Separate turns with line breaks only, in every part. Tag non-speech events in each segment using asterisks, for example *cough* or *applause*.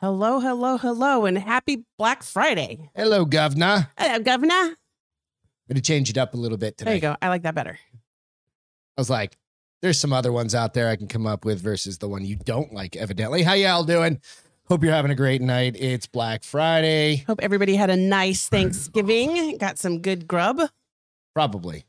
Hello, hello, hello, and happy Black Friday,
Hello, governor.
Hello, Governor.
Gonna change it up a little bit today.
There you go. I like that better.
I was like, there's some other ones out there I can come up with versus the one you don't like, evidently. How y'all doing? Hope you're having a great night. It's Black Friday.
Hope everybody had a
*laughs*
nice Thanksgiving, got some good grub,
Probably.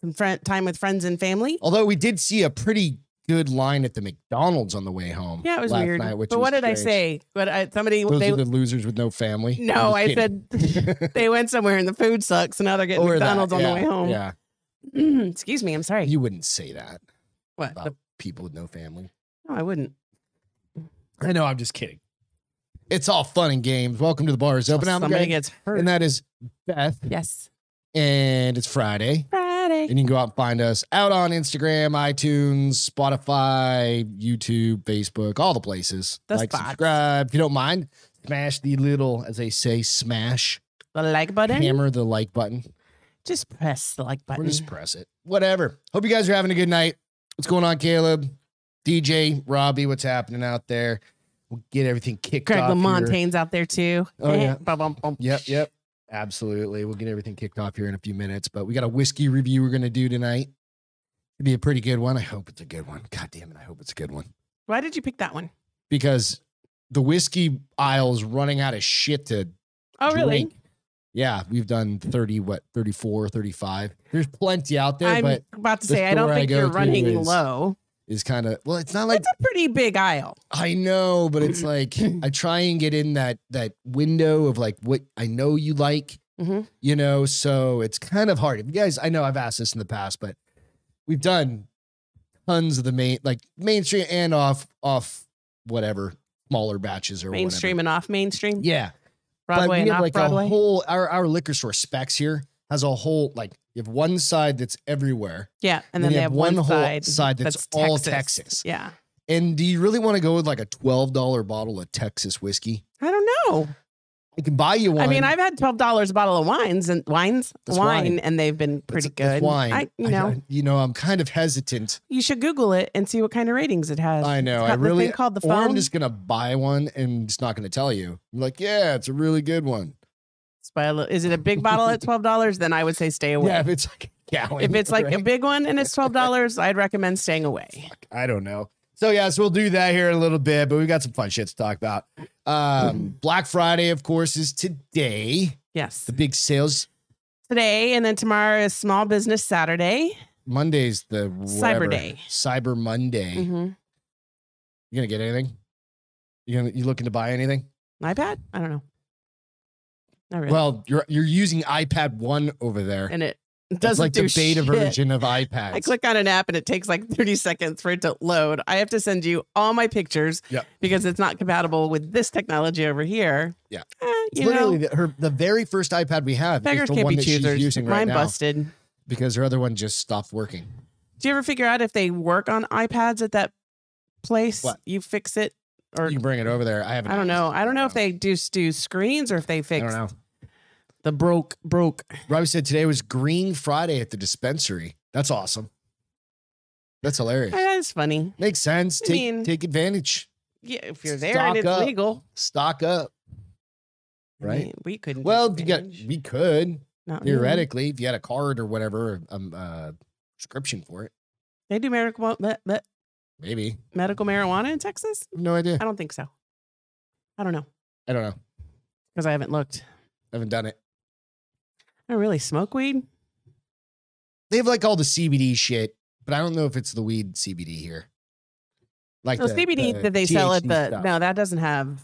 some fri time with friends and family.
Although we did see a pretty good line at the McDonald's on the way home.
Yeah, it was
last
weird.
night, which
but what
was
did I
strange.
say? But I, somebody
Those
they
are the losers with no family.
*laughs* no,
I'm
I
just
said *laughs*
*laughs* kidding.
they went somewhere and the food sucks, and now they're getting
Or that,
McDonald's on
yeah,
the way home. Mm-hmm.
Yeah.
Excuse me, I'm sorry.
You wouldn't say that.
what?
about people with no family.
No, I wouldn't.
I know, I'm just kidding. It's all fun and games. Welcome to the bars open. I'm
somebody
Greg,
gets hurt.
and that is Beth.
yes,
And it's Friday.
Friday.
And you can go out and find us out on Instagram, iTunes, Spotify, YouTube, Facebook, all the places.
The
like,
spots.
subscribe. If you don't mind, smash the little, as they say, smash,
The like button.
hammer the like button,
Just press the like button.
or just press it. Whatever. Hope you guys are having a good night. What's going on, Caleb? DJ, Robbie, what's happening out there? We'll get everything kicked
Greg
off. here.
LaMontagne's out there too.
Oh, yeah.
Ba-bum-bum.
Yep, yep. Absolutely. We'll get everything kicked off here in a few minutes, but we got a whiskey review we're going to do tonight. It'd be a pretty good one. I hope it's a good one. God damn it. I hope it's a good one
Why did you pick that one?
because the whiskey aisle's running out of shit to
Oh, really?
drink. Yeah, we've done 30, what, 34, 35. There's plenty out there,
I'm
but
about to
the
say I don't
store I
think
go
you're
to
running
is-
low.
is kind of, well, it's not like
it's a pretty big aisle.
I know, but it's like I try and get in that that window of like what I know you like,
Mhm.
you know. So it's kind of hard. If you guys, I know I've asked this in the past, but we've done tons of the main like mainstream and off off whatever smaller batches or
Mainstream and off mainstream.
Whatever. Yeah, but
Broadway
we
and
have
off
like
Broadway.
a whole our our liquor store specs here has a whole like you have one side that's everywhere,
yeah. And then
you
they have one
whole
side,
side that's, all Texas.
Yeah.
And do you really want to go with like a twelve dollar bottle of Texas whiskey?
I don't know.
I can buy you one.
I mean, I've had twelve dollars a bottle of wines and wines,
That's
wine,
wine.
and they've been
It's-
pretty
it's
good.
wine.
I, you know,
I- you know, I'm kind of hesitant.
you should Google it and see what kind of ratings it has.
I
It's
know, I
got the
really-
thing called the
Or I'm
phone.
just gonna buy one and it's not gonna tell you. I'm like, yeah, it's a really good one.
It's by a li- Is it a big bottle
*laughs*
at twelve dollars? Then I would say stay away.
Yeah, if it's like a gallon,
if it's like a
right?
big one and it's
*laughs*
twelve dollars, I'd recommend staying away.
Fuck, I don't know. So yeah, so we'll do that here in a little bit, but we got some fun shit to talk about. Um,
Mm.
Black Friday, of course, is today.
Yes,
The big sales
today and then tomorrow is Small Business Saturday.
Monday's the whatever,
Day.
Cyber Monday.
Mhm.
You gonna get anything? You gonna you looking to buy anything?
iPad? I don't know. Not really.
Well, you're you're using iPad one over there.
and it
That's
doesn't
like
do
the beta
shit.
version of iPads.
*laughs* I click on an app and it takes like 30 seconds for it to load. I have to send you all my pictures
Yep.
because it's not compatible with this technology over here.
Yeah.
Eh,
It's
you
literally
know,
the, her the very first iPad we have is
beggars
the
can't
one
be
that she's
choosers.
using right
Mine
now
busted.
because her other one just stopped working.
Do you ever figure out if they work on iPads at that place?
What?
You fix it or
You can bring it over there. I haven't.
I don't
asked.
know. I don't know if they do do screens or if they
I
fix Eh,
don't know.
the broke broke.
Robbie said today was Green Friday at the dispensary. That's awesome. That's hilarious.
That's funny.
Makes sense.
Eh, I
Take
mean-
take advantage.
Yeah, if you're there
Stock
and it's
up.
legal,
Stock up.
I
Right.
mean, we couldn't.
Well,
take
you got,
advantage.
we could
Not me.
theoretically if you had a card or whatever, um, uh, prescription for it,
They do medical me- me-
maybe.
medical marijuana in Texas?
I have no idea.
I don't think so. I don't know
I don't know.
because I haven't looked.
I haven't done it.
I don't really smoke weed.
they have like all the CBD shit, but I don't know if it's the weed CBD here. Like
No
the-
CBD
the
that they sell at
THC
the
stuff.
no, that doesn't have.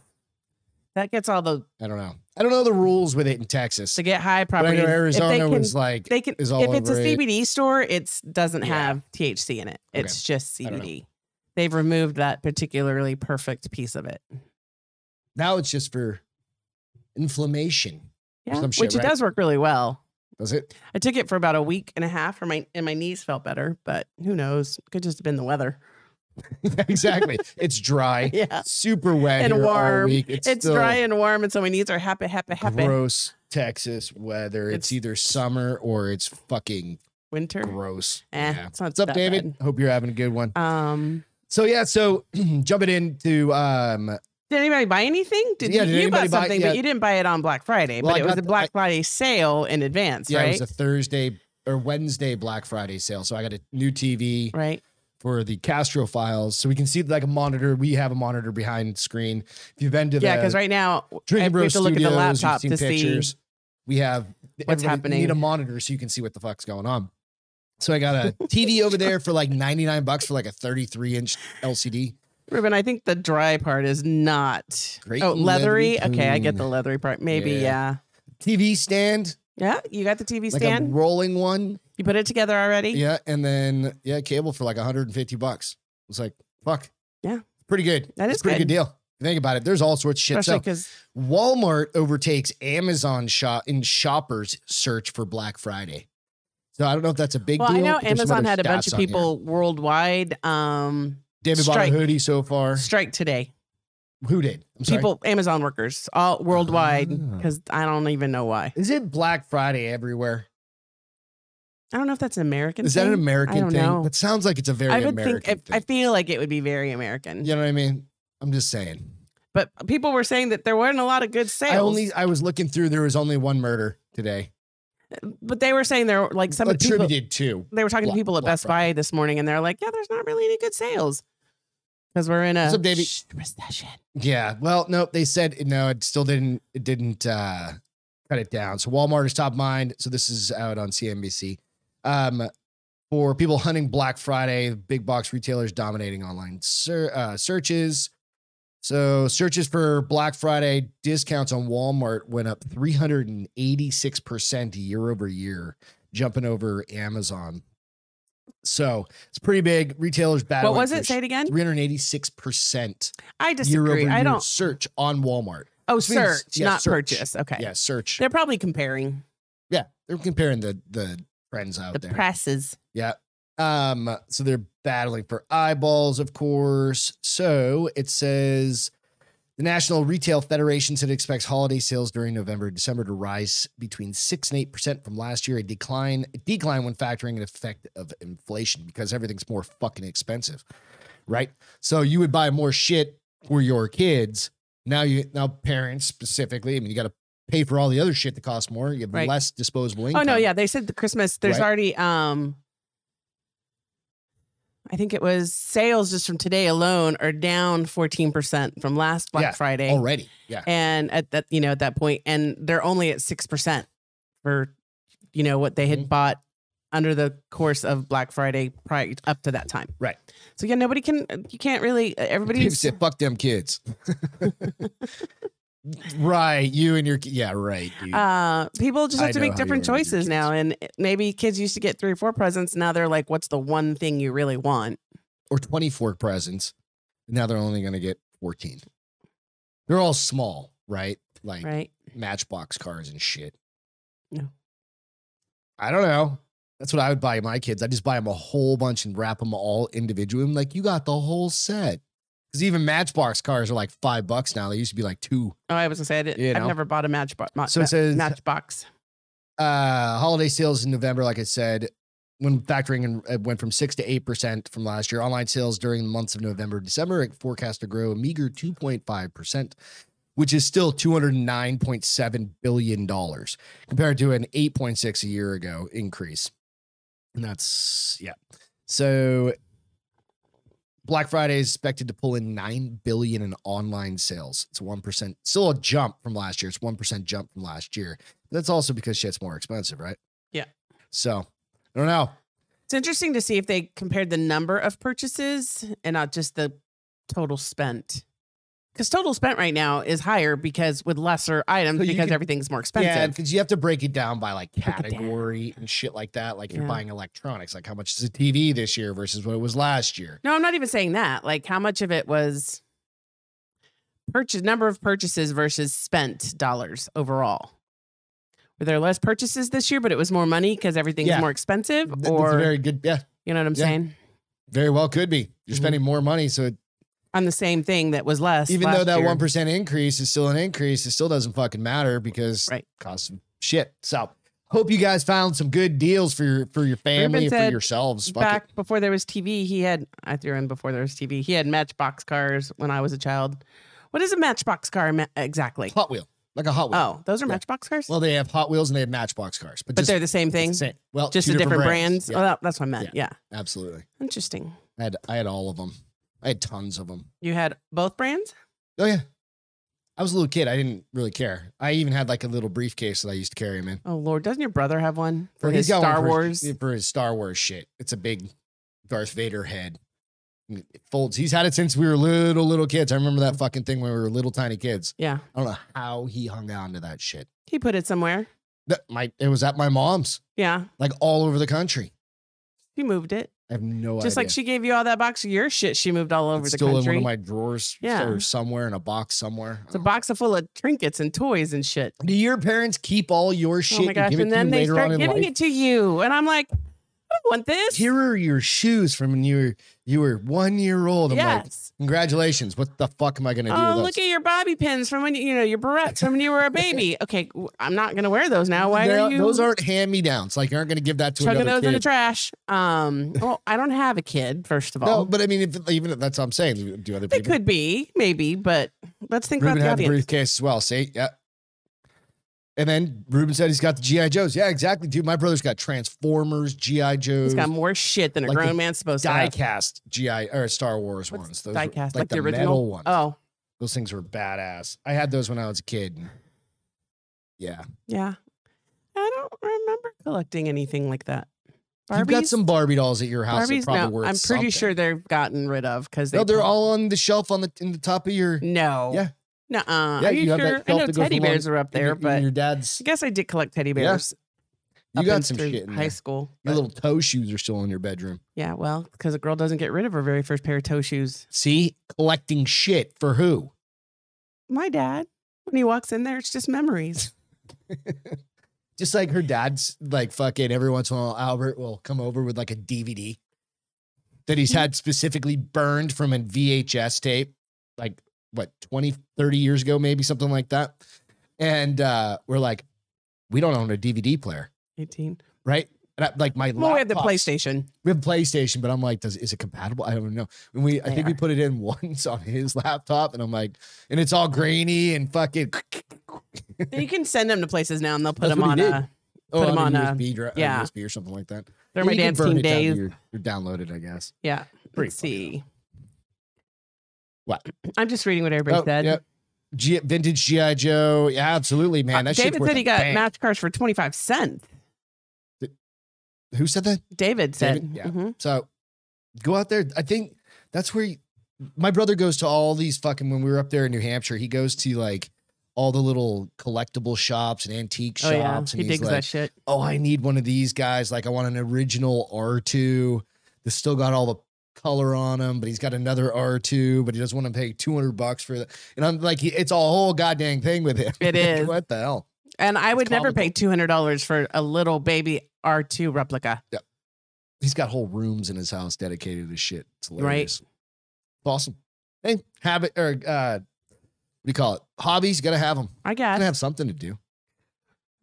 That gets all the
I don't know. I don't know the rules with it in Texas.
to get high
But I
property.
know
if they
Arizona
can,
was like,
they can
is all
if it's a
over it.
CBD store, it's doesn't
Yeah.
have THC in it.
Okay.
It's just
I don't know.
CBD. They've removed that particularly perfect piece of it.
now it's just for inflammation.
Yeah,
some
which it
shit, right?
does work really well.
Does it? *laughs*
I took it for about a week and a half, for my and my knees felt better, but who knows? Could just have been the weather. *laughs*
exactly. It's dry,
Yeah.
super wet
And
here all
warm.
week. It's,
It's
still
dry and warm, and so my knees are happy, happy, happy.
gross Texas weather.
It's-
It's, either summer or it's fucking
Winter.
gross.
Eh,
yeah.
it's not
What's up,
that
David? Hope you're having a good one. *clears throat*
Um,
So yeah, so jumping into um
Did anybody buy anything? Did
Yeah,
you,
did
you bought
anybody buy-
something,
yeah.
but you didn't buy it on Black Friday.
Well,
but
I
it was
got
a
the-
Black Friday sale in advance,
Yeah, it
right?
was a Thursday or Wednesday Black Friday sale. So I got a new TV
right.
for the Castro files. So we can see like a monitor. We have a monitor behind screen. If you've been to
Yeah,
the
because right now
Drinking
we
Bros
have to look at the
Studios, you've
laptop
seen
to
pictures. We have
What's
everybody- You need
happening.
a monitor so you can see what the fuck's going on. So I got a
*laughs*
TV over there for like 99 bucks for like a 33 inch LCD.
see. Ruben, I think the dry part is not.
Great
oh,
and
leathery.
leathery
Okay, I get
clean.
the leathery part. Maybe,
Yeah.
yeah.
TV stand,
Yeah, you got the TV
like
stand.
a rolling one.
you put it together already?
Yeah. And then, yeah, cable for like 150 bucks. It was like, fuck.
Yeah.
Pretty good.
That
It's
is
a pretty good.
good.
deal. Think about it. There's all sorts of shit.
Especially
So
because
Walmart overtakes Amazon shop in shoppers search for Black Friday. So I don't know if that's a big
well, I
deal.
know
but there's some
Amazon
other
had a bunch
stats
of
on here.
people worldwide um,
David
strike.
bought a hoodie so far.
strike today.
Who did? I'm sorry.
People, Amazon workers, all worldwide.
Ah.
Because I don't even know why.
Is it Black Friday everywhere?
I don't know if that's an American.
Is that an
thing.
American
I don't
thing?
know.
That sounds like it's a very
I would
American
think. I, I
thing.
feel like it would be very American.
you know what I mean? I'm just saying.
But people were saying that there weren't a lot of good sales.
I only I was looking through. There was only one murder today
but they were saying there were like some of the people.
attributed to.
They were talking
Black-
to people at
Black
Best
Friday.
Buy this morning, and they're like, "Yeah, there's not really any good sales because we're in a
What's up, Davey?
sh- recession."
Yeah. Well, nope. They said no. It still didn't. It didn't uh, cut it down. So Walmart is top mind. So this is out on CNBC. Um, for people hunting Black Friday, big box retailers dominating online ser- uh, searches. So searches for Black Friday discounts on Walmart went up 386% year over year, jumping over Amazon. So it's pretty big. Retailers battling.
What was
for
it? Say it again.
386%
I
year over
disagree.
year
I don't.
search on Walmart.
Oh,
Which means-
search,
yeah,
not
search.
purchase. Okay.
Yeah, search.
They're probably comparing
yeah, they're comparing the the trends out
the
there.
prices.
yeah. Um. So they're battling for eyeballs, of course. So it says the National Retail Federation said it expects holiday sales during November and December to rise between six and eight percent from last year. A decline a decline when factoring an effect of inflation because everything's more fucking expensive, right? So you would buy more shit for your kids. Now you now parents specifically. I mean, you got to pay for all the other shit that costs more. You have
Right.
less disposable
Oh
income.
no, yeah, they said the Christmas. There's
Right.
already um. I think it was sales just from today alone are down 14% from last Black
Yeah,
Friday.
already. Yeah.
and at that you know at that point and they're only at 6% for you know what they had
Mhm.
bought under the course of black friday prior up to that time
Right.
so yeah nobody can you can't really uh,
People
everybody's
said, "Fuck them kids." *laughs* right, you and your ki- yeah, right. Dude.
uh people just have
I
to
know
make
how you
different
are with your
choices now and maybe kids used to get three or four presents now they're like what's the one thing you really want
or twenty four presents. Now they're only going to get fourteen. They're all small, right? Like
right
Matchbox cars and shit.
No.
I don't know. That's what I would buy my kids. I just buy them a whole bunch and wrap them all individually. I'm like, you got the whole set. Because even Matchbox cars are like five bucks now. They used to be like two.
oh i was gonna say i did,
You know.
i've never bought a matchbox
So it says
matchbox
uh holiday sales in November, like I said, when factoring in uh, went from six to eight percent from last year. Online sales during the months of November and December it forecast to grow a meager two point five percent, which is still two hundred nine point seven billion dollars compared to an eight point six a year ago increase. And that's yeah. So Black Friday is expected to pull in nine billion in online sales. It's one percent, still a jump from last year. It's one percent jump from last year. That's also because shit's more expensive, right?
Yeah.
So I don't know.
it's interesting to see if they compared the number of purchases and not just the total spent. Because total spent right now is higher because with lesser items
So you
because
could-
everything's more expensive.
Yeah, because you have to break it down by like
Break it down.
category and shit like that. Like you're
Yeah.
buying electronics, like how much is a TV this year versus what it was last year.
no, I'm not even saying that. Like how much of it was purchase number of purchases versus spent dollars overall. Were there less purchases this year, but it was more money because everything's
Yeah.
more expensive?
Th- that's a
Or
very good. Yeah,
you know what I'm
yeah.
saying?
very well could be. You're
Mhm.
spending more money, so it
On the same thing that was less.
even though
last
that
year.
one percent increase is still an increase, it still doesn't fucking matter because
Right.
cost of shit. So hope you guys found some good deals for your for your family, for
said
yourselves. Fuck it.
back before there was TV, he had I threw in before there was TV. He had Matchbox cars when I was a child. What is a matchbox car ma- exactly?
Hot Wheel, like a Hot Wheel.
Oh, those are
Yeah.
matchbox cars?
Well, they have Hot Wheels and they have Matchbox cars, but,
but
just
they're the same
it's
thing.
the same. Well,
just
two
the different, brands. Uh,
Yeah,
Oh, that- that's what I meant. Yeah.
absolutely.
Interesting.
I had I had all of them. I had tons of them.
You had both brands?
Oh yeah. I was a little kid. I didn't really care. I even had like a little briefcase that I used to carry him in.
Oh Lord, doesn't your brother have one for
Well,
his
he's got one
Star
for his-
Wars?
for his Star Wars shit. It's a big Darth Vader head. And It folds. He's had it since we were little little kids. I remember that fucking thing when we were little tiny kids.
yeah,
I don't know how he hung on to that shit.
he put it somewhere.
That- my it was at my mom's,
Yeah,
like all over the country.
he moved it.
I have no idea.
Just like she gave you all that box of your shit, she moved all over
It's
the
still
country.
in one of my drawers
Yeah.
or somewhere in a box somewhere.
it's a box full of trinkets and toys and shit.
Do your parents keep all your shit
oh my gosh!
and give
And
it to
then
you
they
later
start
on in
giving
life?
it to you, and I'm like, I don't want this.
Here are your shoes from when you were you were one year old. I'm like,
yes.
congratulations. What the fuck am I gonna do
Oh,
with
look
those?
at your bobby pins from when you, you know your barrettes from when you were a
*laughs*
baby. Okay, w- I'm not gonna wear those now. Why
They're-
are you?
those aren't hand me downs. Like you aren't gonna give that to
chugging
another
those in the
kid.
trash. Um, well, I don't have a kid, first of all.
no, but I mean, if, even if that's what I'm saying. Do other
they
people?
could be, maybe, but let's think
Ruben
about the
had the
audience.
briefcase as well. See, yeah. And then Ruben said he's got the GI Joes. Yeah, exactly, dude. My brother's got Transformers, GI Joes,
He's got more shit than a
Like the
grown man's supposed to have.
diecast GI or Star Wars
What's
ones. Those were-
diecast?
like, the, metal ones.
Oh,
Those things were badass. I had those when I was a kid. Yeah.
yeah. I don't remember collecting anything like that. Barbies?
You've got some Barbie dolls at your house.
Barbies?
that probably
No,
worth
I'm pretty
something.
sure they're gotten rid of because they
No, they're
prob-
all on the shelf on the in the top of your
no.
Yeah.
Nuh uh.
Yeah,
Are you,
you have that
sure? I
shelf
know
that goes
teddy
from
bears
one-
are up
in
there,
your, in
but
your
I
dad's.
guess I did collect teddy bears.
You
up and
got some
through
shit in
high
there.
school.
Your
but-
little toe shoes are still in your bedroom.
yeah, well, because a girl doesn't get rid of her very first pair of toe shoes.
See, collecting shit for who?
my dad when he walks in there it's just memories
Just like her dad's, like fucking every once in a while, Albert will come over with like a DVD that he's had specifically burned from a VHS tape, like what, 20, 30 years ago, maybe something like that. And uh, we're like, we don't own a DVD player,
18
right? And I, like my
well we have the
laptop- *laughs*
playstation
We have PlayStation, but I'm like, does is it compatible? I don't know. And we, I
They
think we
are.
put it in *laughs* once on his laptop, and I'm like, and it's all grainy and fucking.
you can send them to places now and they'll put
That's
them
what
on
he did.
a Put 'em on a-
USB drive,
yeah.
USB or something like that.
they're
Yeah,
my
you can
dance
burn
team
it down to
days
Your, your downloaded, I guess.
yeah
Pretty
let's
fucking
see
What?
i'm just reading what everybody
Oh,
said
yeah. G- vintage GI Joe, yeah, absolutely, man.
Uh,
That shit's
david
worth
said
a
he got
bank.
match cards for 25 cents
Who said that?
david said
David? Yeah.
mhm.
So go out there. I think that's where you, my brother goes to all these fucking when we were up there in New Hampshire, he goes to like all the little collectible shops and antique
oh
shops
yeah
and
he
he's
digs
like,
that shit
"Oh, I need one of these guys. Like I want an original R2 that's still got all the color on him, but he's got another R2, but he doesn't want to pay 200 bucks for that." And I'm like, it's a whole goddamn thing with him.
It
*laughs* Like,
is.
What the hell?
and i
It's
would never pay $200 for a little baby r2 replica
He's got whole rooms in his house dedicated to shit. It's hilarious. Awesome. Hey, habit or uh, what do you call it? Hobbies. You gotta have them.
i
Gotta
guess
have something to do.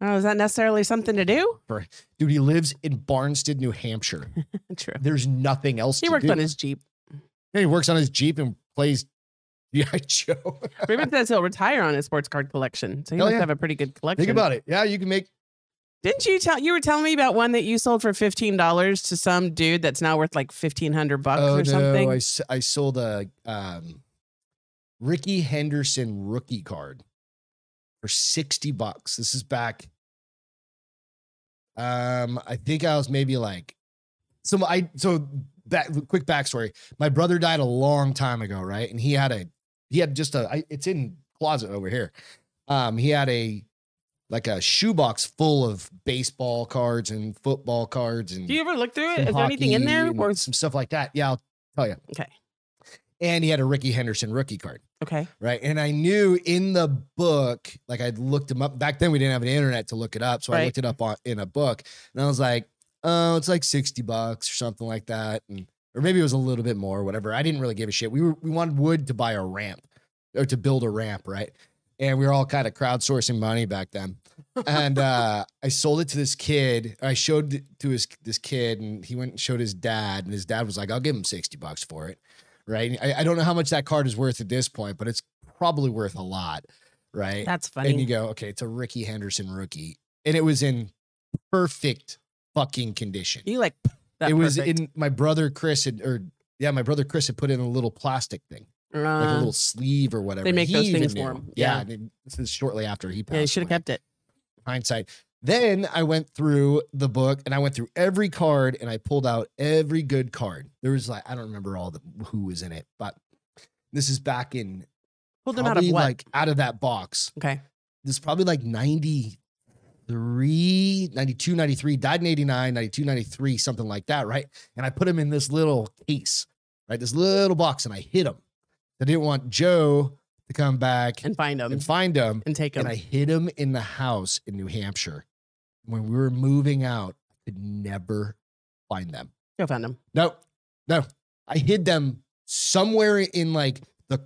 oh is that necessarily something to do
Dude, he lives in Barnstead, New Hampshire.
*laughs* true
There's nothing else.
he
to
worked
do.
on his jeep
Yeah, he works on his jeep and plays GI Joe.
Raymond says he'll retire on his sports card collection, so he
Hell
must
yeah.
have a pretty good collection.
Think about it. Yeah, you can make.
Didn't you tell you were telling me about one that you sold for fifteen dollars to some dude that's now worth like fifteen hundred bucks
oh
or
no,
something?
I s- I sold a um, Ricky Henderson rookie card for sixty bucks. This is back. Um, I think I was maybe like, so I so back quick backstory. My brother died a long time ago, right? And he had a he had just a I, it's in closet over here. Um, he had a like a shoebox full of baseball cards and football cards and
Do you ever look through it?
some
Is there anything in
hockey
there?
and
Or
some stuff like that? Yeah, I'll tell you.
Okay.
And he had a Ricky Henderson rookie card,
okay,
right? And I knew in the book, like I looked him up. Back then, we didn't have an internet to look it up, so I
Right.
looked it up on, in a book, and I was like, "Oh, it's like sixty bucks or something like that," and or maybe it was a little bit more, whatever. I didn't really give a shit. We were we wanted wood to buy a ramp or to build a ramp, right? And we were all kind of crowdsourcing money back then.
*laughs*
And uh, I sold it to this kid. I showed it to his this kid, and he went and showed his dad, and his dad was like, "I'll give him sixty bucks for it." Right? And I, I don't know how much that card is worth at this point, but it's probably worth a lot, right?
That's
and you
funny.
go, okay, it's a Ricky Henderson rookie, and it was in perfect fucking condition.
You like p- that
it was
perfect.
in my brother Chris had, or yeah, my brother Chris had put in a little plastic thing, like a
Uh,
little sleeve or whatever.
make those
even
things for
knew.
him.
Yeah,
Yeah.
and it- this is shortly after he passed.
yeah, you should have
away
kept it.
hindsight. Then I went through the book and I went through every card and I pulled out every good card. There was like I don't remember all the who was in it, but this is back in
Pulled them out of
probably
what?
like out of that box.
okay.
This is probably like 93, 92, 93, died in 89, 92, 93, something like that, right? And I put him in this little case, right? This little box and I hid him. I didn't want Joe to come back
And find them
and find him
and take them.
and I hid him in the house in New Hampshire. When we were moving out, I could never find them.
Go find them.
No, no, I hid them somewhere in like the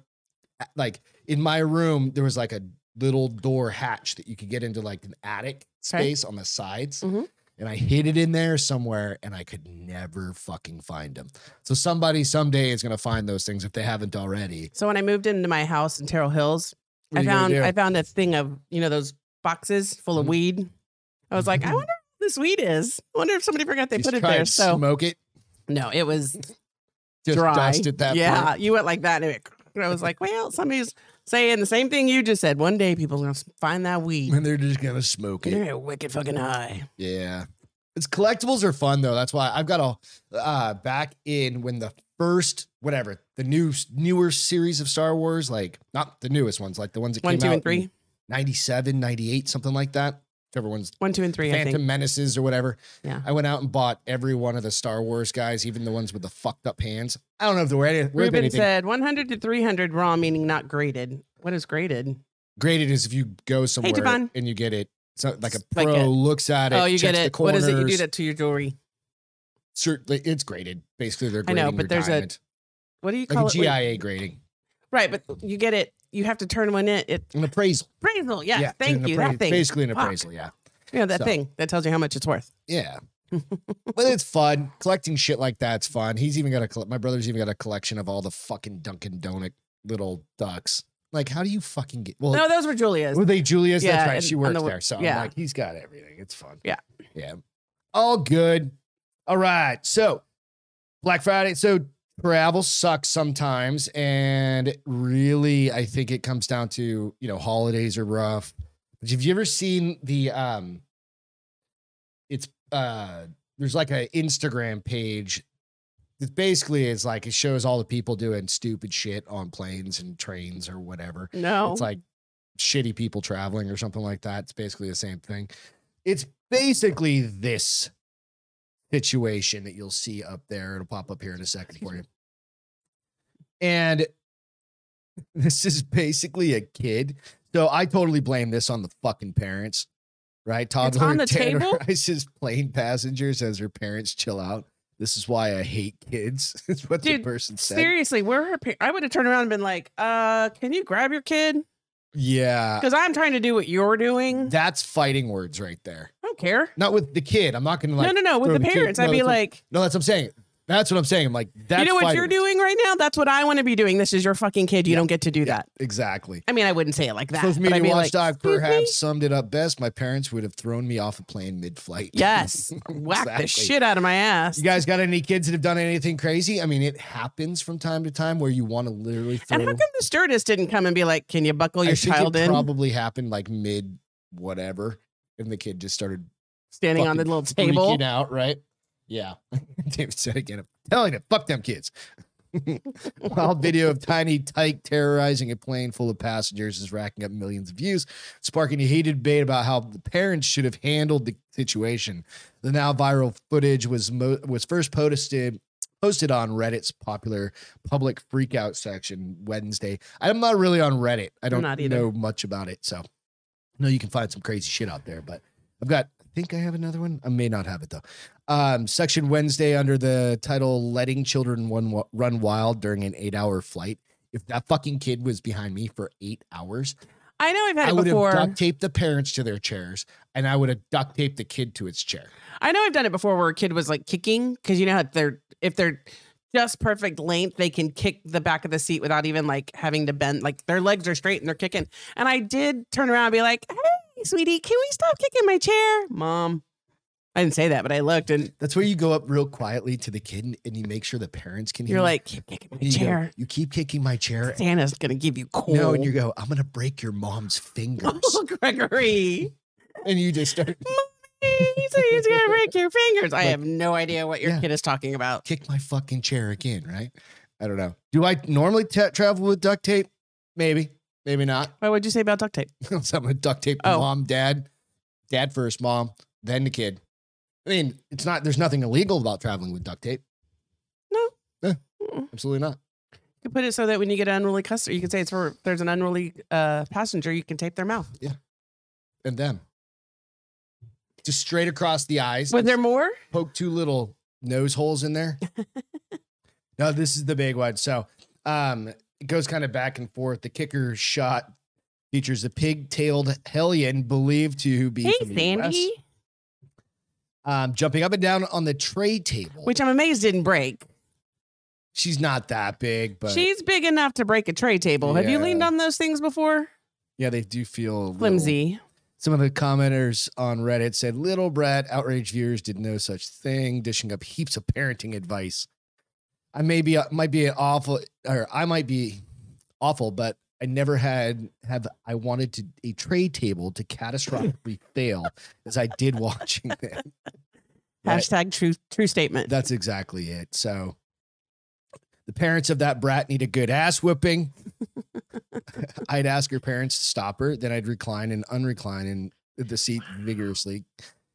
like in my room. There was like a little door hatch that you could get into like an attic
Okay.
space on the sides.
Mhm.
And I hid it in there somewhere, and I could never fucking find them. So somebody someday is gonna find those things if they haven't already.
So when I moved into my house in Terrell Hills, I
What are you gonna
found
do?
I found a thing of you know those boxes full of
Mhm.
weed. I was like, I wonder what this weed is. I wonder if somebody forgot they
Mm-hmm. Just
put it
try
there.
and
So
smoke it.
no, it was
Just
dry.
dust at that.
yeah,
point.
you went like that, and it, and I was like, well, somebody's saying the same thing you just said. One day, people are gonna find that weed.
and they're just gonna smoke
And
it.
they're wicked fucking high.
Yeah, it's collectibles are fun though. That's why I've got a uh, back in when the first whatever the new newer series of Star Wars, like not the newest ones, like the ones that
One,
came
two,
out
and three.
in 97, 98, something like that. Whichever one's
One, two, and three. I
Phantom
think.
Menaces or whatever.
Yeah.
I went out and bought every one of the Star Wars guys, even the ones with the fucked up hands. I don't know if they were any, worth
Ruben
anything.
said 100 to 300 raw, meaning not graded. What is graded?
Graded is if you go somewhere
Javon.
and you get it. So like a
It's
pro
like a-
looks at it.
Oh, you
checks
get it.
The
What
corners,
is it? You do that to your jewelry.
Certainly, it's graded. Basically, they're
I know,
grading
but
your
there's a-
diamond.
What do you call
like a
it? when-
GIA grading,
Right, but you get it. You have to turn one in. It
an appraisal.
appraisal. Yes,
Yeah,
thank
an
you.
appra-
That thing.
Basically an
Fuck.
appraisal. Yeah,
You know, that
so.
thing that tells you how much it's worth. *laughs*
yeah. but it's fun collecting shit like that's fun. He's even got a coll- my brother's even got a collection of all the fucking Dunkin' Donut little ducks. Like, how do you fucking get? Well,
no, those were Julia's.
were they Julia's?
Yeah,
that's right.
and
She
on
works
the-
there, so
yeah.
I'm like, he's got everything. It's fun.
Yeah.
yeah. All good. All right. So Black Friday. So travel sucks sometimes. And really, I think it comes down to, you know, holidays are rough. But have you ever seen the um it's uh there's like an Instagram page. It basically is like it shows all the people doing stupid shit on planes and trains or whatever.
No.
It's like shitty people traveling or something like that. It's basically the same thing. It's basically this situation that you'll see up there. It'll pop up here in a second for you. And *laughs* this is basically a kid. So I totally blame this on the fucking parents, right? Toddler *laughs*
on the table?
terrorizes plane passengers as her parents chill out. This is why I hate kids. *laughs* Is what the
Dude,
person said.
Seriously, where her par- I would have turned around and been like, uh, can you grab your kid?
yeah,
Because I'm trying to do what you're doing.
that's fighting words right there.
I don't care.
Not with the kid. I'm not going to like.
no, no, no. With
throw
the
the kid-
parents, I'd
no,
be
that's what-
like,
No, that's what I'm saying. That's what I'm saying. I'm like, that's
you know what
fighting
you're
words.
doing right now? That's what I want to be doing. This is your fucking kid. You
Yeah,
don't get to do
yeah.
that.
Exactly.
I mean, I wouldn't say it like that.
Social
but I'd
media
be like,
watchdog
"Excuse me?"
perhaps summed it up best. My parents would have thrown me off a plane mid-flight.
Yes. Whack
Exactly.
the shit out of my ass.
You guys got any kids that have done anything crazy? I mean, it happens from time to time where you want to literally throw.
And how come the stewardess didn't come and be like, "Can you buckle
I
your
think
child
it
in,
probably happened like mid whatever, and the kid just started
standing on the
fucking
little table"?
freaking out, right? Yeah. *laughs* David said again, I'm telling you, fuck them kids. *laughs* Wild video of Tiny Tyke terrorizing a plane full of passengers is racking up millions of views, sparking a heated debate about how the parents should have handled the situation. The now viral footage was mo- was first posted posted on Reddit's popular public freakout section Wednesday. I'm not really on Reddit. I don't
not either.
know much about it, so I know you can find some crazy shit out there, but I've got I think I have another one. I may not have it though. Um, section Wednesday under the title "Letting Children Run, Run Wild During an Eight-Hour Flight." If that fucking kid was behind me for eight hours,
I know I've
I
had it
would
before.
have duct taped the parents to their chairs, and I would have duct taped the kid to its chair.
I know I've done it before where a kid was like kicking because you know how if they're if they're just perfect length. They can kick the back of the seat without even like having to bend. Like their legs are straight and they're kicking. And I did turn around and be like, "Hey, sweetie, can we stop kicking my chair, mom?" I didn't say that, but I looked and
That's where you go up real quietly to the kid and, and you make sure the parents can hear.
you're
you.
like, "Keep kicking
And
my
you go,
chair."
you keep kicking my chair.
Santa's gonna give you cold. *laughs*
No, and you go, I'm gonna break your mom's fingers.
oh, Gregory.
and you just start
He's he's gonna break your fingers. I
Like,
have no idea what your
yeah.
kid is talking about.
*laughs* kick my fucking chair again, right? I don't know. Do I normally ta travel with duct tape? Maybe, maybe not.
What would you say about duct tape?
*laughs* so I'm gonna duct tape to
Oh.
mom, dad, dad first, mom, then the kid. I mean, it's not. There's nothing illegal about traveling with duct tape.
No.
Yeah,
Mm-mm.
absolutely not.
You put it so that when you get an unruly customer, you can say it's for there's an unruly uh, passenger. You can tape their mouth.
And them, just straight across the eyes.
Was there more?
poke two little nose holes
*laughs*
in there. no, this is the big one. So um, it goes kind of back and forth. The kicker shot features a pig-tailed hellion believed to be
Hey,
from the US,
Sandy,
um, jumping up and down on the tray table.
which I'm amazed didn't break.
she's not that big, but
She's big enough to break a tray table. Have you leaned
Yeah.
on those things before?
yeah, they do feel a little-
Flimsy.
Some of the commenters on Reddit said, "Little Brett, outraged viewers did no such thing, dishing up heaps of parenting advice. I may be uh, might be an awful, or I might be awful, but I never had have I wanted to a tray table to catastrophically *laughs* fail as I did watching that. Right.
Hashtag true true statement.
That's exactly it. So." The parents of that brat need a good
*laughs*
ass whipping. I'd ask her parents to stop her, then I'd recline and unrecline in the seat vigorously.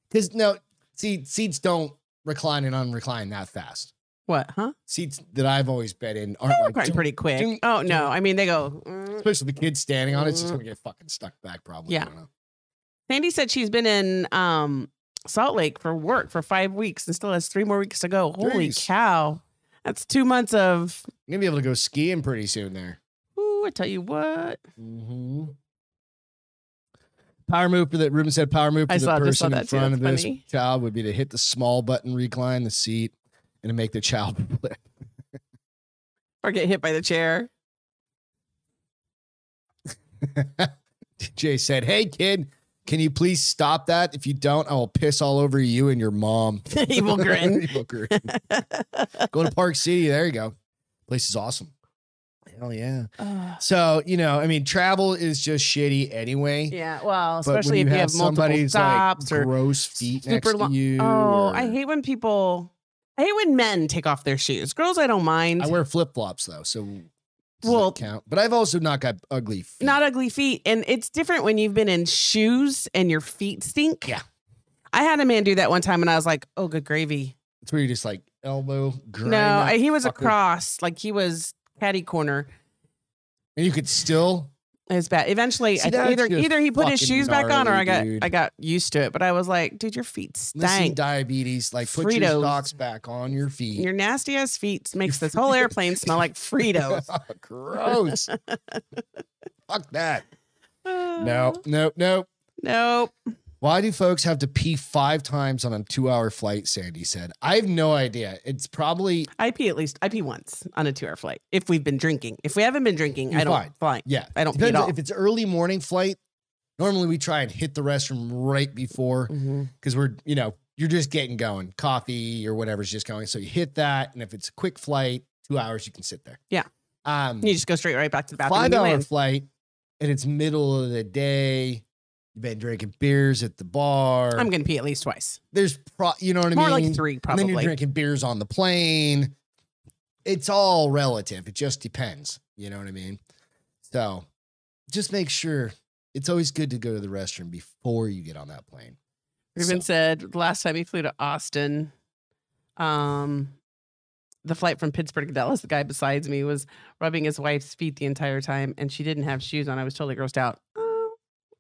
Because no, seat, seats don't recline and unrecline that fast.
what? Huh?
Seats that I've always been in
They
aren't like,
recline pretty quick.
ding,
oh no! I mean, they go. mm.
*laughs* especially the kids standing on it, it's just gonna get fucking stuck back probably. I
Yeah.
don't know.
Sandy said she's been in um, Salt Lake for work for five weeks and still has three more weeks to go. Holy
Jeez.
cow! That's two months of.
I'm gonna be able to go skiing pretty soon there.
Ooh, I tell you what.
Mm-hmm. Power move for the Ruben said power move for
I
the
saw- I just saw
person in
that too.
front of
That's
this
funny.
child would be to hit the small button, recline the seat, and to make the child *laughs* flip.
Or get hit by the chair. *laughs*
Jay said, Hey kid, can you please stop that? If you don't, I will piss all over you and
*laughs*
your mom.
Evil
*laughs*
grin.
Evil grin. go to Park City. There you go. Place is awesome. Hell yeah.
Ugh.
So, you know, I mean, travel is just shitty anyway.
yeah. Well,
But when
especially if you have multiple
somebody's
stops
like
or.
gross feet next
super
to
long-
you.
Oh,
or-
I hate when people. I hate when men take off their shoes. Girls, I don't mind.
I wear flip flops though, so does
Well-
that count. But I've also not got ugly feet.
not ugly feet. And it's different when you've been in shoes and your feet stink.
Yeah.
I had a man do that one time and I was like, oh, good gravy.
it's where you just like elbow. Grind
no,
that
I, he was
fucker.
across, like he was caddy corner.
and you could still.
It's bad. Eventually,
See,
I th-
that's
either
just
either he put his
fucking
shoes back on, or
gnarly,
I got
dude.
I got used to it. But I was like, dude, your feet
Listen,
stink.
diabetes, like put your
Fritos.
socks back on your feet.
Your nasty ass feet makes this
*laughs*
whole airplane smell like Fritos. *laughs*
Gross. Fuck that. No, no, no.
nope.
Why do folks have to pee five times on a two hour flight? Sandy said. I have no idea. It's probably,
I pee at least I pee once on a two hour flight if we've been drinking. If we haven't been drinking,
You're
I don't
fine.
fly.
yeah.
I don't pee at
Depends
all.
if it's early morning flight. Normally we try and hit the restroom right before
Mhm.
because we're, you know, you're just getting going. Coffee or whatever's just going. So you hit that. And if it's a quick flight, two hours, you can sit there.
Yeah.
Um,
You just go straight right back to the bathroom.
five
and you
hour
land.
flight and it's middle of the day. You've been drinking beers at the bar.
I'm gonna pee at least twice.
There's pro, you know what I
More
mean?
like three
And
probably.
then you're drinking beers on the plane. It's all relative. It just depends. You know what I mean? So just make sure it's always good to go to the restroom before you get on that plane.
Ruben
So-
said the last time he flew to Austin, um, the flight from Pittsburgh to Dallas, the guy besides me was rubbing his wife's feet the entire time, and she didn't have shoes on. I was totally grossed out. Oh,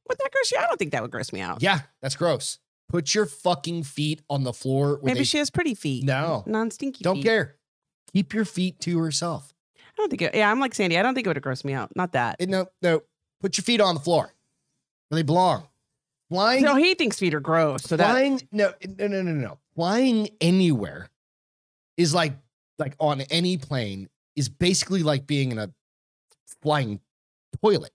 would that gross you? out? I don't think that would gross me out.
Yeah, that's gross. Put your fucking feet on the floor. Where
Maybe
they
she has pretty feet.
No.
non-stinky.
don't
feet.
care. Keep your feet to yourself.
I don't think. It, yeah, I'm like Sandy. I don't think it would have grossed me out. Not that.
Eh, no, no. Put your feet on the floor where they belong. Flying,
No, he thinks feet are gross. So that
flying. No, no, no, no, no. Flying anywhere is like like on any plane is basically like being in a flying toilet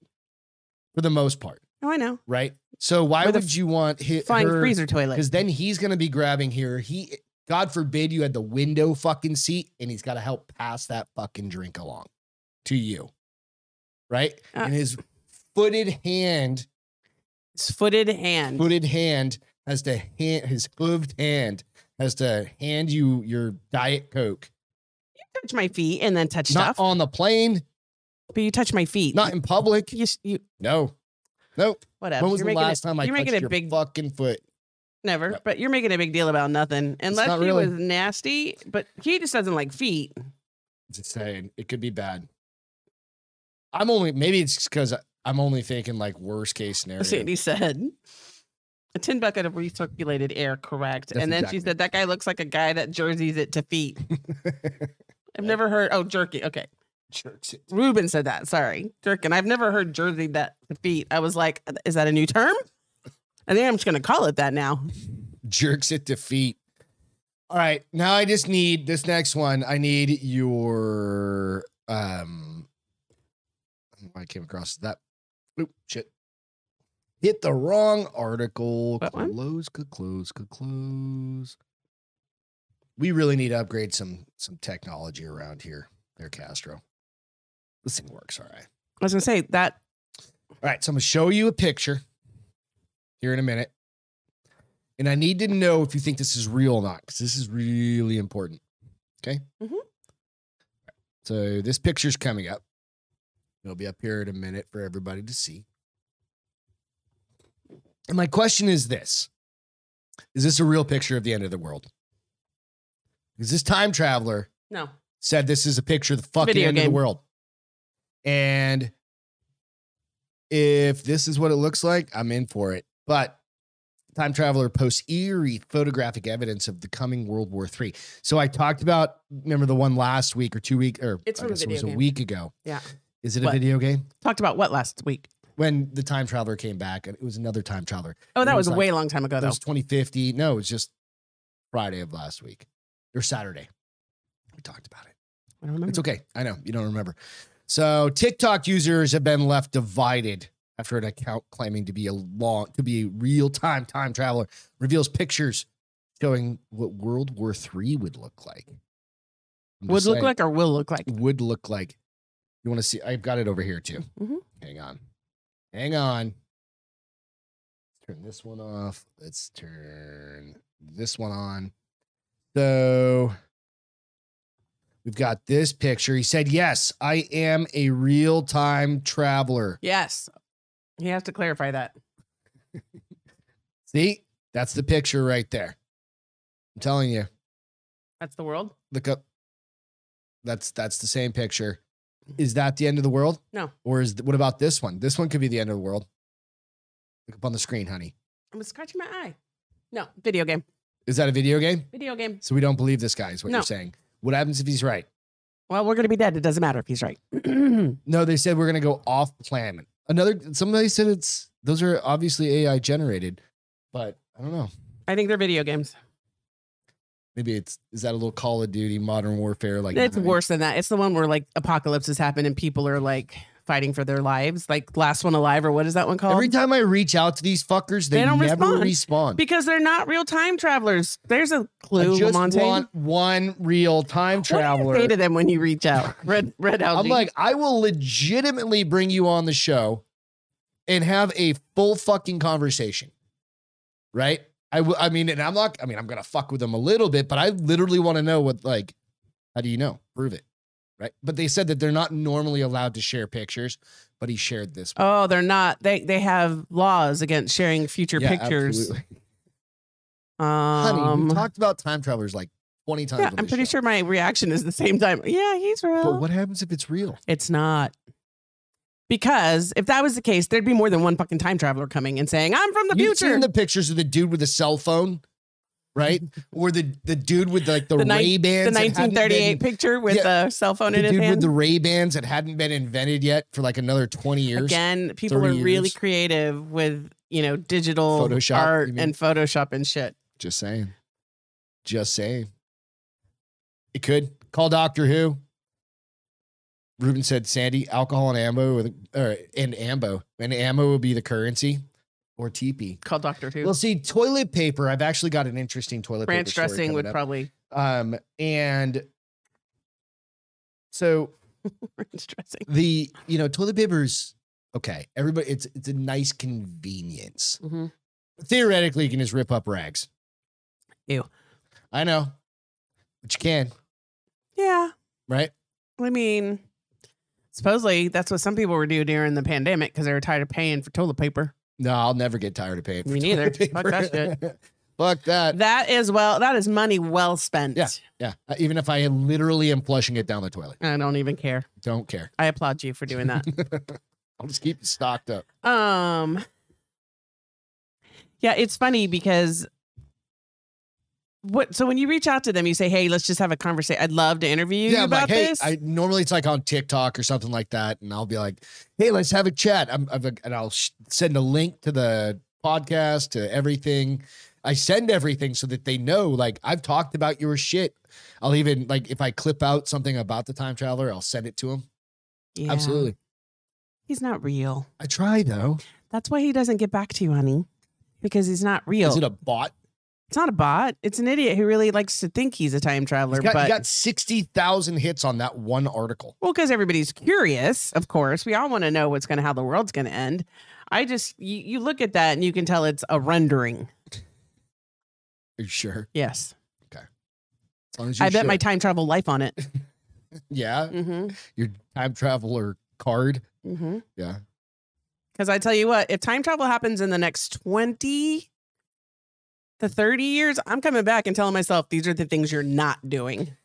for the most part,
Oh, I know.
right? So why
With a
would you want his
Flying freezer
Because
toilet.
then he's gonna be grabbing here. He, God forbid, you had the window fucking seat, and he's got to help pass that fucking drink along to you, right?
Uh.
and his footed hand,
It's footed hand.
footed hand has to hand his hooved hand has to hand you your diet coke.
touch my feet and then touch
Not
stuff.
on the plane,
but you touch my feet.
not in public.
you, s- you
No, nope.
whatever.
When was
you're
the
making
last
it,
time I
you're
touched
making a
your
big-
fucking foot?
never.
No.
But you're making a big deal about nothing. Unless
not
he
really.
was nasty, but he just doesn't like feet.
Just saying, it could be bad. I'm only maybe it's because I'm only thinking like worst case scenario.
That's what Sandy said. A tin bucket of recirculated air, correct.
That's
and then
exactly
she said that guy looks like a guy that jerseys it to feet.
*laughs*
I've never heard oh jerky. Okay.
Jerks it.
Ruben said that. Sorry. Jerkin. I've never heard jersey that to feet. I was like, is that a new term? I think I'm just gonna call it that now.
Jerks it to feet. All right, now I just need this next one. I need your um. I don't know why I came across that. Oop, shit. Hit the wrong article.
What one?
close, could close, could close. We really need to upgrade some some technology around here. There, Castro. This thing works all
I
right.
was gonna say that
All right, so I'm gonna show you a picture here in a minute. And I need to know if you think this is real or not, because this is really important. Okay.
Mhm.
So this picture's coming up. It'll be up here in a minute for everybody to see. And my question is this Is this a real picture of the end of the world? Because this time traveler
no.
said this is a picture of the fucking
Video
end of
game.
the world. And if this is what it looks like, I'm in for it. But Time Traveler posts eerie photographic evidence of the coming World War III. So I talked about, remember the one last week or two week or
It's
I
from a
guess it was
video
a
game.
week ago.
Yeah.
Is it a
What?
video game?
Talked about what last week?
When the time traveler came back, and it was another time traveler.
Oh,
It
that
was
was a
like-
way long time ago
It
though.
was 2050. No, it was just Friday of last week or Saturday. We talked about it.
I don't remember.
It's okay. I know you don't remember. So TikTok users have been left divided after an account claiming to be a long to be a real-time time traveler reveals pictures showing what World War III would look like. I'm
Would
just
look
saying,
like or will look like.
would look like. You want to see? I've got it over here too.
Mhm.
Hang on. Hang on. Turn this one off. Let's turn this one on. So we've got this picture. He said, Yes, I am a real time traveler.
Yes. He has to clarify that.
See, that's the picture right there. I'm telling you,
That's the world?
look up. That's that's the same picture. Is that the end of the world?
No.
Or is th- what about this one? This one could be the end of the world. Look up on the screen, honey.
I'm scratching my eye. No, video game.
Is that a video game?
Video game.
So we don't believe this guy is what
No.
you're saying. What happens if he's right?
Well, we're gonna be dead. It doesn't matter if he's right. *clears throat* That's
No, they said we're gonna go off planet. Another somebody said it's those are obviously AI generated, but I don't know.
I think they're video games.
Maybe it's is that a little Call of Duty Modern Warfare like
it's
nine?
worse than that. It's the one where like apocalypses happen and people are like fighting for their lives, like last one alive or what is that one called?
Every time I reach out to these fuckers, they,
They don't
never
respond.
respond.
because they're not real time travelers. There's a clue,
I just
Lamonte.
want one real time
What do you
traveler.
say to them when you reach
*laughs*
out? Red, red algae.
I'm like, I will legitimately bring you on the show and have a full fucking conversation. Right? I will I mean, and I'm not I mean, I'm gonna fuck with them a little bit, but I literally want to know what like, how do you know? Prove it. Right. But they said that they're not normally allowed to share pictures, but he shared this one.
oh, they're not. They they have laws against sharing future
Yeah,
pictures.
absolutely. Honey,
Um,
we talked about time travelers like 20 times.
yeah,
on
I'm
this
pretty
show.
sure my reaction is the same time. Yeah, he's real.
But what happens if it's real?
It's not. Because if that was the case, there'd be more than one fucking time traveler coming and saying, I'm from the
You've
future.
seen the pictures of the dude with the cell phone, right? or the the dude with like the,
The nine-
Ray
the
Bans.
1938 picture with the cell phone
The
in his
dude with
hand.
the Ray Bans that hadn't been invented yet for like another twenty years.
Again, people are
30
really
years.
creative with, you know, digital
Photoshop,
art
you mean?
and Photoshop and shit.
Just saying. Just saying. It could Call Doctor Who. Ruben said Sandy, alcohol and ammo with or and ambo. And ammo will be the currency or teepee.
Call Doctor Who.
We'll see toilet paper. I've actually got an interesting toilet
Ranch
paper. story
dressing
coming
would
up.
probably *laughs*
um and so
ranch dressing.
the you know toilet paper's okay. Everybody it's it's a nice convenience. theoretically you can just rip up rags.
Ew.
I know. But you can,
Yeah,
right?
I mean, supposedly that's what some people were doing during the pandemic because they were tired of paying for toilet paper.
No, I'll never get tired of paying for
Me neither.
toilet
Fuck that
paper. *laughs* Fuck that.
That is well. That is money well spent.
Yeah. Even if I literally am flushing it down the toilet.
I don't even care.
Don't care.
I applaud you for doing that.
*laughs* I'll just keep it stocked up.
Um Yeah, it's funny because what so when you reach out to them, you say, Hey, let's just have a conversation. I'd love to interview you
yeah, I'm
about
like, hey,
this.
I normally it's like on TikTok or something like that, and I'll be like, hey, let's have a chat. I'm, I'm like- and I'll sh- send a link to the podcast to everything. I send everything so that they know, like I've talked about your shit. I'll even like if I clip out something about the time traveler, I'll send it to him.
Yeah.
Absolutely,
He's not real.
I try though.
That's why he doesn't get back to you, honey. Because he's not real.
Is it a bot?
it's not a bot. It's an idiot who really likes to think he's a time traveler.
He's got,
but
he got sixty thousand hits on that one article.
Well, because everybody's curious, of course. We all want to know what's going to, how the world's going to end. I just, you, you look at that and you can tell it's a rendering.
Are you sure?
Yes.
As long as you
I bet my
sure.
time travel life *laughs* on it.
yeah,
Mm-hmm.
your time traveler card.
Mm-hmm.
Yeah,
Because I tell you what, if time travel happens in the next 20 to 30 years, I'm coming back and telling myself these are the things you're not doing.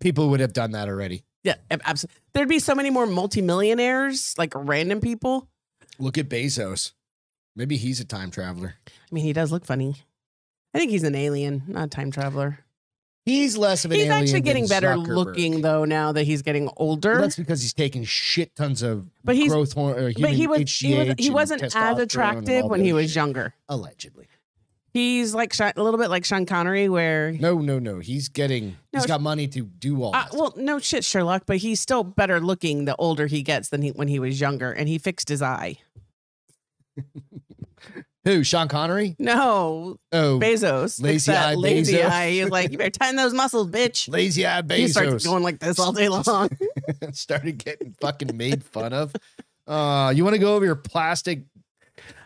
people would have done that already.
Yeah, absolutely. There'd be so many more multimillionaires, like random people.
Look at Bezos. Maybe he's a time traveler.
I mean, he does look funny. I think he's an alien, not a time traveler.
He's less of an
He's
alien
actually
than
getting better
Zuckerberg.
looking, though, now that he's getting older.
That's because he's taking shit tons of
But he's-
growth hormone. Or
but
human
he was he, was,
HGH
he
and
wasn't
testosterone
as
and
attractive
all
when he
that
was
shit.
younger.
Allegedly,
He's like Sean, a little bit like Sean Connery, where
no, no, no. He's getting. he's
it's-
got money to do all.
uh,
that.
well, no shit, Sherlock, but he's still better looking the older he gets than he when he was younger, and he fixed his eye.
Who? Sean Connery?
No,
Oh,
Bezos, fixed
Lazy
that
eye
lazy
Bezos.
eye. He's like, you
*laughs*
better tighten those muscles, bitch.
lazy eye
He starts
Bezos
going like this all
*laughs*
day long.
started getting fucking made fun of. Uh, you want to go over your plastic?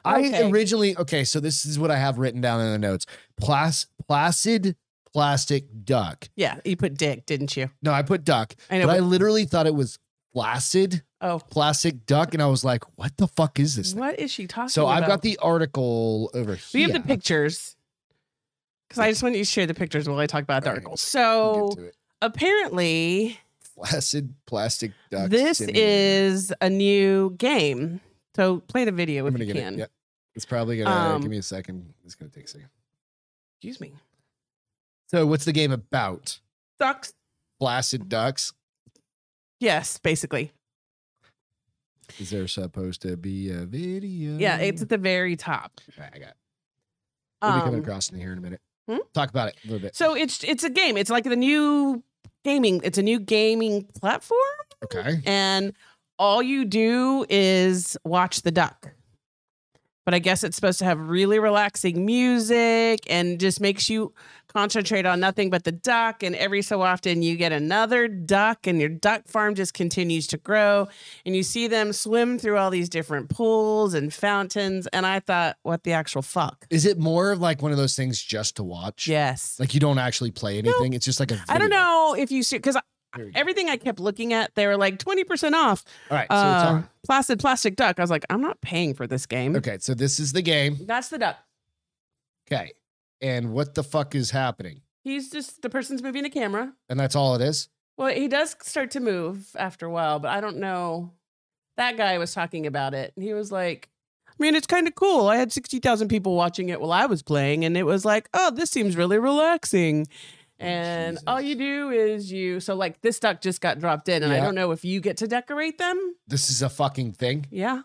I
Okay.
originally okay. So this is what I have written down in the notes: Plas, placid plastic duck.
yeah, you put dick, didn't you?
No, I put duck.
I know.
but I
but-
literally thought it was flaccid
oh,
plastic duck, and I was like, "What the fuck is this?" thing?
what is she talking
So
about?
I've got the article over
We
here.
have the pictures. Because I just want you to share the pictures while I talk about the
All right,
article.
We'll
So
get to it.
apparently,
flaccid plastic duck.
this
simulator.
is a new game. So play the video
I'm
if
gonna
you
get
can.
it. Yep. It's probably gonna
Um,
give me a second. It's gonna take a second.
Excuse me.
So what's the game about?
Sucks.
Flaccid ducks.
Yes, basically.
Is there supposed to be a video?
Yeah, it's at the very top.
All right, I got. It. We'll be coming
Um,
across in here in a minute.
hmm?
Talk about it a little bit.
so it's it's a game. It's like the new gaming. It's a new gaming platform,
Okay.
and all you do is watch the duck. But I guess it's supposed to have really relaxing music and just makes you concentrate on nothing but the duck. And every so often you get another duck, and your duck farm just continues to grow. And you see them swim through all these different pools and fountains. And I thought, what the actual fuck?
Is it more of like one of those things just to watch?
Yes.
Like you don't actually play anything. It's just like a.
I don't
video.
know if you see, because
Here we go.
everything I kept looking at, they were like 20% off.
All right, so
Uh,
it's on.
Placid Plastic Duck. I was like, I'm not paying for this game.
Okay, so this is the game.
That's the duck.
Okay, and what the fuck is happening?
He's just the person's moving the camera.
And that's all it is.
Well, he does start to move after a while, but I don't know. That guy was talking about it, and he was like, "I mean, it's kind of cool. I had sixty thousand people watching it while I was playing, and it was like, oh, this seems really relaxing." And all
Oh, Jesus.
you do is you. So, like, this duck just got dropped in, and I
Yeah.
don't know if you get to decorate them.
This is a fucking thing.
Yeah.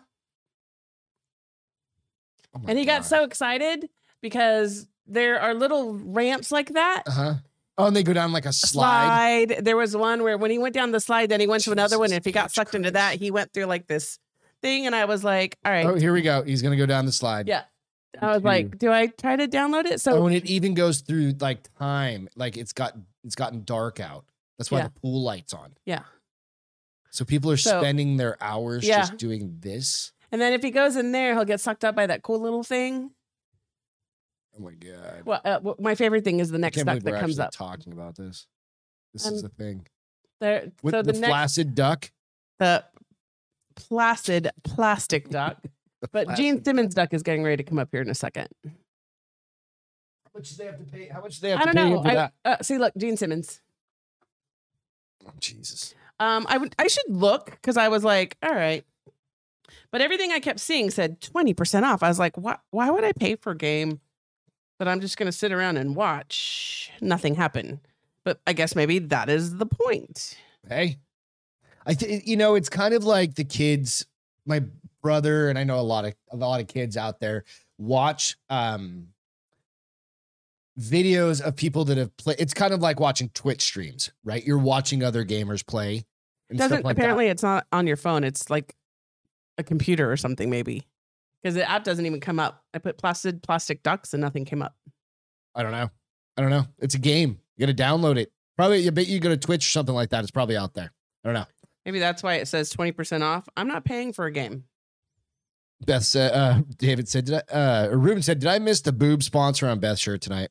Oh my
and he got
God.
so excited because there are little ramps like that
Uh huh. Oh, and they go down like a slide.
slide. There was one where when he went down the slide, then he went to another one.
Jesus
And if he got
H.
sucked into that, he went through like this thing. And I was like, all right.
Oh, here we go. He's gonna go down the slide.
Yeah. I was like, do I try to download it?
Oh,
So
and it even goes through like time. Like it's got it's gotten dark out. That's why
Yeah.
the pool lights on.
Yeah.
So people are
So-
spending their hours
Yeah.
just doing this.
and then if he goes in there, he'll get sucked up by that cool little thing.
Oh my god.
Well, uh, wh- my favorite thing is the
I
next
can't
duck
believe we're
that comes
actually
up.
talking about this. This
Um,
is the thing.
There,
With
so
the,
the, next,
flaccid duck.
the placid plastic duck,
*laughs* The
but
flac-
Gene Simmons duck is getting ready to come up here in a second.
How much do they have to pay? How much do they have
I
to
don't
pay
know.
for
I,
that?
uh, see, look, Gene Simmons.
Oh, Jesus.
Um, I would I should look because I was like, all right. But everything I kept seeing said 20% off. I was like, why why would I pay for a game that I'm just gonna sit around and watch nothing happen? But I guess maybe that is the point.
Hey, I th- you know it's kind of like the kids. My brother and I know a lot of a lot of kids out there watch um videos of people that have played. It's kind of like watching Twitch streams, right? You're watching other gamers play. And stuff
Doesn't
like that.
apparently it's not on your phone, it's like a computer or something, maybe. Because the app doesn't even come up. I put placid plastic ducks and nothing came up.
I don't know. I don't know. It's a game. You got to download it. Probably. I bet you go to Twitch or something like that. It's probably out there. I don't know.
Maybe that's why it says 20% off. I'm not paying for a game.
Beth said, uh, David said, did I, uh, or Ruben said, did I miss the boob sponsor on Beth's shirt tonight?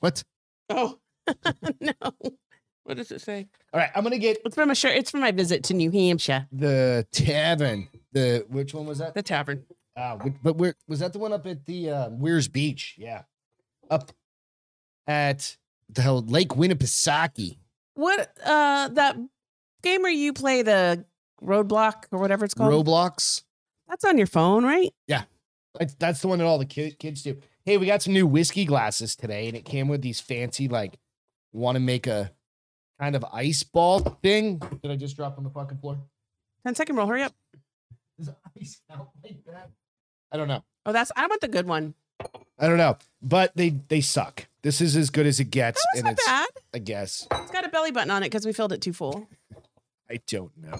What?
Oh *laughs* no. What does it say?
All right. I'm going to get
It's from a shirt. It's from my visit to New Hampshire.
the tavern. The which one was that?
The tavern.
Uh, wh- but where was that the one up at the uh, Weirs Beach? Yeah, up at the hell Lake Winnipesaukee.
What uh that game where you play the roadblock or whatever it's called?
Roblox.
That's on your phone, right?
That's- That's the one that all the ki- kids do. Hey, we got some new whiskey glasses today, and it came with these fancy like want to make a kind of ice ball thing. Did I just drop on the fucking floor?
10 second roll, hurry up.
Does ice out like that? I don't know.
Oh, that's I want the good one.
I don't know. But they they suck. This is as good as it
That
gets,
was
and
not
it's
bad.
I guess.
It's got a belly button on it because we filled it too full.
I don't know.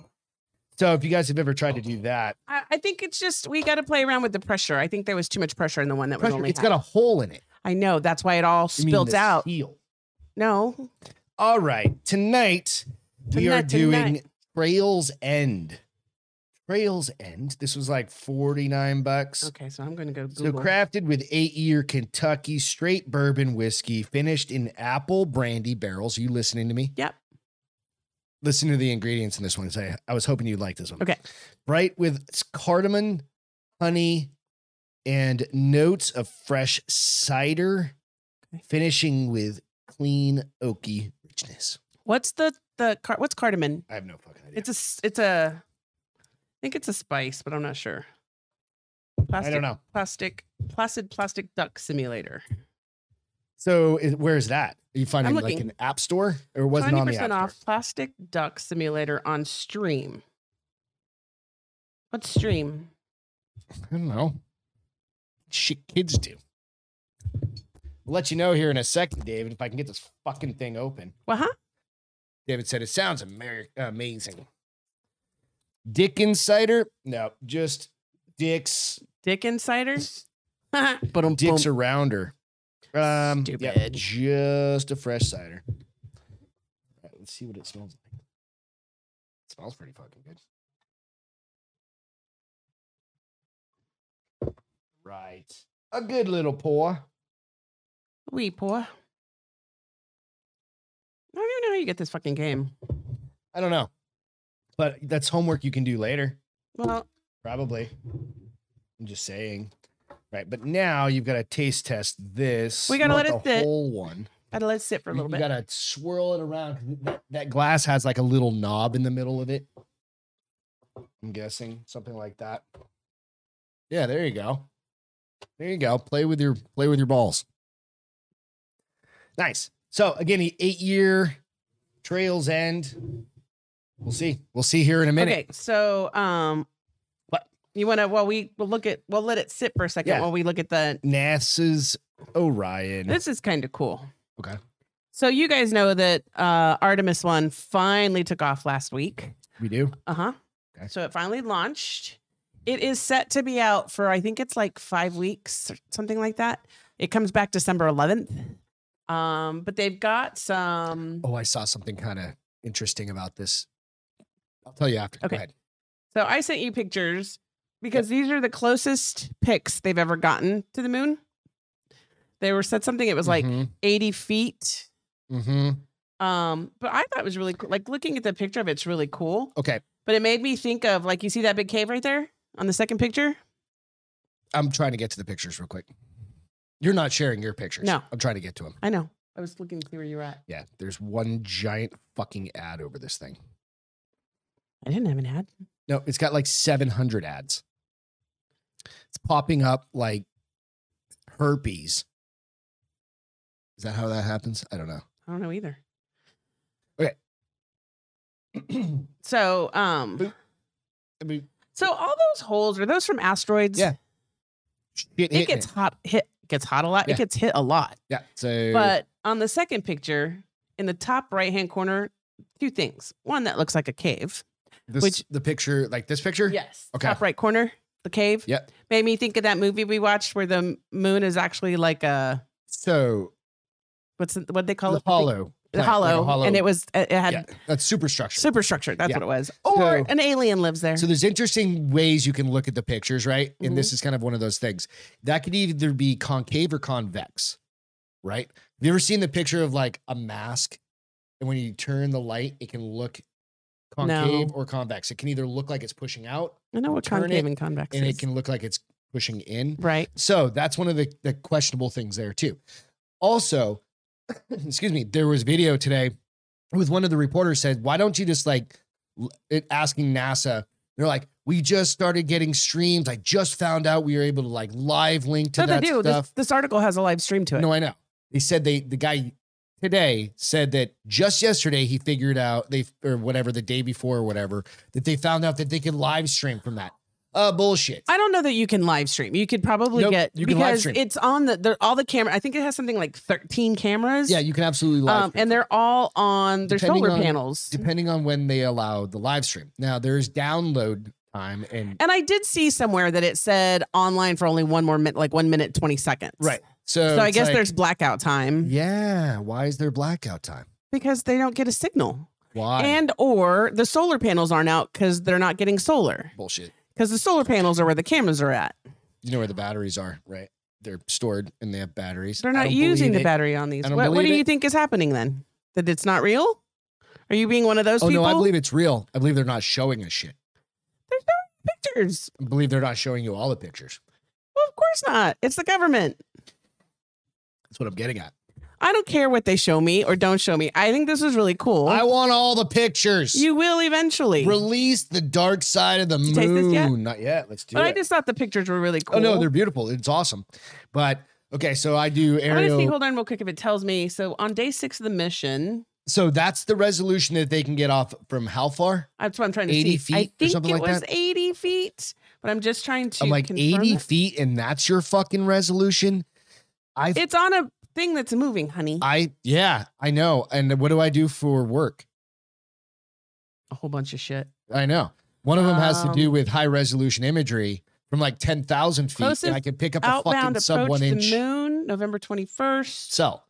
So if you guys have ever tried to do that,
I, I think it's just we gotta play around with the pressure. I think there was too much pressure in the one that was
pressure,
only
it's
half.
got a hole in it.
I know, that's why it all
I mean,
spilled
the
out.
seal.
No.
All right, tonight we are
Tonight,
doing
tonight.
Trails End. Trails End. This was like forty nine bucks.
Okay, so I'm gonna go
So
Google.
crafted with eight-year Kentucky straight bourbon whiskey, finished in apple brandy barrels. Are you listening to me?
Yep.
Listen to the ingredients in this one. 'cause I, I was hoping you'd like this one.
Okay.
Bright with s- cardamom, honey, and notes of fresh cider,
Okay.
finishing with clean oaky richness.
What's the the car what's cardamom?
I have no fucking idea.
It's a s- it's a I think it's a spice, but I'm not sure. Plastic,
I don't know.
Plastic placid plastic duck simulator.
So is, where is that? Are you finding
I'm
like
looking.
an app store or was it
Twenty
on the app
percent
store?
off plastic duck simulator on stream. What stream?
I don't know. Shit kids do. I'll let you know here in a second, David, if I can get this fucking thing open.
Well, huh?
David said it sounds Ameri- amazing. Dick Insider? No, just dicks.
Dick Insider. *laughs* but um,
Dicks around her. Um, yeah,
Stupid.
just a fresh cider. All right, let's see what it smells like. It smells pretty fucking good. Right. A good little pour.
we poor. I don't even know how you get this fucking game.
I don't know. But that's homework you can do later,
Well,
probably. I'm just saying. Right, but now you've got to taste test this.
We gotta
not
let it
the
sit
whole one.
I gotta let it sit for a
You-
little
you
bit.
gotta swirl it around. 'cause That, that glass has like a little knob in the middle of it. I'm guessing something like that. Yeah, there you go. There you go. Play with your play with your balls. Nice. So again, the eight year trails end. We'll see. We'll see here in a minute.
Okay, so um,
What?
you want to? Well, we will look at. We'll let it sit for a second
Yeah.
while we look at the.
NASA's Orion.
This is kind of cool.
Okay.
So you guys know that uh, Artemis One finally took off last week.
We do.
Uh huh.
Mm-hmm. Okay.
So it finally launched. It is set to be out for I think it's like five weeks, or something like that. It comes back December 11th. Um, but they've got some.
Oh, I saw something kind of interesting about this. I'll tell you after.
Okay.
Go ahead.
So I sent you pictures because these are the closest pics they've ever gotten to the moon. They were said something. It was like
Mhm,
80 feet.
mhm.
Um, but I thought it was really cool. Like looking at the picture of it's really cool.
Okay.
But it made me think of like you see that big cave right there on the second picture.
I'm trying to get to the pictures real quick. You're not sharing your pictures.
No.
I'm trying to get to them.
I know. I was looking to see where you were at.
Yeah. There's one giant fucking ad over this thing.
I didn't have an ad.
No, it's got like 700 ads. It's popping up like herpes. Is that how that happens? I don't
I don't know either.
know.
*clears throat* So, um,
Boop. I mean,
so all those holes are those from asteroids?
Yeah, shit
It
hitting
gets hot. Hit gets hot a lot.
Yeah.
It gets hit a lot.
Yeah. So,
But on the second picture, in the top right hand corner, two things. One that looks like a cave.
this,
which-
the picture, like this picture?
Yes.
Okay.
Top right corner, the cave.
Yep.
Made me think of that movie we watched where the m- moon is actually like a
So,
what's what they call
the
it?
hollow.
The
plant, like a
hollow, And it was it it had
yeah, that's superstructure.
superstructure. That's
Yeah.
what it was. Or
So-
an alien lives there.
So there's interesting ways you can look at the pictures, right? And this is kind of one of those things that could either be concave or convex, right? Have you ever seen the picture of like a mask, and when you turn the light, it can look concave
No.
or convex. It can either look like it's pushing out,
I know what
turn
concave
it,
and convex
and
is.
it can look like it's pushing in.
right.
So that's one of the, the questionable things there too. Also, *coughs* excuse me, there was video today with one of the reporters said, "Why don't you just like l- it asking NASA?" They're like, "We just started getting streams. I just found out we were able to like live link to
No, they
that
do. This,
stuff."
this article has a live stream to it.
No, I know. They said they the guy today said that just yesterday he figured out they or whatever the day before or whatever that they found out that they could live stream from that. Uh, bullshit.
I don't know that you can live stream. You could probably
Nope,
get
you can live
because
stream.
it's on the they're, all the camera. I think it has something like thirteen cameras.
yeah, you can absolutely live.
um,
stream
and
from
they're all on their
Depending
solar
on-
panels.
depending on when they allow the live stream. Now there's download time and
and I did see somewhere that it said online for only one more minute, like one minute twenty seconds.
So,
So I
it's
guess
like,
there's blackout time
yeah. Why is there blackout time?
because they don't get a signal,
Why
and or the solar panels aren't out because they're not getting solar
bullshit?
because the solar panels are where the cameras are at.
You know where the batteries are, right? They're stored and they have batteries.
They're
I
not
don't
using
believe
the
it.
battery on these.
I don't
What, what do
believe
you
it.
think is happening then? That it's not real? Are you being one of those
Oh
people?
no, I believe it's real. I believe they're not showing us shit.
pictures.
I believe they're not showing you all the pictures.
Well, of course not. It's the government.
That's what I'm getting at.
I don't care what they show me or don't show me. I think this is really cool.
I want all the pictures.
you will eventually.
release the dark side of the
you taste this
moon.
yet?
Not yet. Let's do
but
it.
I just thought the pictures were really cool.
Oh no, they're beautiful. It's awesome. But okay, so I do
I'm gonna
aerial.
see. Hold on, real quick, if it tells me. So on day six of the mission,
So that's the resolution that they can get off from how far?
that's what I'm trying to
80
see. I
feet or
think
something
it
like
was
that?
80 feet, but I'm just trying to.
I'm like
confirm
80
it.
feet, and that's your fucking resolution. I,
It's on a thing that's moving, honey.
I, yeah, I know. And what do I do for work?
A whole bunch of shit.
I know. One of them has to do
Um,
with high resolution imagery from like 10,000 feet,
Closest
and I can pick up a
Outbound
fucking sub
approach
one
the
inch
moon, November 21st.
cell.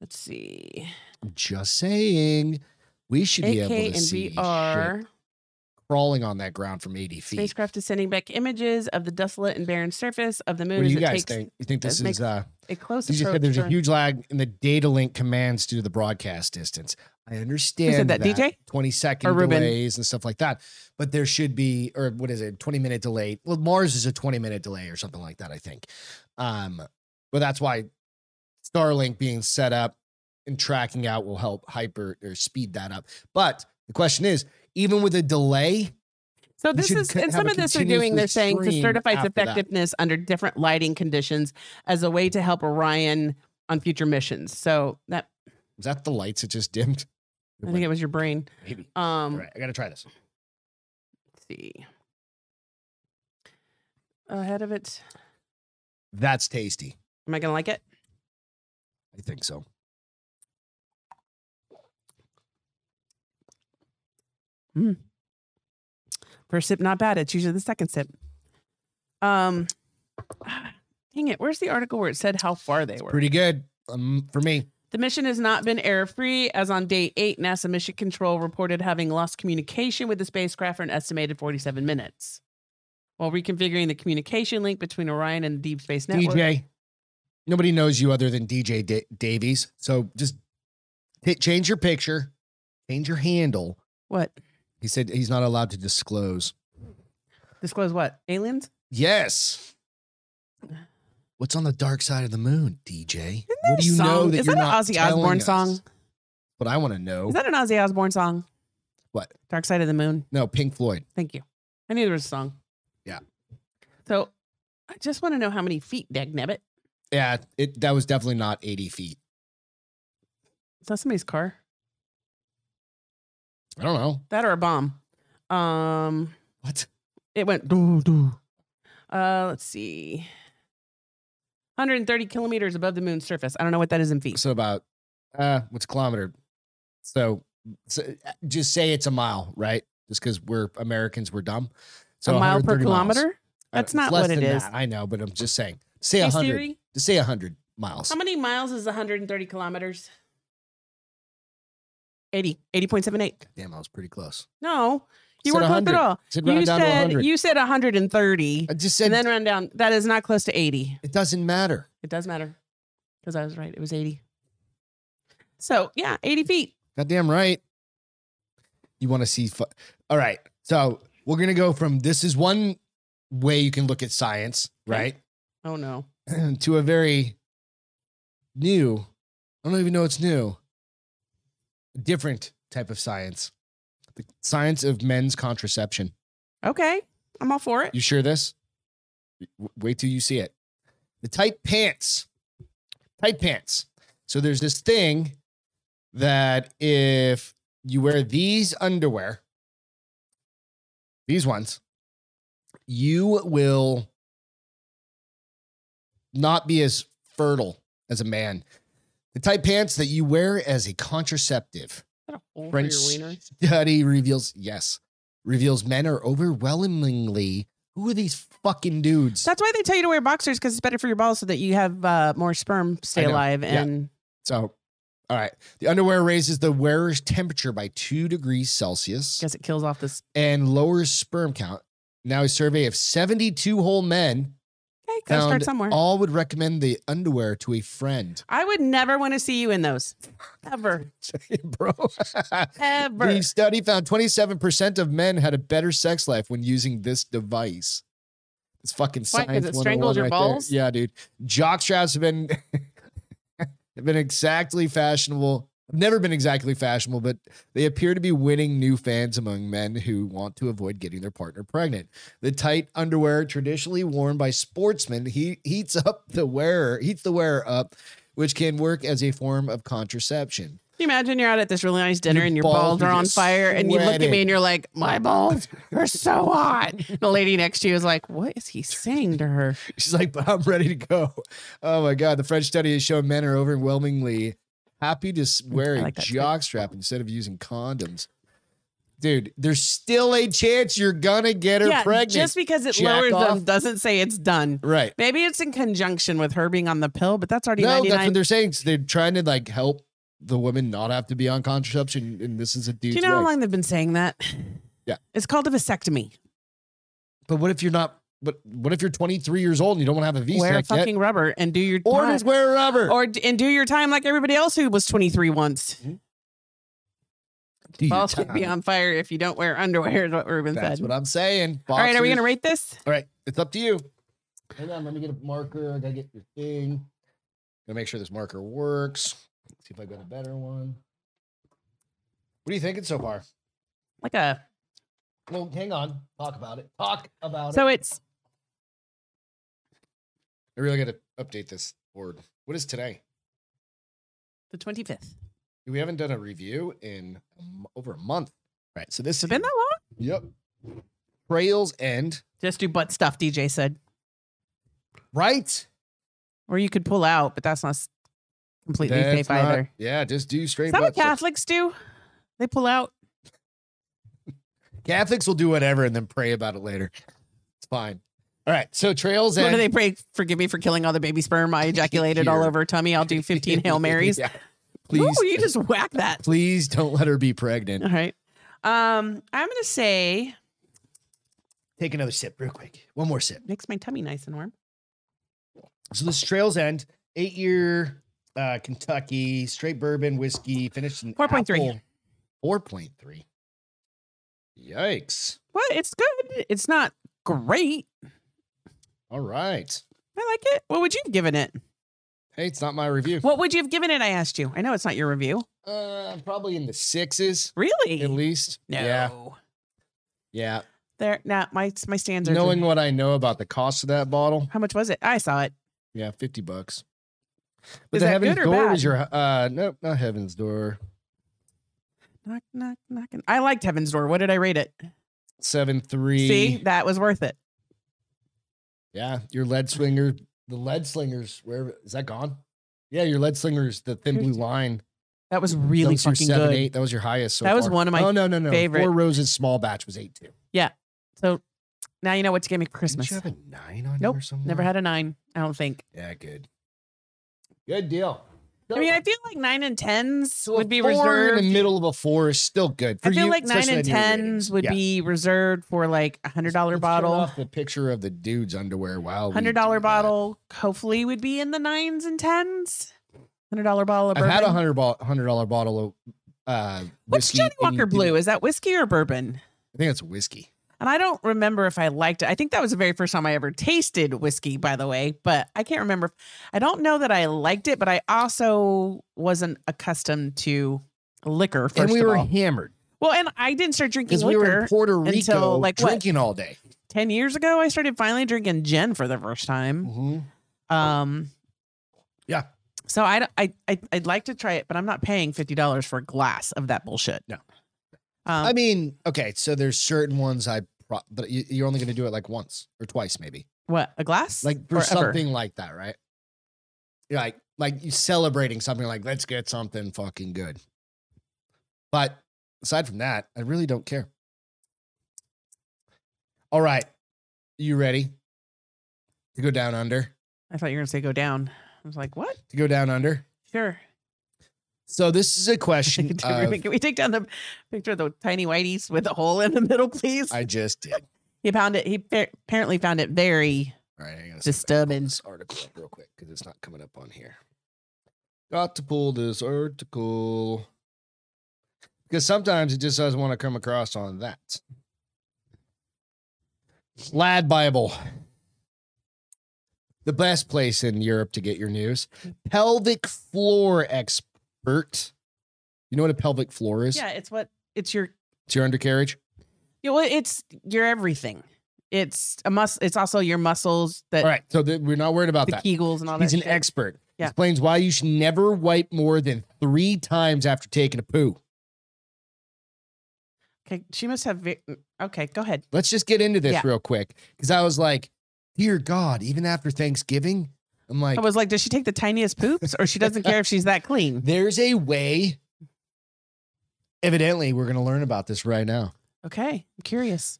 Let's see.
I'm just saying, we should be
AK
able
and
to see shit
VR.
crawling on that ground from 80 feet.
Spacecraft is sending back images of the desolate and barren surface of the moon
What do
as
you
it
guys
takes
think? You think this
it makes
is uh,
a close
You just
approach.
said there's a
to-
huge lag in the data link commands due to the broadcast distance. I understand
that, DJ?
20
Or
second
Ruben?
delays and stuff like that. But there should be, or what is it, 20 minute delay. Well, Mars is a 20 minute delay or something like that, I think. Um, but that's why Starlink being set up and tracking out will help hyper or speed that up. But the question is, even with a delay,
so
you
this
should
is,
c-
and
have
some
a
of this they're doing. They're
continuously
saying to
stream
certify its
after that.
effectiveness under different lighting conditions as a way to help Orion on future missions. So that
is that the lights that just dimmed?
I think it was your brain.
Maybe. All
Um,
right, I got to try this.
Let's see. Ahead of it,
That's tasty.
am I gonna like it?
I think so.
Mm. First sip, not bad. It's usually the second sip. Um, ah, dang it. Where's the article where it said how far they were?
Pretty good um, for me.
The mission has not been error free, as on day eight, NASA Mission Control reported having lost communication with the spacecraft for an estimated 47 minutes. While reconfiguring the communication link between Orion and the Deep Space Network,
DJ, nobody knows you other than DJ Da- Davies. So just hit, change your picture, change your handle.
what?
He said he's not allowed to disclose.
Disclose what? Aliens?
Yes. What's on the dark side of the moon, DJ?
there
What do
a
you know
song?
that
Is
you're
that an
not
Ozzy
telling
Osbourne
us?
song?
But I want to know.
Is that an Ozzy Osbourne song?
What?
Dark Side of the Moon.
no, Pink Floyd.
Thank you. I knew there was a song.
Yeah.
So I just want to know how many feet, dagnabbit.
Yeah, it that was definitely not 80 feet.
Is that somebody's car?
I don't know.
That or a bomb? Um,
What?
It went doo doo. Uh, let's see. 130 kilometers above the moon's surface. I don't know what that is in feet.
So about uh what's a kilometer? So, so uh, just say it's a mile, right? Just because we're Americans, we're dumb. So
a mile per
130 miles.
kilometer?
I-
That's
it's
not
less
what it
than
is.
that, I know, but I'm just saying. Say
Hey,
100.
Siri,
Just say 100 miles.
how many miles is 130 kilometers? 80. 80.78.
Damn, I was pretty close.
No, you
Said
weren't close
100.
at all.
Said round
You
down to
said
100.
you said 130,
I just said
and then run down. That is not close to 80.
it doesn't matter.
It does matter because I was right. It was 80. So yeah, 80 feet.
Goddamn right. You want to see. Fu- All right. So we're going to go from this is one way you can look at science, right?
Okay. Oh no.
*clears throat* to a very new, I don't even know it's new, different type of science. The science of men's contraception.
Okay, I'm all for it.
You sure this? W- Wait till you see it. The tight pants. Tight pants. So there's this thing that if you wear these underwear, these ones, you will not be as fertile as a man. The tight pants that you wear as a contraceptive
Is that a hole for your
French
wiener?
study reveals yes reveals men are overwhelmingly who are these fucking dudes
That's why they tell you to wear boxers because it's better for your balls so that you have uh, more sperm stay
I know.
alive.
Yeah.
And
so all right the underwear raises the wearer's temperature by two degrees celsius
guess it kills off this.
and lowers sperm count now a survey of 72 whole men
Okay, gotta
found
start somewhere.
all would recommend the underwear to a friend *laughs*
I would never want to see you in those, ever,
bro *laughs*
ever.
the study found 27% of men had a better sex life when using this device. It's fucking
Why? 'Cause
science.
it
101
strangled your
right
balls?
There. Yeah, dude. Jock straps have been *laughs* have been exactly fashionable. Have never been exactly fashionable, but they appear to be winning new fans among men who want to avoid getting their partner pregnant. The tight underwear traditionally worn by sportsmen he heats up the wearer, heats the wearer up, which can work as a form of contraception.
Can you imagine you're out at this really nice dinner
Your
and your
balls
balls,
are
are on
just
fire and you look at
sweating.
me and you're like, my balls are so hot. The lady next to you is like, what is he saying to her?
She's like, but I'm ready to go. Oh my God. The French study has shown men are overwhelmingly happy to s- wear a
like that too.
jock strap instead of using condoms. Dude, there's still a chance you're gonna get her pregnant.
just because it
Jack
lowers
off.
them doesn't say it's done.
right.
Maybe it's in conjunction with her being on the pill, but that's already
No, that's
99.
what they're saying. So they're trying to like help the women not have to be on contraception. And this is a
Do
dude's
you know how
way.
long they've been saying that?
Yeah.
It's called a vasectomy.
But what if you're not but what if you're 23 years old and you don't want to have a V
wear
snack yet?
fucking rubber and do your
Or
time.
just wear a rubber.
or d- and do your time like everybody else who was 23 once.
Do your
Balls could be
time.
on fire if you don't wear underwear. Is what Ruben
That's
said.
what I'm saying.
All right, are we
Boxers,
gonna rate this?
All right, it's up to you. Hang on, let me get a marker. I gotta get your thing. Gotta make sure this marker works. Let's see if I got a better one. What are you thinking so far?
Like a
Well, hang on. Talk about it. Talk about it.
so it's
I really gotta update this board. What is today?
the 25th.
We haven't done a review in a m- over a month. Right. So this
Has it been that long?
Yep. Trails End.
Just do butt stuff, DJ said.
Right.
Or you could pull out, but that's not s- completely
That's
safe
not-
either.
Yeah, just do straight.
Is that what
butt stuff.
Catholics do? They pull out.
Catholics will do whatever and then pray about it later. It's fine. All right. So trails
What
and
do they pray? Forgive me for killing all the baby sperm
*laughs*
I ejaculated all
Here.
over her tummy.
*laughs*
I'll do 15 Hail Marys.
Yeah.
Ooh,
Please,
you just whack that.
please don't let her be pregnant.
All right.
Um, I'm gonna say
Take another sip real quick. One more sip.
Makes my tummy nice and warm.
So this is Trails End, eight year uh, Kentucky straight bourbon whiskey, finished in
4.3.
Four point three. Yikes!
Well, it's good. It's not great.
All right.
I like it. What would you have given it?
Hey, it's not my review.
What would you have given it? I asked you. I know it's not your review.
Uh, probably in the sixes
Really?
at least.
No.
Yeah. Yeah.
There. Now my my stands are.
Knowing what I know about the cost of that bottle,
how much was it? I saw it.
yeah, fifty bucks.
Is
the
that
Heaven's
good or
Door
bad?
was your uh no, not Heaven's Door.
Knock knock knocking. I liked Heaven's Door. What did I rate it?
Seven three.
See, that was worth it.
Yeah, your lead swinger, the lead slingers. Where is that gone? Yeah, your lead slingers, the thin blue line.
That was really
that was your
fucking
seven,
good.
Eight. That was your highest. So
That was
far.
one of my
Oh no, no, no.
favorite.
Four roses, small batch was eight two.
So now you know what you gave me for
Didn't
Christmas.
you have a nine on
Nope,
you or something?
Never had a nine. I don't think.
Yeah, good. Good deal.
I mean, I feel like nine and tens
So a
would be
four
reserved.
in the middle of a four is still good.
I
for
feel
you,
like nine
especially
and
in your
tens
ratings.
would
Yeah.
be reserved for like a hundred dollar
Let's turn
bottle.
off the picture of the dude's underwear while Oh, we
Hundred
do
dollar
that.
bottle hopefully would be in the nines and tens. Hundred dollar bottle of
I've
bourbon.
had a hundred dollar bottle of uh,
What's
whiskey,
Johnny
and you
Walker
didn't-
Blue? Is that whiskey or bourbon?
I think that's whiskey.
And I don't remember if I liked it. I think that was the very first time I ever tasted whiskey, by the way, but I can't remember. if- I don't know that I liked it, but I also wasn't accustomed to liquor first
and we
of
were
all.
hammered
Well, and I didn't start drinking
because
liquor
we were in Puerto Rico
until, like, what?
drinking all day.
10 years ago. I started finally drinking gin for the first time.
Mm-hmm.
Um
Oh. Yeah.
So I, I, I, I'd like to try it, but I'm not paying $50 for a glass of that bullshit.
No.
Um,
I mean, okay, so there's certain ones I, pro- but you, you're only going to do it like once or twice, maybe,
what, a glass?
like for
Or ever?
something like that, right? You're like, like you celebrating something, like let's get something fucking good. But aside from that, I really don't care. All right, you ready to go down under?
I thought you were going to say go down. I was like, what?
To go down under.
Sure.
So this is a question.
*laughs* Can we-
of,
can we take down the picture of the tiny whiteys with a hole in the middle, please?
I just did.
he found it. He fa- apparently found it very
All right, I gotta see if I can pull
disturbing.
This article up real quick because it's not coming up on here. Got to pull this article because sometimes it just doesn't want to come across on that. Lad Bible, the best place in Europe to get your news. Pelvic floor expert. You know what a pelvic floor is?
Yeah, it's what it's your.
It's your undercarriage.
You know, it's your everything. It's a mus. It's also your muscles that
All right, so th- we're not worried about
Uh, the
that.
Kegels and all
He's
that.
an
shit.
expert.
Yeah.
Explains why you should never wipe more than three times after taking a poo.
Okay, she must have. ve- Okay, go ahead.
Let's just get into this
Yeah.
real quick because I was like, dear God, even after Thanksgiving, I'm like,
I was like, does she take the tiniest poops, or she doesn't care if she's that
*laughs*
clean?
there's a way. Evidently, we're going to learn about this right now.
Okay, I'm curious.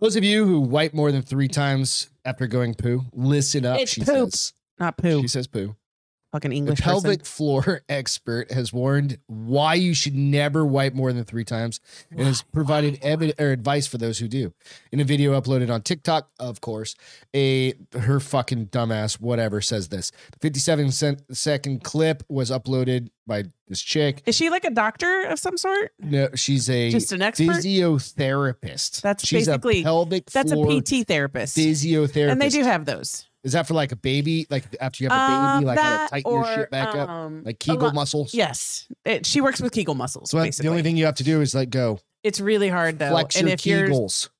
Those of you who wipe more than three times after going poo, listen up.
It's
she
poop.
says.
Not poo.
She says poo.
Fucking
The
English
pelvic
person.
floor *laughs* expert has warned why you should never wipe more than three times and has provided evi- or advice for those who do. In a video uploaded on TikTok, of course, a her fucking dumbass whatever says this. The 57 cent, second clip was uploaded by this chick.
Is she like a doctor of some sort?
No, she's a
Just an expert.
physiotherapist.
That's
she's
basically-
a pelvic
That's a
floor
PT therapist.
physiotherapist.
And they do have those.
Is that for like a baby? Like after you have a
Um,
baby, like how to
that
tighten your
or,
shit back up,
um,
like
a
Kegel
lot-
muscles.
Yes, it, she works with Kegel muscles.
So that's
basically,
the only thing you have to do is like go
it's really hard though.
flex
and
your
if you're,
kegels.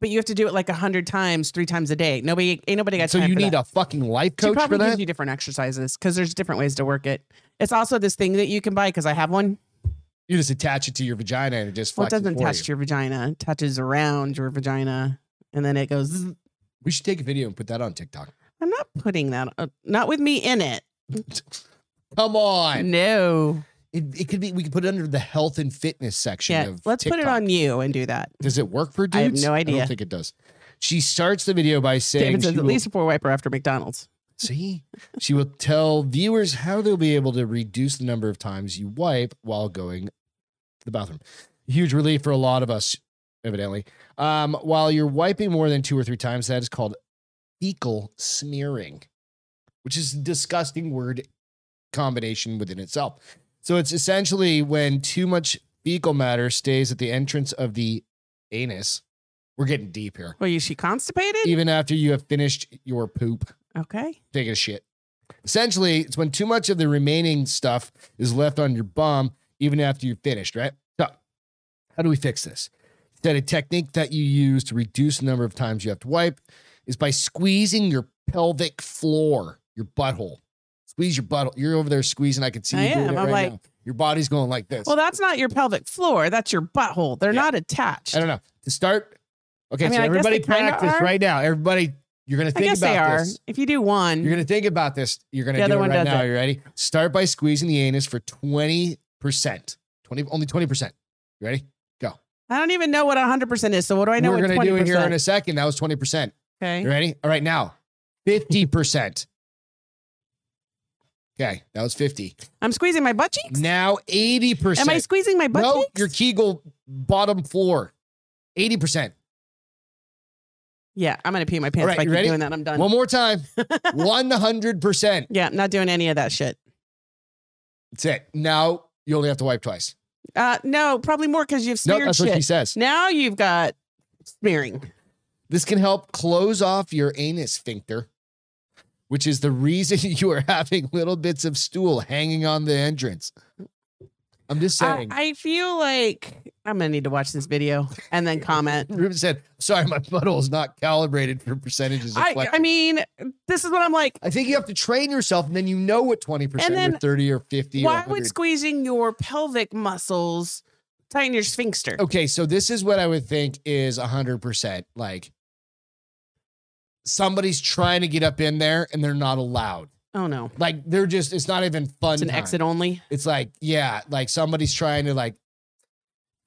but you have to do it like a hundred times, three times a day. Nobody, ain't nobody got.
So
time
you
for
need
that.
a fucking life
She
coach
probably
for that.
gives you different exercises because there's different ways to work it. It's also this thing that you can buy because I have one.
You just attach it to your vagina and it just
Well, it
flexes
doesn't
for
touch
you.
your vagina; it touches around your vagina, and then it goes. zzz.
We should take a video and put that on TikTok.
I'm not putting that. Uh, not with me in it.
Come on.
No.
It, it could be. We could put it under the health and fitness section.
Yeah,
of
let's put it
TikTok.
on you and do that.
Does it work for dudes?
I have no
I
idea.
don't think it does. She starts the video by saying,
David says
she
at
will-
least a four wiper after McDonald's.
See, she will tell viewers how they'll be able to reduce the number of times you wipe while going to the bathroom. Huge relief for a lot of us, evidently. Um, while you're wiping more than two or three times, that is called fecal smearing, which is a disgusting word combination within itself. So it's essentially when too much fecal matter stays at the entrance of the anus. We're getting deep here.
Well, is she constipated?
Even after you have finished your poop
Okay.
taking a shit. Essentially, it's when too much of the remaining stuff is left on your bum, even after you've finished, right? So, how do we fix this? That a technique that you use to reduce the number of times you have to wipe is by squeezing your pelvic floor, your butthole. Squeeze your butthole. You're over there squeezing. I can see you
I
doing
am.
it
I'm
right
like-
now. Your body's going like this.
Well, that's not your pelvic floor. That's your butthole. They're
Yeah.
not attached.
I don't know. To start, okay,
I mean,
so
I guess
everybody
they kinda
practice
are.
right now. Everybody, you're going to
I
think
guess
about
they are.
this.
If you do one,
You're gonna think about this. You're gonna
The
do
other
it
one
right
does
now.
it.
You ready? Start by squeezing the anus for twenty percent. Twenty, only twenty percent. You ready?
I don't even know what 100% is. So what do I know
We're
what
gonna
20%?
do it here in a second. That was twenty percent. You
okay.
ready? All right, now fifty percent. Okay, that was fifty.
I'm squeezing my butt cheeks?
Now eighty
Am I
percent.
squeezing my butt
No,
cheeks?
your Kegel bottom floor. Eighty percent.
yeah, I'm going to pee my pants
right,
if I
you
keep
ready?
doing that. I'm done.
One
*laughs*
more time. One hundred percent.
yeah, I'm not doing any of that shit.
That's it. Now you only have to wipe twice.
Uh, no, probably more because you've
No,
smeared
that's what she
shit.
says.
Now you've got smearing.
This can help close off your anus sphincter, which is the reason *laughs* you are having little bits of stool hanging on the entrance. I'm just
I,
saying.
I feel like I'm going to need to watch this video and then comment.
Ruben said, "Sorry, my butthole is not calibrated for percentages." Of
I,
flex."
I mean, this is what I'm like.
I think you have to train yourself, and then you know what twenty
And
percent,
then
or thirty, or fifty. or
Why
100.
would squeezing your pelvic muscles tighten your sphincter?
okay, so this is what I would think is hundred percent. Like somebody's trying to get up in there, and they're not allowed.
Oh, no.
Like they're just. It's not even fun.
It's an
time.
exit only.
it's like yeah like somebody's trying to like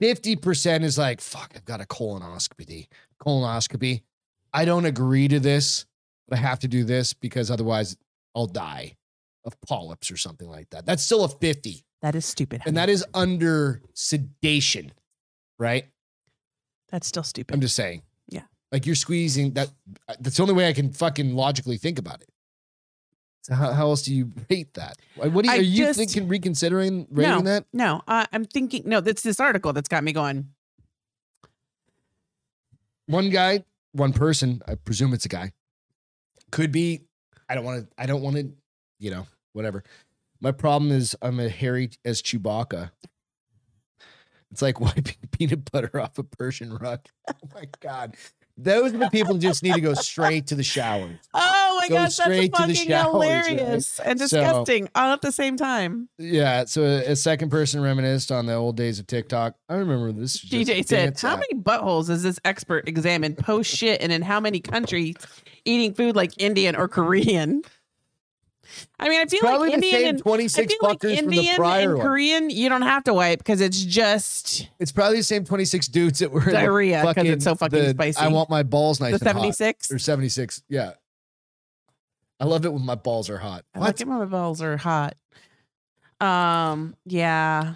50% is like fuck i've got a colonoscopy colonoscopy i don't agree to this but i have to do this because otherwise i'll die of polyps or something like that that's still a 50
That is stupid. honey.
and that is under sedation right
That's still stupid.
i'm just saying
Yeah.
like you're squeezing that uh, that's the only way i can fucking logically think about it so how, how else do you rate that what do you,
I
are you
just-
thinking reconsidering rating
No.
that
No, uh, I'm thinking. No, that's this article that's got me going.
one guy, one person, I presume it's a guy. Could be I don't want to I don't want to, you know, whatever. My problem is I'm as hairy as Chewbacca. It's like *laughs* wiping peanut butter off a Persian rug. *laughs* Oh my god. Those are the people who just need to go straight to the shower.
Oh my
Go
gosh, that's
straight to the
fucking
showers, right?
hilarious and
So-
disgusting all at the same time.
Yeah, so a, a second person reminisced on the old days of TikTok. I remember this. was just a
DJ said,
dance
"How
app."
many buttholes has this expert examined post shit, and in how many countries eating food like Indian or Korean?" I mean, I feel
Probably
like
the
Indian
same
and I
26
feel like
fuckers from the
Indian
prior
and
one.
Korean, you don't have to wipe because it's just
It's probably the same 26 dudes that were in the
diarrhea because
fucking-
it's so fucking
the,
spicy.
I want my balls nice
the
and hot.
76.
Or 76. Yeah. I love it when my balls are hot.
I like it when my balls are hot. Um, yeah.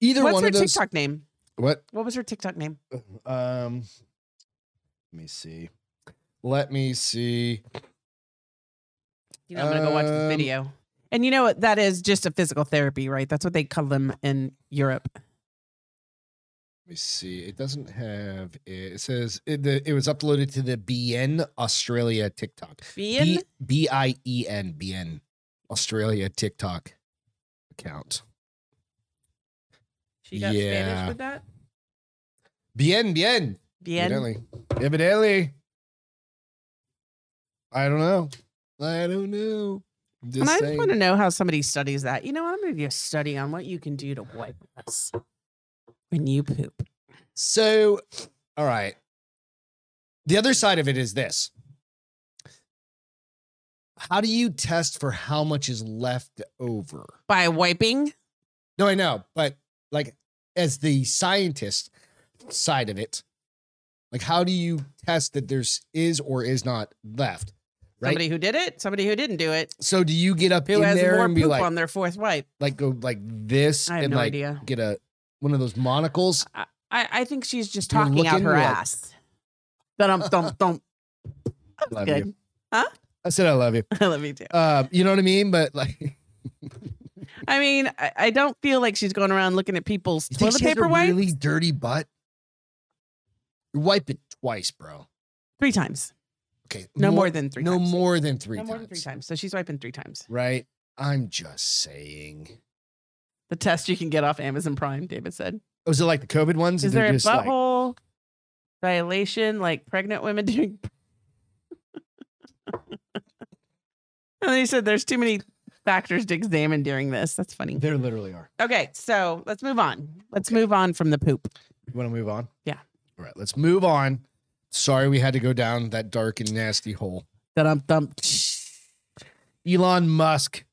Either
What's
one
her
of those.
TikTok name?
What?
What was her TikTok name?
Um, let me see. Let me see.
You know, I'm gonna go watch this
Um,
video. And you know what? That is just a physical therapy, right? That's what they call them in Europe.
Let me see. It doesn't have it. It says it, the, it was uploaded to the BN Australia TikTok.
Being
B I E N B N Australia TikTok account.
she got
yeah.
Spanish with that.
Bien, bien.
Bien.
Evidently. Evidently. I don't know. I don't know. I'm just
And I just
saying.
want to know how somebody studies that. You know, what? I'm gonna do a study on what you can do to wipe us when you poop.
So, all right. The other side of it is this. How do you test for how much is left over?
By wiping.
No, I know, but like as the scientist side of it, like how do you test that there's is or is not left? Right.
Somebody who did it, somebody who didn't do it,
So do you get up
who
in
has
there
more
and be
poop
like,
on their fourth wipe.
like go like this
I have
and
no
like
idea.
get a one of those monocles?
I, I think she's just
You're
talking out
looking
her
like-
ass.
Dum dum
*laughs*
dum. That's
Love
good.
I said I love you.
*laughs* I love you too.
Uh, you know what I mean? But like, you
I mean, I, I don't feel like she's going around looking at people's
think
toilet
she has
paper
a
wipes
really dirty butt? Wipe it twice, bro.
three times.
Okay,
No more, than three.
no
times.
more than three
no
times.
more than three times. So she's wiping three times.
Right? I'm just saying.
The test you can get off Amazon Prime, David said.
Was Oh, it like the COVID ones?
Is
They're
there a
just like-
butthole dilation like pregnant women *laughs* doing? and they said there's too many factors to examine during this. That's funny.
there literally are.
Okay, so let's move on. Let's move on from the poop.
You want to move on?
Yeah.
All right, let's move on. Sorry we had to go down that dark and nasty hole.
Dum dum.
Elon Musk.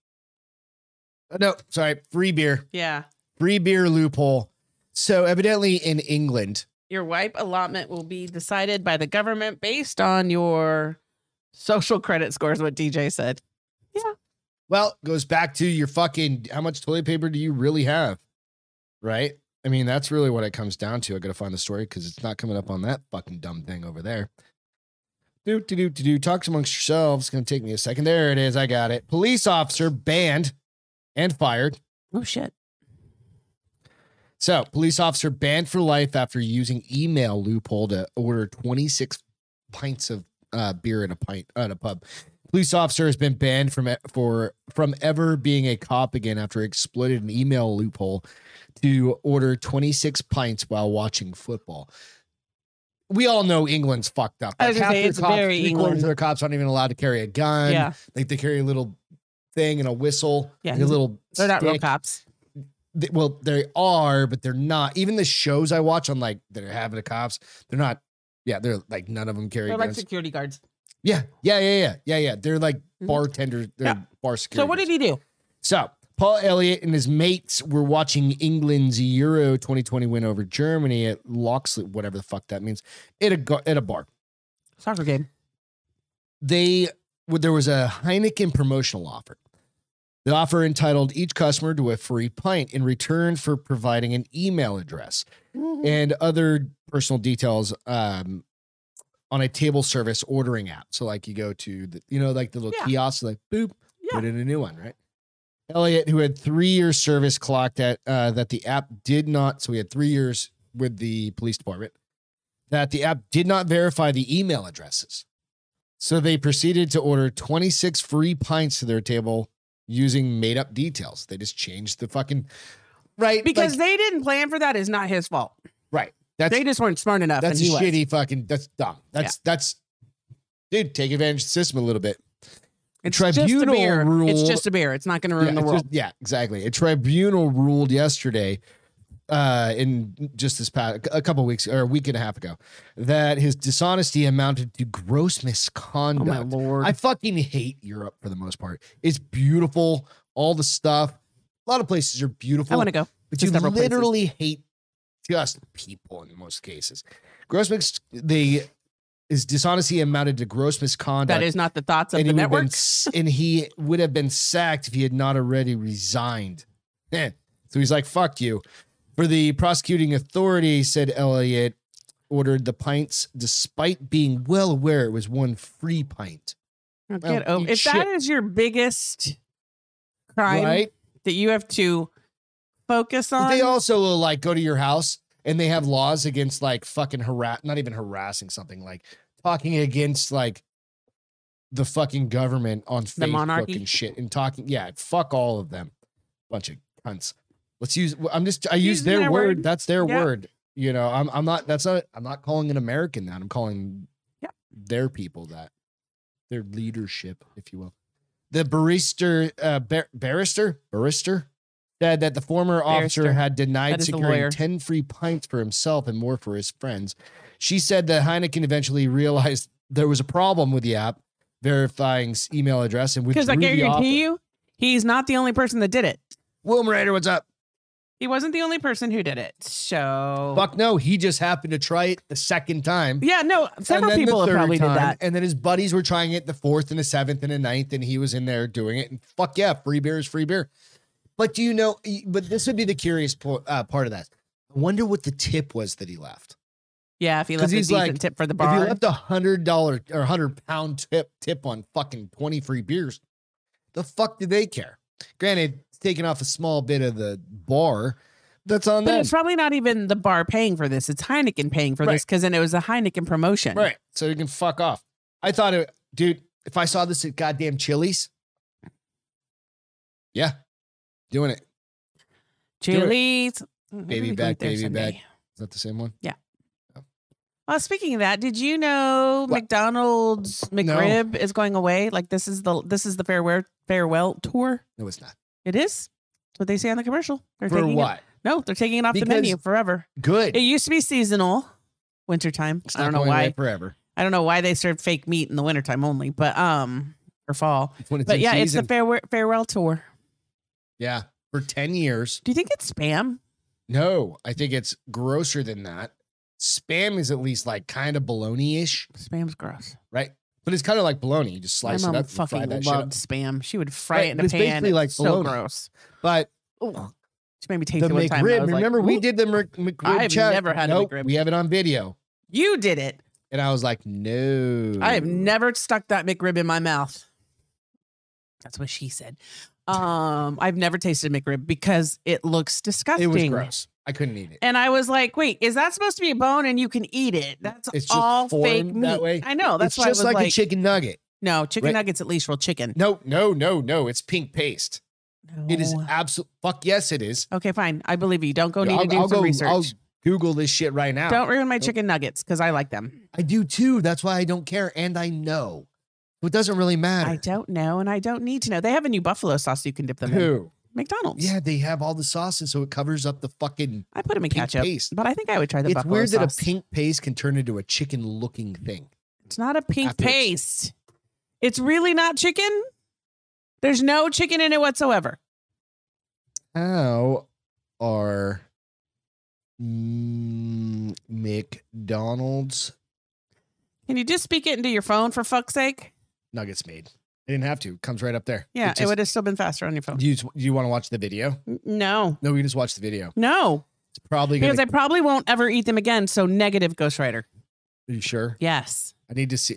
Uh, No, sorry, free beer.
Yeah,
Free beer loophole. So evidently in England,
your wipe allotment will be decided by the government based on your social credit scores. What DJ said.
well, goes back to your fucking how much toilet paper do you really have? Right? I mean, that's really what it comes down to. I gotta find the story because it's not coming up on that fucking dumb thing over there. Do to do to do talks amongst yourselves. It's gonna take me a second. There it is. I got it. Police officer banned and fired
Oh shit.
So, police officer banned for life after using email loophole to order 26 pints of uh, beer in a pint at a pub. Police officer has been banned from e- for from ever being a cop again after exploited an email loophole to order 26 pints while watching football. We all know England's fucked up.
I was gonna say,
their
it's
cops,
very
three quarters of
England.
their cops aren't even allowed to carry a gun.
yeah,
Like they carry a little thing and a whistle.
Yeah,
and a little
they're not real
stick
cops.
they, well, they are, but they're not. Even the shows I watch on like that are having the cops, they're not. Yeah, they're like none of them carry
They're like
guns.
security guards.
yeah, yeah, yeah, yeah, yeah, yeah. They're like
Mhm.
bartenders. They're
Yeah.
bar
So
security.
what
guards.
did he do?
So Paul Elliott and his mates were watching England's Euro 2020 win over Germany at Loxley, whatever the fuck that means, at a gar- at a bar.
Soccer game.
they well, there was a Heineken promotional offer. The offer entitled each customer to a free pint in return for providing an email address
Mm-hmm.
and other personal details um, on a table service ordering app. So, like, you go to the, you know, like the little
Yeah.
kiosk, like, boop,
Yeah.
put in a new one, right? Elliot, who had three years service clocked at uh, that the app did not, so he had three years with the police department, that the app did not verify the email addresses. So they proceeded to order 26 free pints to their table using made up details. They just changed the fucking right
Because
like,
they didn't plan for that is not his fault.
right. That's
They just weren't smart enough.
that's
and he was.
shitty fucking that's dumb. That's that's dude, take advantage of the system a little bit.
It's just a
tribunal
beer. It's
rule-
just a beer. It's not going to ruin
yeah,
the
it's
world.
just- yeah, exactly. A tribunal ruled yesterday, uh, in just this past a couple weeks or a week and a half ago, that his dishonesty amounted to gross
oh my
misconduct.
lord!
I fucking hate Europe for the most part. It's beautiful, all the stuff. A lot of places are beautiful.
I want to go.
But
to
you
several places.
literally hate just people in most cases. Gross mis- the his dishonesty amounted to gross misconduct.
That is not the thoughts of
and
the
he would have been
network.
s- and he would have been sacked if he had not already resigned. Eh. So he's like, "Fuck you." For the prosecuting authority, said Elliot, ordered the pints despite being well aware it was one free pint.
Oh,
well,
Get over.
eat
If that
shit.
is your biggest crime
right?
that you have to focus
But
on,
they also will like go to your house and they have laws against like fucking harass not even harassing something like talking against like the fucking government on
The
Facebook
monarchy?
and shit and talking yeah fuck all of them bunch of cunts let's use I'm just I use
Using
their,
their
word.
word.
that's their
Yeah.
word you know I'm I'm not that's not I'm not calling an American that I'm calling
Yeah.
their people that their leadership if you will the barrister uh, bar- barrister barrister said that the former officer
Barrister.
had
That
denied
is the
securing
lawyer.
10 free pints for himself and more for his friends. She said that Heineken eventually realized there was a problem with the app verifying s- email address and withdrew
because I
the offer.
guarantee you, he's not the only person that did it.
Wilmer Rader, what's up?
He wasn't the only person who did it. So
Fuck no, he just happened to try it the second time.
yeah, no, several
then the
people have
third
probably
time,
did that.
And then his buddies were trying it the fourth and the seventh and the ninth, and he was in there doing it. And fuck yeah, free beer is free beer. But do you know? But this would be the curious po- uh, part of that. I wonder what the tip was that he left.
Yeah, if he
'Cause
left a
he's
decent
like,
tip for the
If
bar.
he left a hundred dollar or hundred pound tip tip on fucking twenty free beers, the fuck do they care? Granted, it's taking off a small bit of the bar. That's on
but
them.
it's probably not even the bar paying for this. It's Heineken paying for this because then it was a Heineken promotion.
Right. So you can fuck off. I thought it, dude, if I saw this at goddamn Chili's, yeah, doing it. it.
Chili's. Mm, we're
Baby
gonna go
back,
eat there
baby
someday.
back. Is that the same one?
Well, speaking of that, did you know
What?
McDonald's McRib is going away? Like this is the this is the farewell farewell tour.
No, it's not.
It is. That's what they say on the commercial. They're
For
taking It,
what?
no, they're taking it off the
Because-
menu forever.
Good.
It used to be seasonal, wintertime.
It's
I don't
not
know
going away
why.
Forever. *laughs*
I don't know why they serve fake meat in the wintertime only, but um or fall.
It's when it's
But
in
yeah,
season.
it's the farewell farewell tour.
yeah. For 10 years.
Do you think it's spam?
No, I think it's grosser than that. Spam is at least like kind of bologna ish,
Spam's gross.
right? But it's kind of like bologna. You just slice
My
it
mom
up, and fry
fucking
that
loved
shit up.
spam. She would fry
Right,
it in
but
a
it's
pan.
basically like
It's so
bologna.
gross.
But
She made me taste
the
it one time. and I
McRib,
was like,
remember we
"Ooh,
did the Mc- McRib
I've
chat?
never had a
nope,
McRib.
We have it on video.
You did it.
And I was like, no.
I have never stuck that McRib in my mouth. That's what she said. Um, I've never tasted McRib because it looks disgusting.
It was gross. I couldn't eat it.
And I was like, wait, is that supposed to be a bone and you can eat it? That's
It's just
all fake meat.
formed that way.
I know. That's
it's
why
just
I was
like,
like,
a chicken nugget.
no, chicken
Right.
nuggets at least real chicken.
No, no, no, no. It's pink paste. It is
No.
absolute. Fuck yes, it is.
Okay, fine. I believe you. Don't go need
I'll,
to do
I'll
some
go,
research.
I'll Google this shit right now.
Don't ruin my
Nope.
chicken nuggets because I like them.
I do too. That's why I don't care, and I know. So it doesn't really
I
matter.
don't know, and I don't need to know. They have a new buffalo sauce you can dip them in.
Who?
McDonald's.
Yeah, they have all the sauces, so it covers up the fucking.
I put them in
Pink
ketchup,
paste.
but I think I would try the
it's
buffalo
weird
sauce.
that a pink paste can turn into a chicken-looking thing.
It's not a pink
Afterwards.
paste. It's really not chicken. There's no chicken in it whatsoever.
How are mm, McDonald's
Can you just speak it into your phone for fuck's sake?
nuggets made. I didn't have to. It comes right up there.
Yeah, it,
just-
would have still been faster on your phone.
Do you, do you want to watch the video?
N- no,
No, we just watch the video.
no,
It's probably
because
gonna,
I probably won't ever eat them again. So negative, Ghostwriter.
Are you sure?
Yes.
I need to see.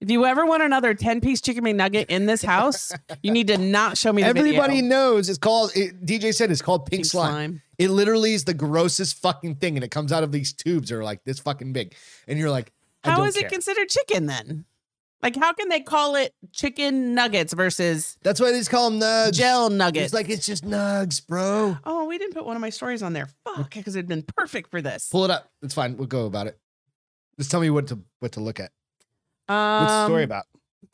If you ever want another 10 piece chicken McNugget in this house, you need to not show me the
Everybody
video.
knows it's called. It, DJ said it's called pink,
Pink
slime. It literally is the grossest fucking thing, and it comes out of these tubes that are like this fucking big, and you're like, I
How
don't
is
care.
it considered chicken then? Like, how can they call it chicken nuggets versus
That's why they just call them nugs.
gel nuggets?
It's like it's just nugs, bro.
Oh, we didn't put one of my stories on there. Fuck, because it'd been perfect for this.
Pull it up. It's fine. We'll go about it. Just tell me what to what to look at.
Um,
What's the story about?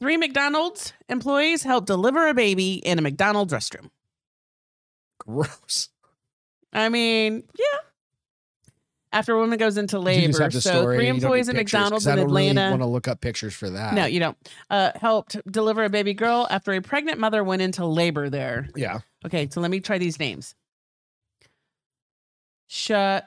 Three McDonald's employees helped deliver a baby in a McDonald's restroom.
Gross.
I mean, yeah. After a woman goes into *laughs*
You
labor,
just have the
so
story.
three
You don't need
employees at
pictures, 'cause
McDonald's
I
in
don't Really
Atlanta.
want to look up pictures for that?
no, you don't. Uh, helped deliver a baby girl after a pregnant mother went into labor there.
Yeah.
Okay, so let me try these names. Shakira,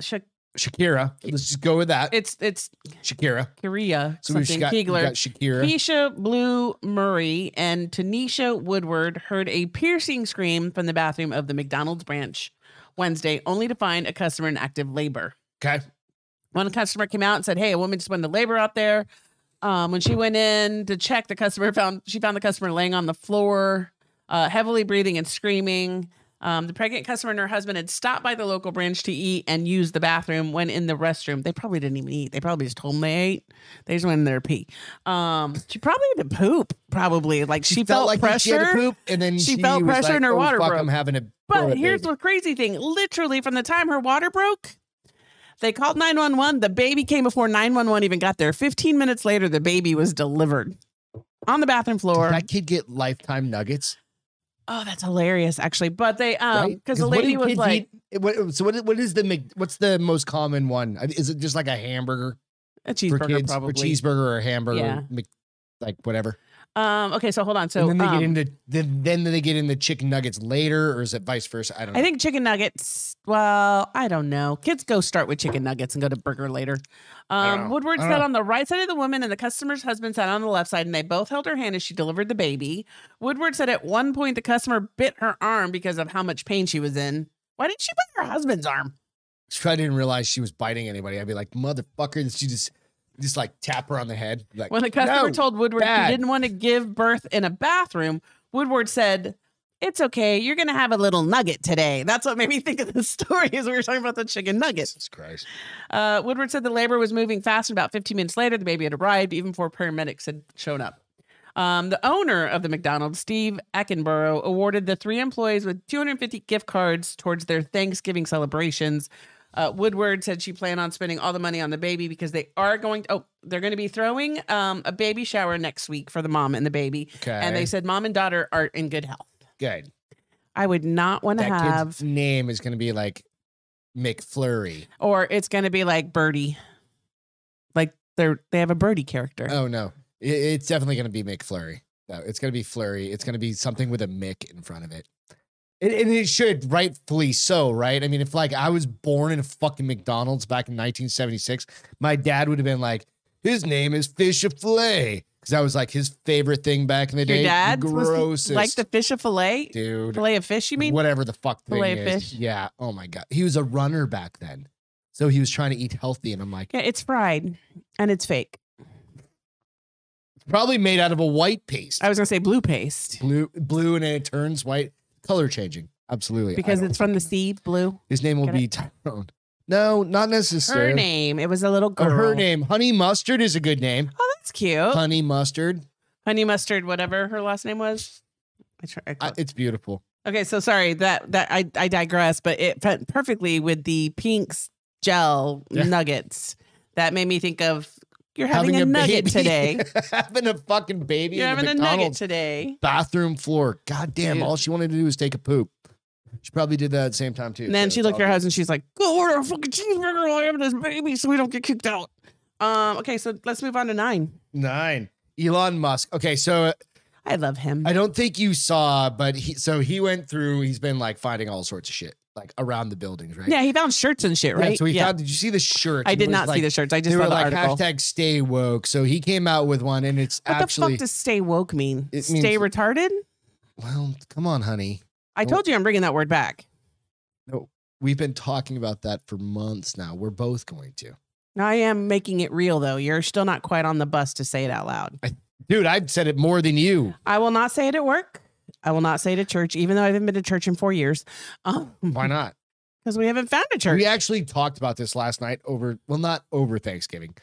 Sha-
Shakira. Let's just go with that.
it's it's
Shakira.
Korea.
So we've
something
got, we've
Kegler.
got Shakira.
Keisha Blue Murray and Tanisha Woodward heard a piercing scream from the bathroom of the McDonald's branch Wednesday, only to find a customer in active labor.
okay.
One customer came out and said, "Hey, a woman just went to labor out there." Um, when she went in to check, the customer found she found the customer laying on the floor, uh, heavily breathing and screaming. Um, the pregnant customer and her husband had stopped by the local branch to eat and use the bathroom. When in the restroom, they probably didn't even eat. They probably just told them they ate. They just went in there to pee. Um, she probably had to poop. Probably like she, felt,
like
pressure.
she had to poop, and then
She
she,
felt
was
pressure
like,
and her
oh,
water
fuck,
broke.
I'm having a. throw
But
it,
here's
baby.
the crazy thing. Literally, from the time her water broke, they called 911. The baby came before 911 even got there. 15 minutes later, the baby was delivered on the bathroom floor.
Did that kid get lifetime nuggets.
oh, that's hilarious, actually. But they, um,
right?
because the
what do
lady was
kids
like,
eat? It- what- so what? What is the Mc- what's the most common one? I- Is it just like a hamburger
a
for
cheeseburger,
kids,
probably.
or cheeseburger or hamburger,
Yeah.
Mc- like whatever?
Um, okay, so hold on. So
and then they
um,
get into then, then they get into chicken nuggets later, or is it vice versa? I don't. know.
I think chicken nuggets. Well, I don't know. Kids go start with chicken nuggets and go to burger later.
don't
Um,
know.
Woodward
I don't
sat
know.
on the right side of the woman, and the customer's husband sat on the left side, and they both held her hand as she delivered the baby. Woodward said at one point the customer bit her arm because of how much pain she was in. Why didn't she bite her husband's arm?
If I didn't realize she was biting anybody, I'd be like, motherfucker. And she just just like tap her on the head. Like
When the customer
"No."
told Woodward
bad.
she didn't want to give birth in a bathroom, Woodward said, "It's okay. You're gonna have a little nugget today." That's what made me think of this *laughs* story as we were talking about the chicken nuggets.
Jesus Christ.
Uh, Woodward said the labor was moving fast, and about 15 minutes later, the baby had arrived, even before paramedics had shown up. Um, the owner of the McDonald's, Steve Eckenborough, awarded the three employees with 250 gift cards towards their Thanksgiving celebrations. Uh, Woodward said she planned on spending all the money on the baby because they are going to, oh, they're going to be throwing um, a baby shower next week for the mom and the baby.
Okay.
And they said mom and daughter are in good health.
good.
I would not want to
That
have,
kid's name is gonna be like McFlurry.
or it's going to be like Birdie. Like they're, they have a Birdie character.
Oh no, I- it's definitely gonna be McFlurry. No, it's gonna be Flurry. It's gonna be something with a Mick in front of it. And, and it should, rightfully so, right? I mean, if like I was born in a fucking McDonald's back in 1976, my dad would have been like, "His name is Fish Fillet," because that was like his favorite thing back in the
Your
day.
dad was
grossest,
like the fish of fillet,
dude,
fillet of fish. You mean?
whatever the fuck thing
Fillet
is.
fish?
Yeah. Oh my god, he was a runner back then, so he was trying to eat healthy, and I'm like,
Yeah, it's fried and it's fake.
probably made out of a white paste.
I was gonna say blue paste
blue blue and then it turns white color changing absolutely I
because
don't-
it's from the sea. Blue.
his name will
Get it?
be tyrone no not necessarily
Her name. It was a little
Or
girl.
Oh, her name honey mustard is a good name
Oh, that's cute.
honey mustard
Honey mustard, whatever her last name was. I try, I
I,
close-
it's beautiful
okay, so sorry that that I, I digress, but it fit perfectly with the pinks gel
Yeah.
nuggets. That made me think of you're having, a, nugget
baby- *laughs*
today.
having a fucking baby
You're
in
having
the
a nugget
McDonald's
today.
bathroom floor god damn
Dude.
all she wanted to do was take a poop she probably did that at the same time too
And then
so
she
it's
looked
all
at her
good.
husband. She's like, "Go order a fucking cheeseburger while I have this baby, so we don't get kicked out." Um. Okay, so let's move on to nine.
nine elon musk okay so uh,
I love him.
I don't think you saw, but he so he went through. He's been like finding all sorts of shit, like around the buildings, right?
yeah, he found shirts and shit, right?
Yeah, so he found. Did you see the shirt?
I did not see the shirts. I just
they were
saw the
like
article.
hashtag stay woke. So he came out with one, and it's
what
actually
the fuck does "stay woke" mean?
It
Stay
means-
retarded?
well, come on, honey.
I
Well-
told you I'm bringing that word back.
We've been talking about that for months now. We're both going to,
I am making it real though. You're still not quite on the bus to say it out loud.
dude. I've said it more than you.
I will not say it at work. I will not say it at church, even though I haven't been to church in four years.
Why
*laughs* Because
not?
we haven't found a church.
We actually talked about this last night over, well, not over Thanksgiving,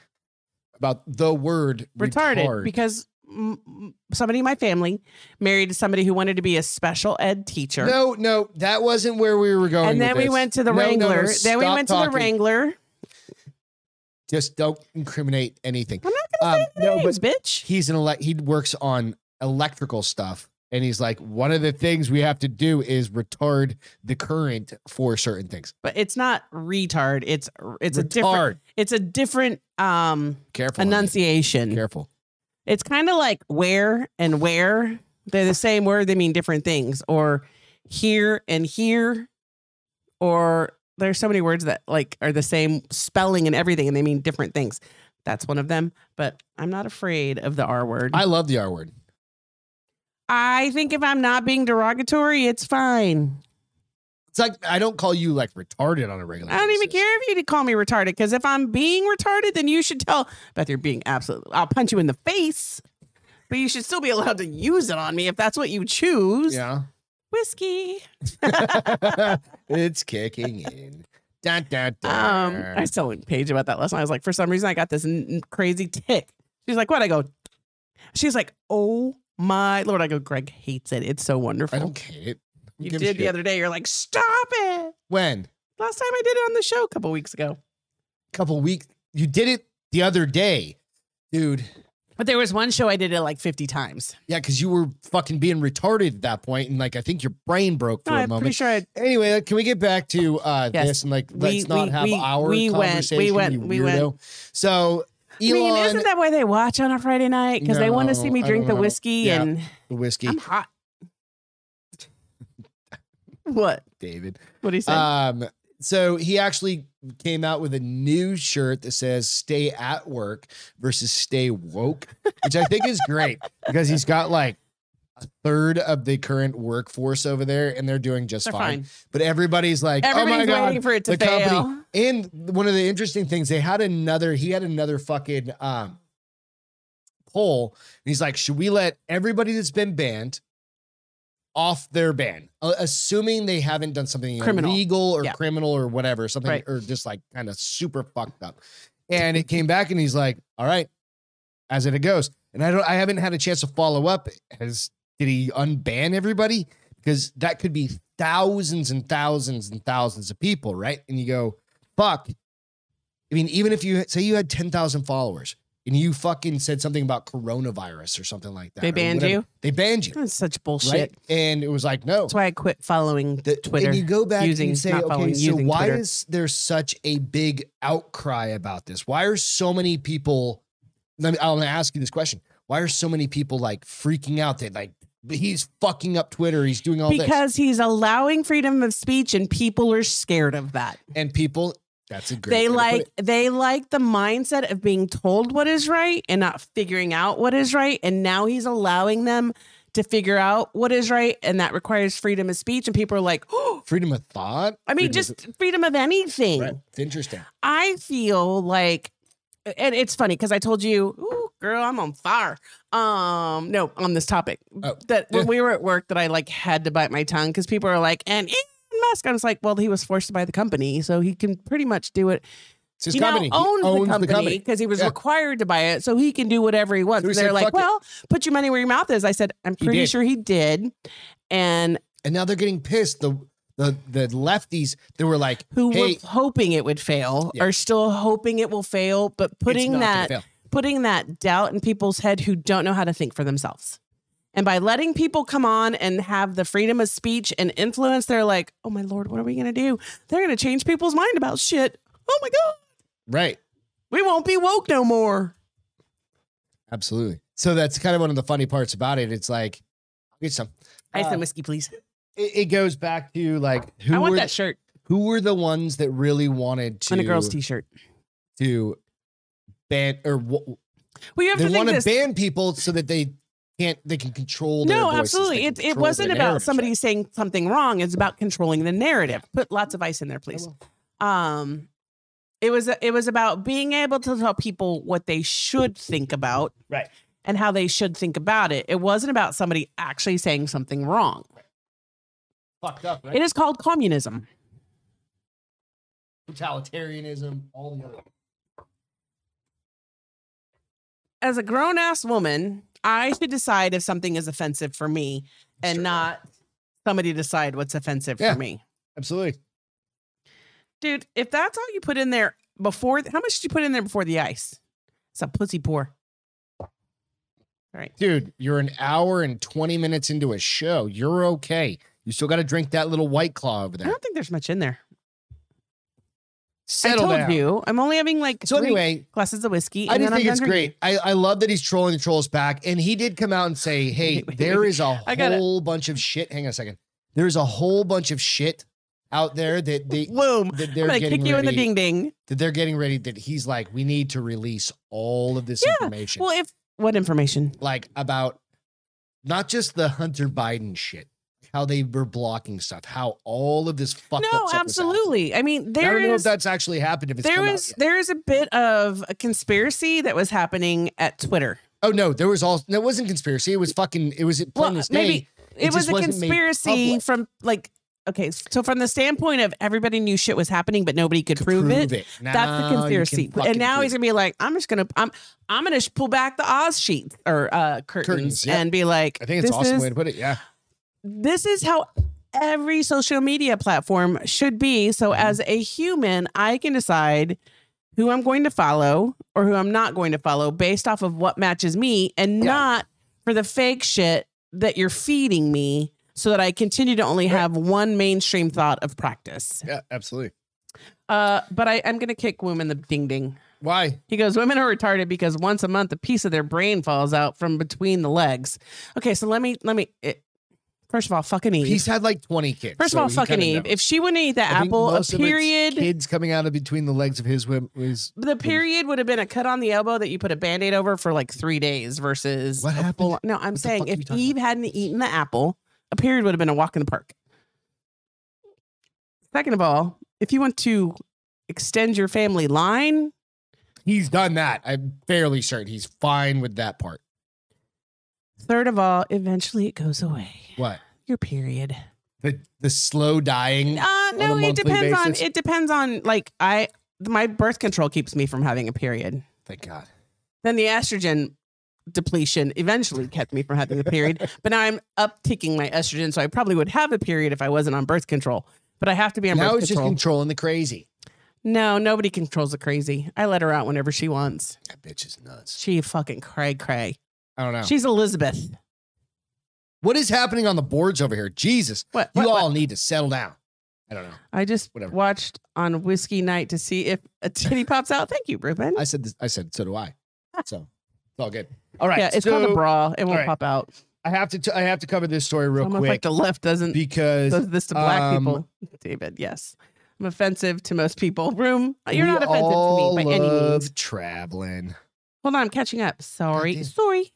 about the word
retarded
retard.
because mm, mm, somebody in my family married somebody who wanted to be a special ed teacher.
No, no, that wasn't where we were going.
and
with
then we
this.
went to the
No, no, no,
Wrangler. then we
stop
went to
talking.
the Wrangler.
Just don't incriminate anything.
I'm not
Um,
gonna say
no,
no,
but
names, bitch.
he's an elect he works on electrical stuff and he's like one of the things we have to do is retard the current for certain things
But it's not retard. It's it's a different
Retard.
it's a different um
careful honey.
enunciation.
careful
It's kind of like where and where. They're the same word, they mean different things. Or here and here. Or there's so many words that like are the same spelling and everything and they mean different things. That's one of them. But I'm not afraid of the R word.
i love the r word
I think if I'm not being derogatory, it's fine.
it's like i don't call you like retarded on a regular
I don't even
basis.
care if you call me retarded because if I'm being retarded, then you should tell Beth you're being absolutely. I'll punch you in the face, but you should still be allowed to use it on me if that's what you choose. Whiskey. *laughs*
yeah *laughs* it's kicking in dun, dun,
Um,
dun.
I was telling Paige about that last night. I was like, for some reason, I got this n- n- crazy tick. She's like, what? I go. She's like, oh my lord. I go. Greg hates it. It's so wonderful.
I don't hate it I don't
you
give a
did the
shit.
other day. You're like, stop it.
when
Last time I did it on the show a couple weeks ago.
couple weeks you did it the other day dude
But there was one show I did it like 50 times.
yeah because you were fucking being retarded at that point and like i think your brain broke for
No,
a
I'm
moment
pretty sure I
Anyway, can we get back to uh
Yes.
this and like
We-
let's not
we-
have
we-
our
we went-
conversation?
we went-
you
we
weirdo.
went.
So
I
Elon,
mean, isn't that why they watch on a Friday night? Because they want to see
No,
me
I
drink
don't
the
know.
whiskey
Yeah.
and
the whiskey,
I'm
*laughs*
hot. what?
David.
What do you say?
Um, so he actually came out with a new shirt that says "Stay at work" versus "Stay woke," which I think is great because he's got like a third of the current workforce over there, and they're doing just
They're
fine.
fine.
But everybody's like, "Oh my
Everybody's
god!"
waiting for it to
the company-
fail.
And one of the interesting things they had another. He had another fucking um poll, and he's like, "Should we let everybody that's been banned?" off their ban, a- assuming they haven't done something
Criminal.
illegal or
Yeah.
criminal or whatever, something
Right.
or just like kind of super fucked up. And it came back and he's like, "All right, as it goes." And I don't, I haven't had a chance to follow up. Has did he unban everybody? Because that could be thousands and thousands and thousands of people, right? And you go, "Fuck." I mean, even if you say you had ten thousand followers and you fucking said something about coronavirus or something like that,
They
or
banned
whatever,
you?
They
*laughs*
banned you.
That's such bullshit.
Right? And it was like, no.
That's why I quit following
The-
Twitter.
And you go back
using-
and you say,
not
okay,
following,
so
using
why
Twitter.
is there such a big outcry about this? Why are so many people? Let me, I'm going to ask you this question. Why are so many people like freaking out? They like, he's fucking up Twitter. He's doing all this.
because he's allowing freedom of speech and people are scared of that.
And people, that's a great way
they
to put
like
it.
they like the mindset of being told what is right and not figuring out what is right and now he's allowing them to figure out what is right and that requires freedom of speech and people are like, *gasps* "Oh,
freedom of thought.
I mean
freedom of-
just freedom of anything."
right. It's interesting.
I feel like, and it's funny because I told you, Ooh, girl, I'm on fire. Um, no, on this topic
Oh.
that when we were at work, that I like had to bite my tongue because people are like, and Elon Musk. I was like, well, he was forced to buy the company, so he can pretty much do it.
It's his
he
company. He
now owns,
owns
the company because he was
Yeah.
required to buy it, so he can do whatever he wants.
So he
They're
said,
like,
"Fuck it."
well, put your money where your mouth is. I said, I'm
He
pretty
did.
sure he did, and
And now they're getting pissed. The, the, the lefties, they were like,
who
hey,
were hoping it would fail
Yeah.
are still hoping it will fail, but putting
not gonna
that
fail.
putting that doubt in people's head who don't know how to think for themselves. And by letting people come on and have the freedom of speech and influence, they're like, oh my lord, what are we gonna do? They're gonna change people's mind about shit. Oh my god,
right.
we won't be woke no more.
Absolutely. So that's kind of one of the funny parts about it. It's like, it's some.
Ice
Uh,
and whiskey, please.
It, it goes back to like who
I want
were
that shirt
who were the ones that really wanted to
and a girl's t-shirt.
to ban or w-
Well, you have
they
to think
want to
this.
ban people so that they can't they can control. Their
No,
voices,
absolutely.
they
It, it
control
wasn't
their
about
narratives,
somebody
right?
saying something wrong. It's about controlling the narrative. Put lots of ice in there, please. um it was it was about being able to tell people what they should think about
Right.
and how they should think about it it wasn't about somebody actually saying something wrong
fucked up, right?
it is called communism
Totalitarianism, all the other.
as a grown-ass woman i should decide if something is offensive for me and
Sure.
not somebody decide what's offensive
Yeah.
for me
Absolutely.
dude if that's all you put in there before how much did you put in there before the ice it's a pussy pour
Dude, you're an hour and 20 minutes into a show. You're okay. You still got to drink that little white claw over
i
there.
don't think there's much in there
Settle
i told
down.
you i'm only having like
So
three
anyway,
glasses of whiskey.
I
and
just
then
think
I'm
it's
done drinking.
great. I, I love that he's trolling the trolls back. And he did come out and say,
*laughs*
hey,
Wait, wait,
there
wait.
is a
I gotta-
whole bunch of shit. Hang on a second. There's a whole bunch of shit out there
*laughs*
that they
Boom.
that
I'm
they're
gonna
getting
kick you in
ready,
the ding ding.
that they're getting ready that he's like, we need to release all of this
Yeah,
information.
Well, if what information?
like about not just the Hunter Biden shit, how they were blocking stuff, how all of this fucked up
No,
stuff was out there.
absolutely. I mean,
I
there
don't know if
is
that's actually happened. If it's
there
come out
is
yet.
there is a bit of a conspiracy that was happening at Twitter.
oh no, there was all that wasn't conspiracy. It was fucking. It was plain
Well,
as day.
maybe it, was
just
a
wasn't made
conspiracy
public.
from like okay, so from the standpoint of everybody knew shit was happening, but nobody could, prove, it. That's
Now
the
you
conspiracy.
can
And
fucking
now
prove
he's
it.
gonna be like, I'm just gonna I'm I'm gonna sh- pull back the Oz sheets or uh curtains,
Curtains, yeah.
and be like,
I think it's
this
an awesome
is
way to put it. Yeah.
this is how every social media platform should be. So
Mm-hmm.
as a human, I can decide who I'm going to follow or who I'm not going to follow based off of what matches me and
Yeah.
not for the fake shit that you're feeding me so that I continue to only
Right.
have one mainstream thought of practice.
Yeah. Absolutely.
Uh, but I, I'm going to kick Woom in the ding ding.
Why?
He goes, Women are retarded because once a month a piece of their brain falls out from between the legs. Okay, so let me, let me, it, first of all, fucking Eve.
He's had like 20 kids.
first
so
of all,
he
fucking
kinda
Eve.
knows.
If she wouldn't eat the
I think
apple, a
most of it's
period.
Kids coming out of between the legs of his whim was.
the period would have been a cut on the elbow that you put a band-aid over for like three days versus
What
a
happened?
full- no i'm
the
saying
fuck are
if
you talking
eve hadn't eaten the apple a period would have been a walk in the park second of all if you want to extend your family line
He's done that. I'm fairly certain he's fine with that part.
third of all eventually it goes away
What?
your period
The the slow dying.
uh no
Mm. monthly
it depends on
basis?
it depends on like i my birth control keeps me from having a period
Thank God.
then the estrogen depletion eventually kept me from having a period.
*laughs*
but now I'm upticking my estrogen, so I probably would have a period if I wasn't on birth control. But I have to be on
now
birth
he's just
control.
controlling the crazy.
no, nobody controls the crazy. I let her out whenever she wants.
That bitch is nuts.
She fucking cray cray.
I don't know.
She's Elizabeth.
what is happening on the boards over here? Jesus.
What?
You
what, what?
all need to settle down. I don't know.
I just
Whatever.
watched on whiskey night to see if a titty pops out. Thank you, Ruben.
I said this, I said so do I. So it's all good.
All
right,
Yeah, it's
so-
called a bra. It won't
right.
pop out.
I have to t- I have to cover this story real
Almost like
quick
the left doesn't
because
does this to black
um,
people, *laughs* David. Yes, I'm offensive to most people. Room, you're
we
not offensive to
all
me by any
love
means.
Traveling.
Hold on, I'm catching up. Sorry,
Goddamn.
sorry.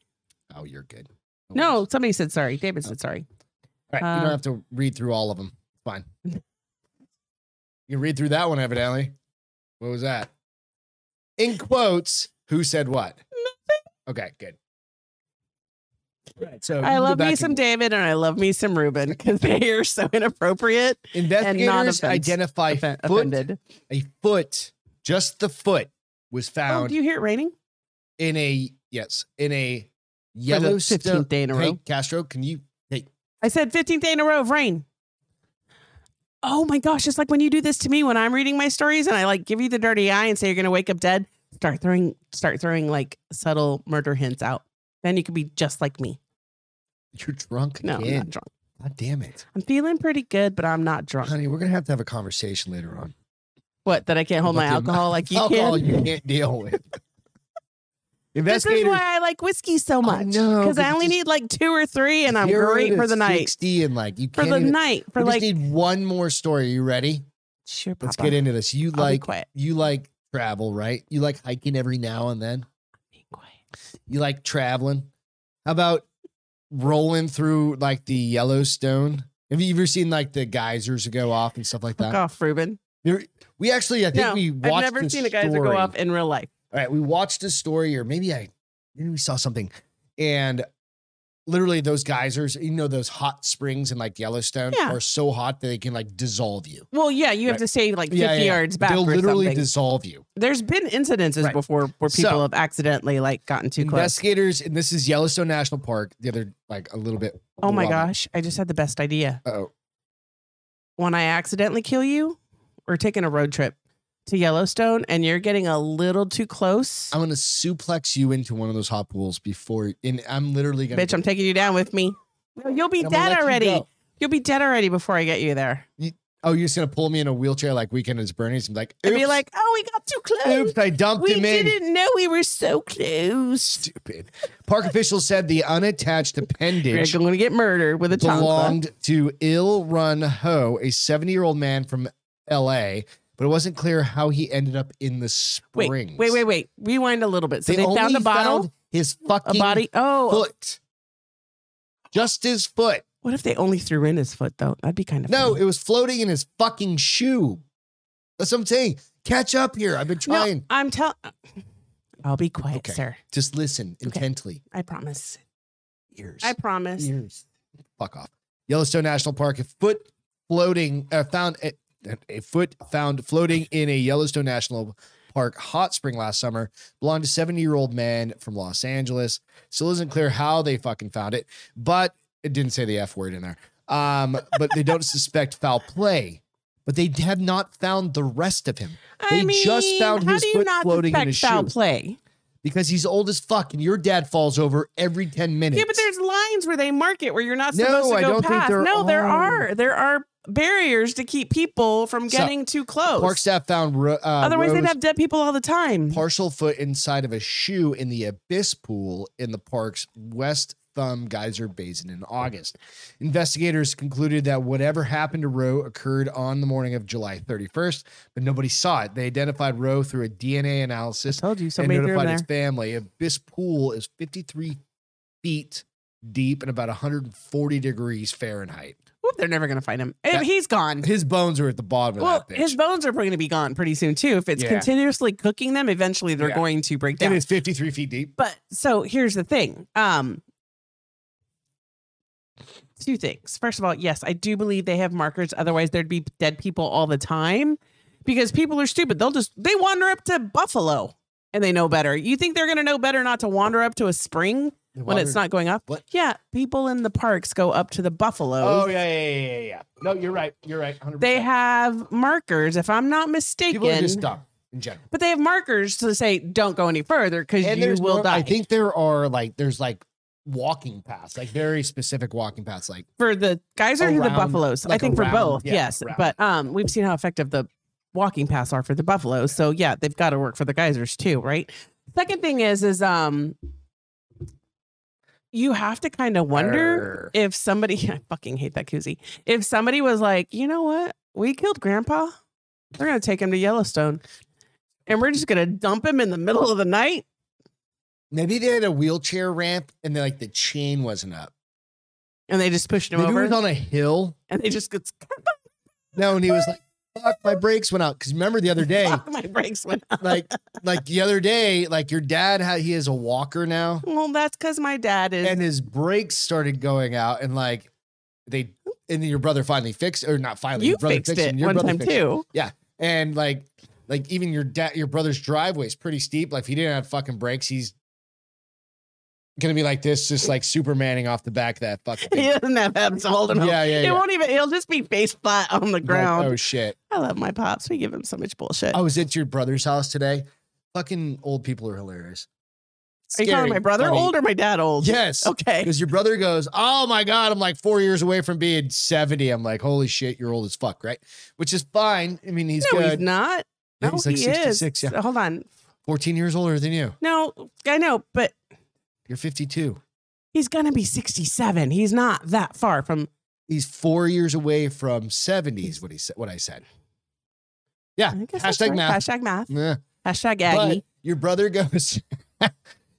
Oh, you're good. worries.
No, somebody said sorry. David said sorry.
All right, you don't
Um,
have to read through all of them. It's fine.
*laughs*
you read through that one, evidently. What was that? In quotes, who said what? Nothing. Okay, good. Right. So Uh, you
I
can go
love me
back
some
and-
David and I love me some Ruben *laughs* because they are so inappropriate.
investigators
offense-
identify
Offen-
foot-
offended.
a foot, just the foot, was
Oh,
found
do you hear it raining?
in a yes in a
For the
Yellowstone.
15th day in a
Hey
row.
Castro, can you?
I said 15th day in a row of rain. Oh my gosh, it's like when you do this to me when I'm reading my stories and I like give you the dirty eye and say you're gonna wake up dead, start throwing start throwing like subtle murder hints out. Then you could be just like me.
You're drunk
No,
again.
I'm not drunk.
God damn it,
I'm feeling pretty good, but I'm not drunk.
honey. We're gonna have to have a conversation later on.
What, that I can't hold
About
my
the amount
alcohol like you
alcohol
can?
you can't deal
*laughs*
with.
This is
Investigators
why I like whiskey so much.
know,
Because
'cause
I
it's
only
just
need like two or three and I'm
zero
great
to
for the night.
Sixty and like you
For
can't
the
even-
night. For
we
like
just need one more story. You ready?
sure,
Let's
Papa.
get into this. You
I'll be
like
quiet.
you like travel, right? You like hiking every now and then.
Be quiet.
You like traveling. How about rolling through like the Yellowstone? Have you ever seen like the geysers that go off and stuff like
Fuck
that?
off, Ruben.
There- we actually, I think
No,
we watched.
I've never
this
seen a geyser
story.
go off in real life.
All right, we watched a story, or maybe I maybe we saw something, and literally those geysers, you know, those hot springs in like Yellowstone
Yeah.
are so hot that they can like dissolve you.
Well, yeah, you have
Right.
to stay like 50
Yeah, yeah, yeah.
yards back
They'll
or
literally
something.
dissolve you.
There's been incidences
Right.
before where
So-
people have accidentally like gotten too close.
Investigators, and this is Yellowstone National Park. The other, like a little bit.
Oh my gosh, I just had the best idea.
Oh,
When I accidentally kill you, we're taking a road trip to Yellowstone and you're getting a little too close.
I'm gonna suplex you into one of those hot pools before, and I'm literally gonna.
Bitch, I'm taking you down with me. No, You'll be
I'm gonna
dead
let you
already.
go.
You'll be dead already before I get you there.
Oh, you're just gonna pull me in a wheelchair like Weekend is Bernie's and be like,
And
oops,
be like, oh, we got too close.
oops, I dumped
we
him in.
didn't know we were so close.
Stupid. Park officials said the unattached
You're
appendage
going to get murdered with a tongue.
belonged to Il Run Ho, a 70 year old man from LA, but it wasn't clear how he ended up in the
Wait,
springs.
wait, wait, wait. Rewind a little bit. So they, found
only
a bottle,
found his
a
fucking
body. Oh,
foot. Just his foot.
what if they only threw in his foot though? That'd be kind of
No,
funny.
it was floating in his fucking shoe. That's what I'm saying. Catch up here. I've been trying.
No, I'm telling. I'll be quiet,
Okay.
sir.
Just listen intently.
I promise.
Ears.
I promise.
Years. Fuck off. Yellowstone National Park. A foot floating uh, found a, a foot found floating in a Yellowstone National Park hot spring last summer belonged to 70 year old man from Los Angeles. Still isn't clear how they fucking found it, but it didn't say the F word in there. Um, but they don't *laughs* suspect foul play. But they have not found the rest of him
I
They
mean,
just found
how
his
do you
foot
not
floating in
suspect
his
foul
shoe.
play?
because he's old as fuck, and your dad falls over every 10 minutes.
Yeah, but there's lines where they mark it where you're not
No,
supposed to
I
go
don't think
past.
there
no, there
are.
are. There are
barriers to keep people from
So,
getting too close.
Park staff found ro- uh,
Otherwise,
Rose
they'd have dead people all the time.
partial foot inside of a shoe in the abyss pool in the park's West Thumb Geyser Basin in August. Investigators concluded that whatever happened to Rowe occurred on the morning of July 31st, but nobody saw it. They identified Rowe through a DNA analysis
Told you Oh,
and
somebody threw
notified
them
his
there.
family. Abyss pool is 53 feet deep and about 140 degrees Fahrenheit.
Oop, they're never gonna find him.
That-
And he's gone.
His bones are at the bottom of
Well,
that bitch.
his bones are going to be gone pretty soon too. If it's
Yeah.
continuously cooking them, eventually they're
Yeah.
going to break down.
and it's 53 feet deep.
but so here's the thing. Um, two things. First of all, yes, I do believe they have markers. Otherwise, there'd be dead people all the time because people are stupid. They'll just they wander up to Buffalo and they know better. You think they're going to know better not to wander up to a spring when it's not going up?
What?
Yeah, people in the parks go up to the buffaloes.
Oh yeah, yeah, yeah, yeah, yeah. No, you're right. You're right. 100%.
They have markers, if I'm not mistaken.
people are just dumb in general.
but they have markers to say don't go any further because
And
you
there's
will
no-
die.
I think there are like there's like walking paths, like very specific walking paths. Like
for the geyser or the
Around-
buffaloes. I
like
think
around,
for both,
yeah,
yes.
around.
But um, we've seen how effective the walking paths are for the buffaloes. So yeah, they've got to work for the geysers too, right? Second thing is is um, you have to kind of wonder
Err.
if somebody. *laughs* I fucking hate that koozie. If somebody was like, you know what, we killed Grandpa, they're gonna take him to Yellowstone. And we're just gonna dump him in the middle of the night.
maybe they had a wheelchair ramp and then like the chain wasn't up.
And they just pushed him
Maybe it
over,
was on a hill.
and they just gets
No, and he was like, "Fuck, my brakes went out." Because remember the
*laughs*
other day,
my brakes went out.
like, like the other day, like your dad had he has a walker now,
Well, that's because my dad is
and his brakes started going out, and like they, and then your brother finally fixed, or not finally,
you
your brother
fixed
fixed
it
and your
one
brother
time
fixed it. *laughs*
too.
and like like even your dad your brother's driveway is pretty steep like if he didn't have fucking brakes he's gonna be like this just like supermaning off the back of that
*laughs*
fucking
He
thing.
doesn't have abs to hold him. up.
yeah yeah,
it
yeah.
won't even. He'll just be face flat on
*laughs*
the
Like,
ground.
oh shit
I love my pops. We give him so much bullshit.
i was at your brother's house today fucking old people are hilarious
Are you calling my brother old or my dad old?
yes
Okay.
because your brother goes, Oh my God, I'm like four years away from being 70. I'm like, Holy shit, you're old as fuck, right? Which is fine. I mean, he's
no,
good.
he's not.
Yeah,
No,
he's like
he
66,
is.
yeah.
Hold on.
14 years older than you.
No, I know, but
You're 52.
he's gonna be sixty-seven. He's not that far from.
he's four years away from 70 is what he said what i said yeah
I guess that's
Ah, hashtag
right.
math
Hashtag math.
yeah.
Hashtag
but
Aggie.
your brother goes *laughs*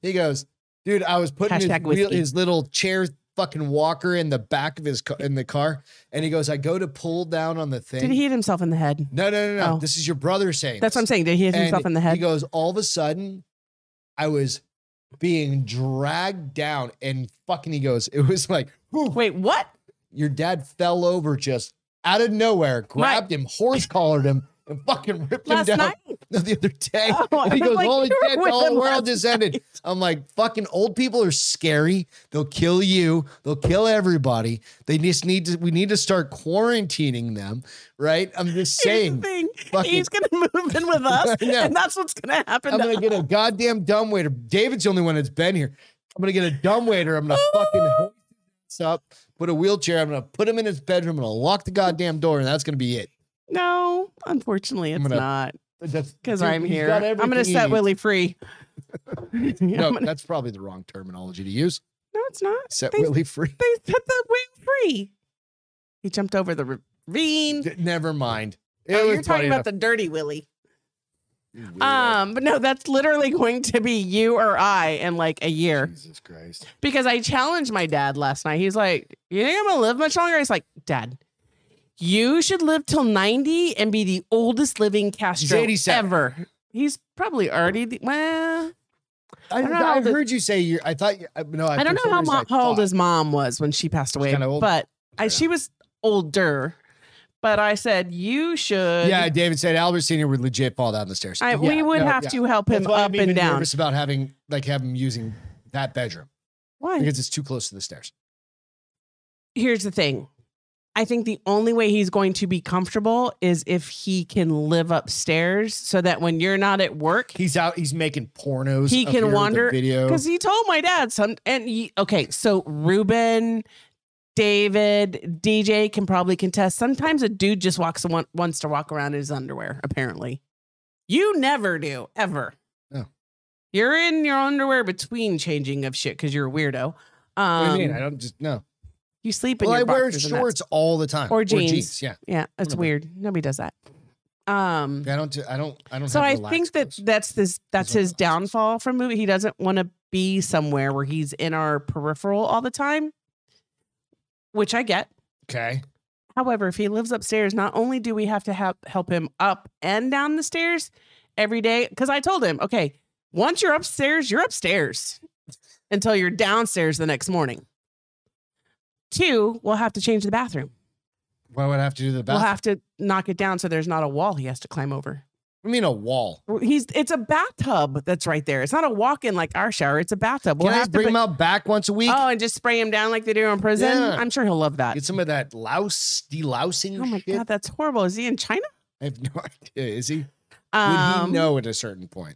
he goes dude i was putting his,
Hashtag
wheel,
whiskey.
his little chair fucking walker in the back of his car in the car and he goes i go to pull down on the thing
Did he hit himself in the head?
no no no no
Oh.
this is your brother saying
That's what I'm
this.
saying. Did he hit himself
And
in the
he
head?
goes all of a sudden i was being dragged down and fucking he goes it was like "Whew."
Wait, what?
your dad fell over just out of nowhere, grabbed him, horse collared him, and fucking ripped
Last
him down
night?
No, *laughs* the other day.
Oh, I
and he
was
goes,
like,
Holy
you were
shit, the
with
whole
him
world
last
just ended. I'm like, fucking old people are scary. They'll kill you. They'll kill everybody. They just need to, we need to start quarantining them, right?
*laughs*
I'm just
Here's the
saying.
thing.
fucking-
He's gonna move in with us,
*laughs* I know.
and that's what's gonna happen.
I'm
to
gonna get a goddamn dumb waiter. David's the only one that's been here. I'm gonna get a dumb waiter. I'm gonna
*laughs*
fucking hoist his ass up, put a wheelchair. I'm gonna put him in his bedroom. I'm gonna lock the goddamn door, and that's gonna be it.
No, unfortunately,
I'm
it's
gonna-
not
That's
because
dude,
I'm
he's
here.
got
I'm
everything
gonna
he
set
needs.
Willie
*laughs*
free. Yeah,
No,
*laughs* I'm gonna-
that's probably the wrong terminology to use.
no, it's not.
Set
They-
Willie free. *laughs*
They set the whale free. He jumped over the ravine.
D- Never mind. It
Oh,
was
you're talking
funny
about the dirty Willie.
enough.
Um, but no, that's literally going to be you or I in like a year
Jesus Christ.
because I challenged my dad last night. He's like, "You think I'm gonna live much longer?" He's like, "Dad." You should live till 90 and be the oldest living Castro
87.
ever. He's probably already the, well,
I,
don't know how
I
the-
heard you say you. I thought you. I- No,
I don't know how, mo- how old his mom was when she passed away,
kinda old.
but I,
Yeah.
she was older. But I said you should.
Yeah, David said Albert Senior would legit fall down the stairs.
I,
Yeah,
we would
no,
have
yeah.
to help him
That's why
up
I'm
and
even
down.
Nervous about having like have him using that bedroom
Why?
because it's too close to the stairs.
Here's the thing. I think the only way he's going to be comfortable is if he can live upstairs, so that when you're not at work,
He's out. He's making pornos.
He
up
can
here with the
wander-
video.
because he told my dad some. And he, okay, so Ruben, David, DJ can probably contest. Sometimes a dude just walks and want- wants to walk around in his underwear, apparently. You never do, ever.
No.
You're in your underwear between changing of shit because you're a weirdo. Um,
what do you mean? I don't just no.
you sleep in
Well, I
your
wear
boxers and that's-
shorts all the time
Or
Or
jeans.
jeans. Yeah.
Yeah, it's
Whatever.
weird. Nobody does that. Um,
I don't. do- I don't. I don't.
so
have
I
relaxed
think that
clothes.
that's this that's
are
his
relaxed clothes.
downfall from movie. He doesn't want to be somewhere where he's in our peripheral all the time, which I get.
okay.
However, if he lives upstairs, not only do we have to help help him up and down the stairs every day, because I told him, okay, once you're upstairs, you're upstairs until you're downstairs the next morning. Two, we'll have to change the bathroom.
Why would I have to do the
We'll
bathroom?
have to knock it down so there's not a wall he has to climb over.
I mean, a wall.
He's it's a bathtub that's right there. It's not a walk-in like our shower. It's a bathtub.
Can
We'll
I
have
just bring
to
him out back once a
put-
week?
oh, and just spray him down like they do in prison.
Yeah.
I'm sure he'll love that.
Get some of that louse, delousing
Oh my
shit.
god, that's horrible. Is he in China?
I have no *laughs* idea. Is he? Would
Um,
he know at a certain point?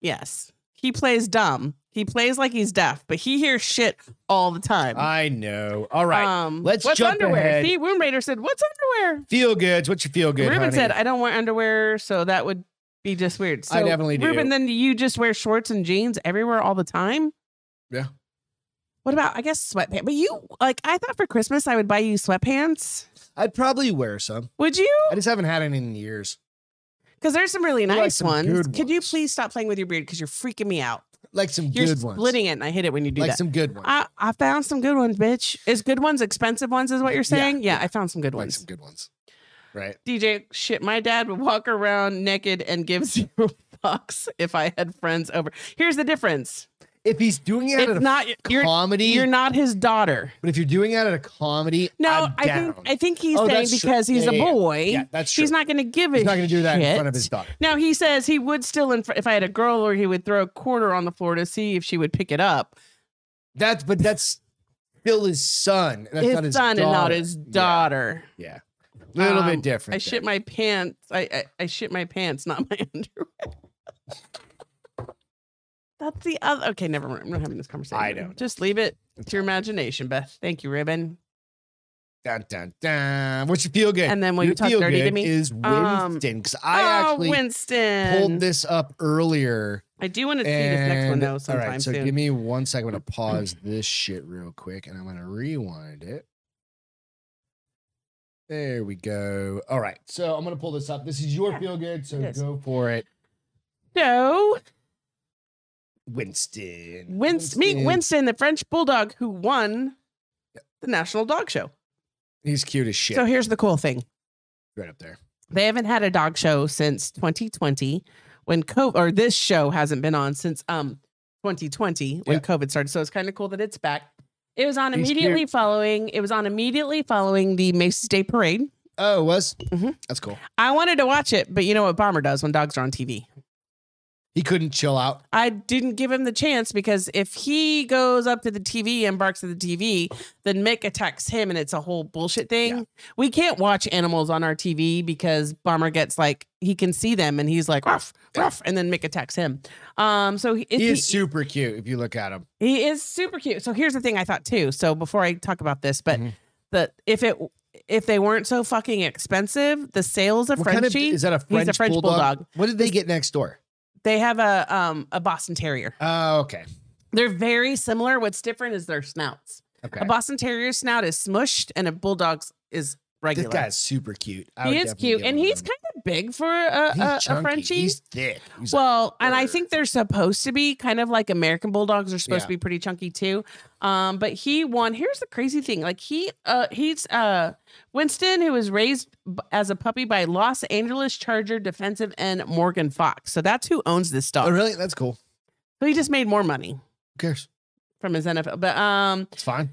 Yes. He plays dumb. He plays like he's deaf, but he hears shit all the time.
I know. All right.
Um,
Let's
what's
jump
underwear?
ahead.
See, Womb Raider said, "What's underwear?"
feel goods. What you feel good?
Ruben
honey?
said, "I don't wear underwear, so that would be just weird." So,
I definitely do.
Ruben, then do you just wear shorts and jeans everywhere all the time?
Yeah.
What about I guess sweatpants? But you like I thought for Christmas I would buy you sweatpants.
I'd probably wear some.
Would you?
I just haven't had any in years.
Because there's some really
like
nice
some
ones.
good
Could you
ones.
please stop playing with your beard? Because you're freaking me out.
Like some
You're
good ones.
splitting it, and I hate it when you do
like
that.
some good ones.
I, I found some good ones, bitch. Is good ones expensive ones, is what you're
Yeah,
saying? Yeah,
yeah.
I found some good
like
ones.
some good ones. Right.
DJ, shit, my dad would walk around naked and give *laughs* zero fucks if I had friends over. Here's the difference
If he's doing it at
it's
a
not, you're,
comedy,
you're not his daughter.
but if you're doing it at a comedy,
No,
I'm
I think,
down.
I think he's
Oh,
saying
that's true.
because he's
Yeah,
a
yeah, yeah.
boy,
yeah, that's true.
he's not going to give a
He's not going to do that in front of
shit.
his daughter.
Now he says he would still, inf- if I had a girl or he would throw a quarter on the floor to see if she would pick it up.
That's but that's still his son. That's
his
not his
son
daughter.
and not his
Yeah,
daughter.
Yeah, little
Um,
bit different.
I
there.
shit my pants. I, I I shit my pants, not my *laughs* underwear. That's the other. Okay, never mind. I'm not having this conversation.
I don't know.
Just leave it to your imagination, Beth. Thank you, Ribbon.
Dun, dun, dun. What you feel good?
And then will you
Your
talk
feel
dirty to
good
me?
Is
Um,
Winston? Because I
oh,
actually
Winston.
pulled this up earlier.
I do want to see this next one
And
though
all
sometime
right, so
soon.
give me one second. I'm gonna
*clears throat*
pause this shit real quick, and I'm gonna rewind it. There we go. All right, so I'm gonna pull this up. This is your
Yeah,
feel good, so
it is.
go for it,
so,
Winston.
Winston, meet Winston, the French bulldog who won the National Dog Show.
He's cute as shit.
So here's the cool thing.
right up there.
They haven't had a dog show since 2020 when COVID, or this show hasn't been on since um 2020 when
Yeah.
COVID started. So it's kind of cool that it's back. It was on
He's cute.
immediately following. It was on immediately following the Macy's Day Parade.
Oh, it was.
Mhm.
That's cool.
I wanted to watch it, but you know what Bomber does when dogs are on TV.
He couldn't chill out.
I didn't give him the chance because if he goes up to the TV and barks at the TV, then Mick attacks him and it's a whole bullshit thing.
Yeah.
We can't watch animals on our TV because Bomber gets like he can see them and he's like ruff ruff and then Mick attacks him. Um so he,
He
he-
is super cute if you look at him.
he is super cute. So here's the thing I thought too. So before I talk about this, but
Mhm.
the if it if they weren't so fucking expensive, the sales of
What
Frenchie
kind of is that a French,
French
bulldog?
bulldog.
What did they get next door?
they have a um a Boston Terrier.
Oh, okay.
They're very similar. What's different is their snouts.
Okay.
A Boston Terrier snout is smushed, and a bulldog's is
This
regular.
guy's super cute.
he
I would
is
definitely
cute,
give
and
him
he's
him.
kind of big for a,
He's
a, a
chunky.
Frenchie.
He's thick. He's like-
well, and I
"Grr."
think they're supposed to be kind of like American bulldogs are supposed
Yeah.
to be pretty chunky too. Um, but he won. Here's the crazy thing: like he, uh, he's uh, Winston, who was raised b- as a puppy by Los Angeles Charger defensive end Morgan Fox. So that's who owns this
oh,
dog.
really? That's cool.
So he just made more money
Who cares?
from his NFL. But um,
It's fine.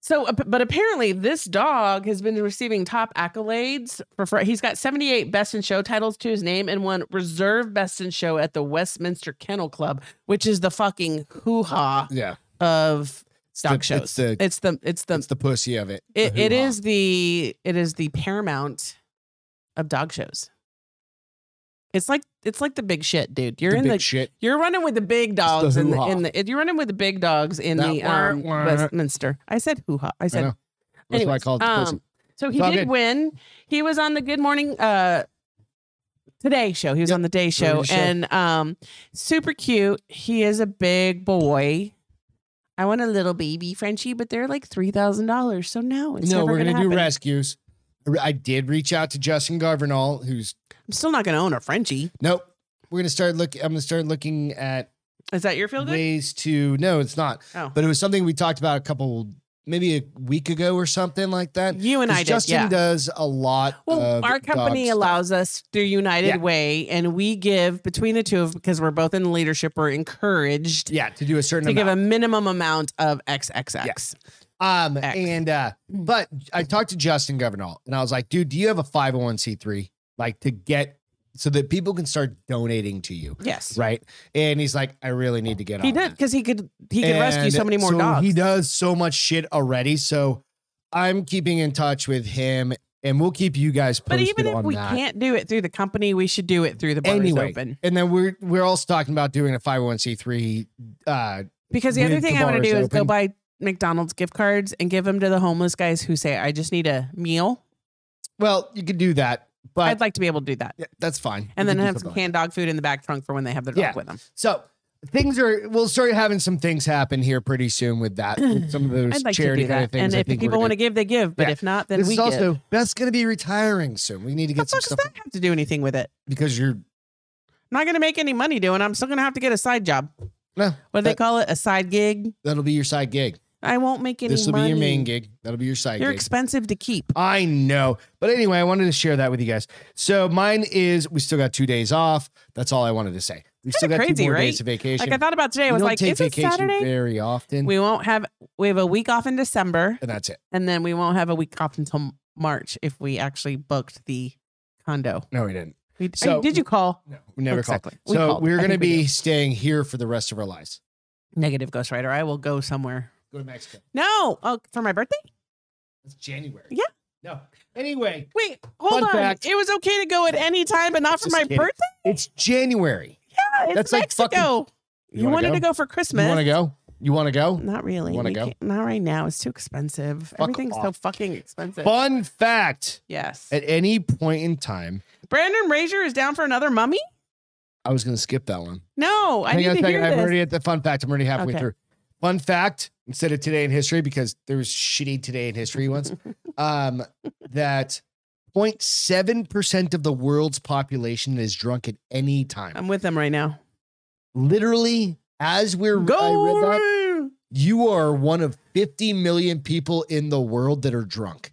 So, ap- but apparently, this dog has been receiving top accolades for. for he's got 78 Best in Show titles to his name and won Reserve Best in Show at the Westminster Kennel Club, which is the fucking hoo ha
Yeah.
of
the-
dog
it's
shows.
the-
it's the it's the,
That's the pussy of it. The
it, it
hoo-ha.
is the it is the paramount of dog shows. It's like it's like the big shit, dude. You're
The
in
big
the
shit.
you're running with the big dogs in the,
hoo-ha.
in the you're running with the big dogs in
That
the
wah,
um,
wah.
Westminster. I said hoo ha. I
I
said
know. That's why I
anyways,
call it the pussy.
um, so he
It's all
did
good.
win. He was on the Good Morning uh Today show. He was
Yep,
on the Day show
show.
and um super cute. He is a big boy. I want a little baby Frenchie, but they're like three thousand dollars. So no, it's
No,
never
we're gonna,
happen.
do rescues. I did reach out to Justin Garvinall, who's
I'm still not gonna own a Frenchie.
nope. We're gonna start look. I'm gonna start looking at
Is that your field? day?
ways to. No, it's not.
Oh.
But it was something we talked about a couple, maybe a week ago or something like that.
You and
'Cause
I did.
Justin
yeah.
does a lot.
Well,
of
our company
dog stuff.
allows us through United
Yeah.
Way, and we give between the two of because we're both in leadership, we're encouraged
Yeah, to do a certain
to give
amount.
a minimum amount of XXX.
Um,
X.
and uh, but I talked to Justin Governall and I was like, dude, do you have a 501c3 like to get so that people can start donating to you?
Yes,
Right. And he's like, I really need to get
he
on.
did
that."
because he could he could rescue
And
so many more
so
dogs.
He does so much shit already. So I'm keeping in touch with him and we'll keep you guys
but
posted
even if
on
we
that.
can't do it through the company, we should do it through the bars
Anyway.
open.
and then we're we're also talking about doing a 501c3 uh
Because the
With
other
the
thing I want to
bars
do is go
open.
buy McDonald's gift cards and give them to the homeless guys who say, "I just need a meal."
well, you could do that, but
I'd like to be able to do that,
yeah, that's fine.
and
We
then
could do
have
something
some
like
canned dog food in the back trunk for when they have their
Yeah.
dog with them.
So things are we'll start having some things happen here pretty soon with that.
*clears throat*
with some of those
I'd like
charity
to do
kind of
that.
things.
And
I
if
think
people want to
to
give, they give. But
Yeah.
if not, then
this
we
is
give.
also Beth's gonna be retiring soon. We need to
the
get some
fuck does
stuff
that have to do anything with it?
because you're
I'm not going to make any money doing. it. I'm still going to have to get a side job.
no.
What do they
That-
call it? A side gig?
That'll be your side gig.
I won't make any.
This will be
money.
your main gig. That'll be your side
You're
gig.
expensive to keep.
I know. But anyway, I wanted to share that with you guys. So mine is we still got two days off. That's all I wanted to say. We still got
Kinda
two
crazy,
more
right?
days of vacation.
Like I thought about today. I
we
was
don't
like,
take
is it
vacation
Saturday?
very often.
We won't have. We have a week off in December,
and that's it.
and then we won't have a week off until March if we actually booked the condo.
No, we didn't.
We,
So-
I, did you call?
No, we never called.
exactly. We
so
called.
we're
I
going to
think we
be
do.
staying here for the rest of our lives.
negative ghostwriter. I will go somewhere.
Go to Mexico.
No, oh, for my birthday.
That's January.
Yeah.
No. Anyway,
Wait, hold
Fun
on.
fact.
It was okay to go at any time, but not for
Just
my
kidding.
birthday.
it's January.
Yeah, it's
That's like
Mexico. you,
wanna
wanted
go?
to go for
You
Christmas.
want to go? You want to go?
Not really.
wanna
We
go?
can't- Not right now. It's too expensive. Everything's so
off.
fucking expensive.
Fun fact
Yes.
at any point in time,
Brandon Razor is down for another mummy.
I was going to skip that one.
No, I
Hang on
need
a
to
second.
hear
I'm
this.
already at the fun fact. I'm already halfway
Okay.
through. Fun fact instead of today in history, because there was shitty today in history
*laughs*
once, um, that 0.7% of the world's population is drunk at any time.
I'm with them right now.
literally as we're I read
Go.
that, you are one of 50 million people in the world that are drunk.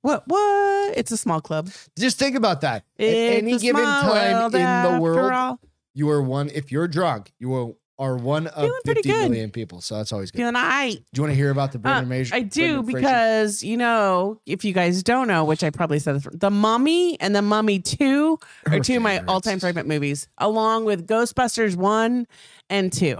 What? What? It's a small club.
Just think about that.
It's
At any
a
given
small
time
world
in the
after
world,
all.
you are one. If you're drunk, you are, are one of
Feeling pretty
50
good.
million people. So that's always good.
Feeling all right.
Do you want to hear about the Brendan Major?
Uh, I do
Brendan Fraser?
because you know, if you guys don't know, which I probably said this, the Mummy and the Mummy Two are
*laughs* Her
two of my
favorites.
all-time favorite movies, along with Ghostbusters One and Two.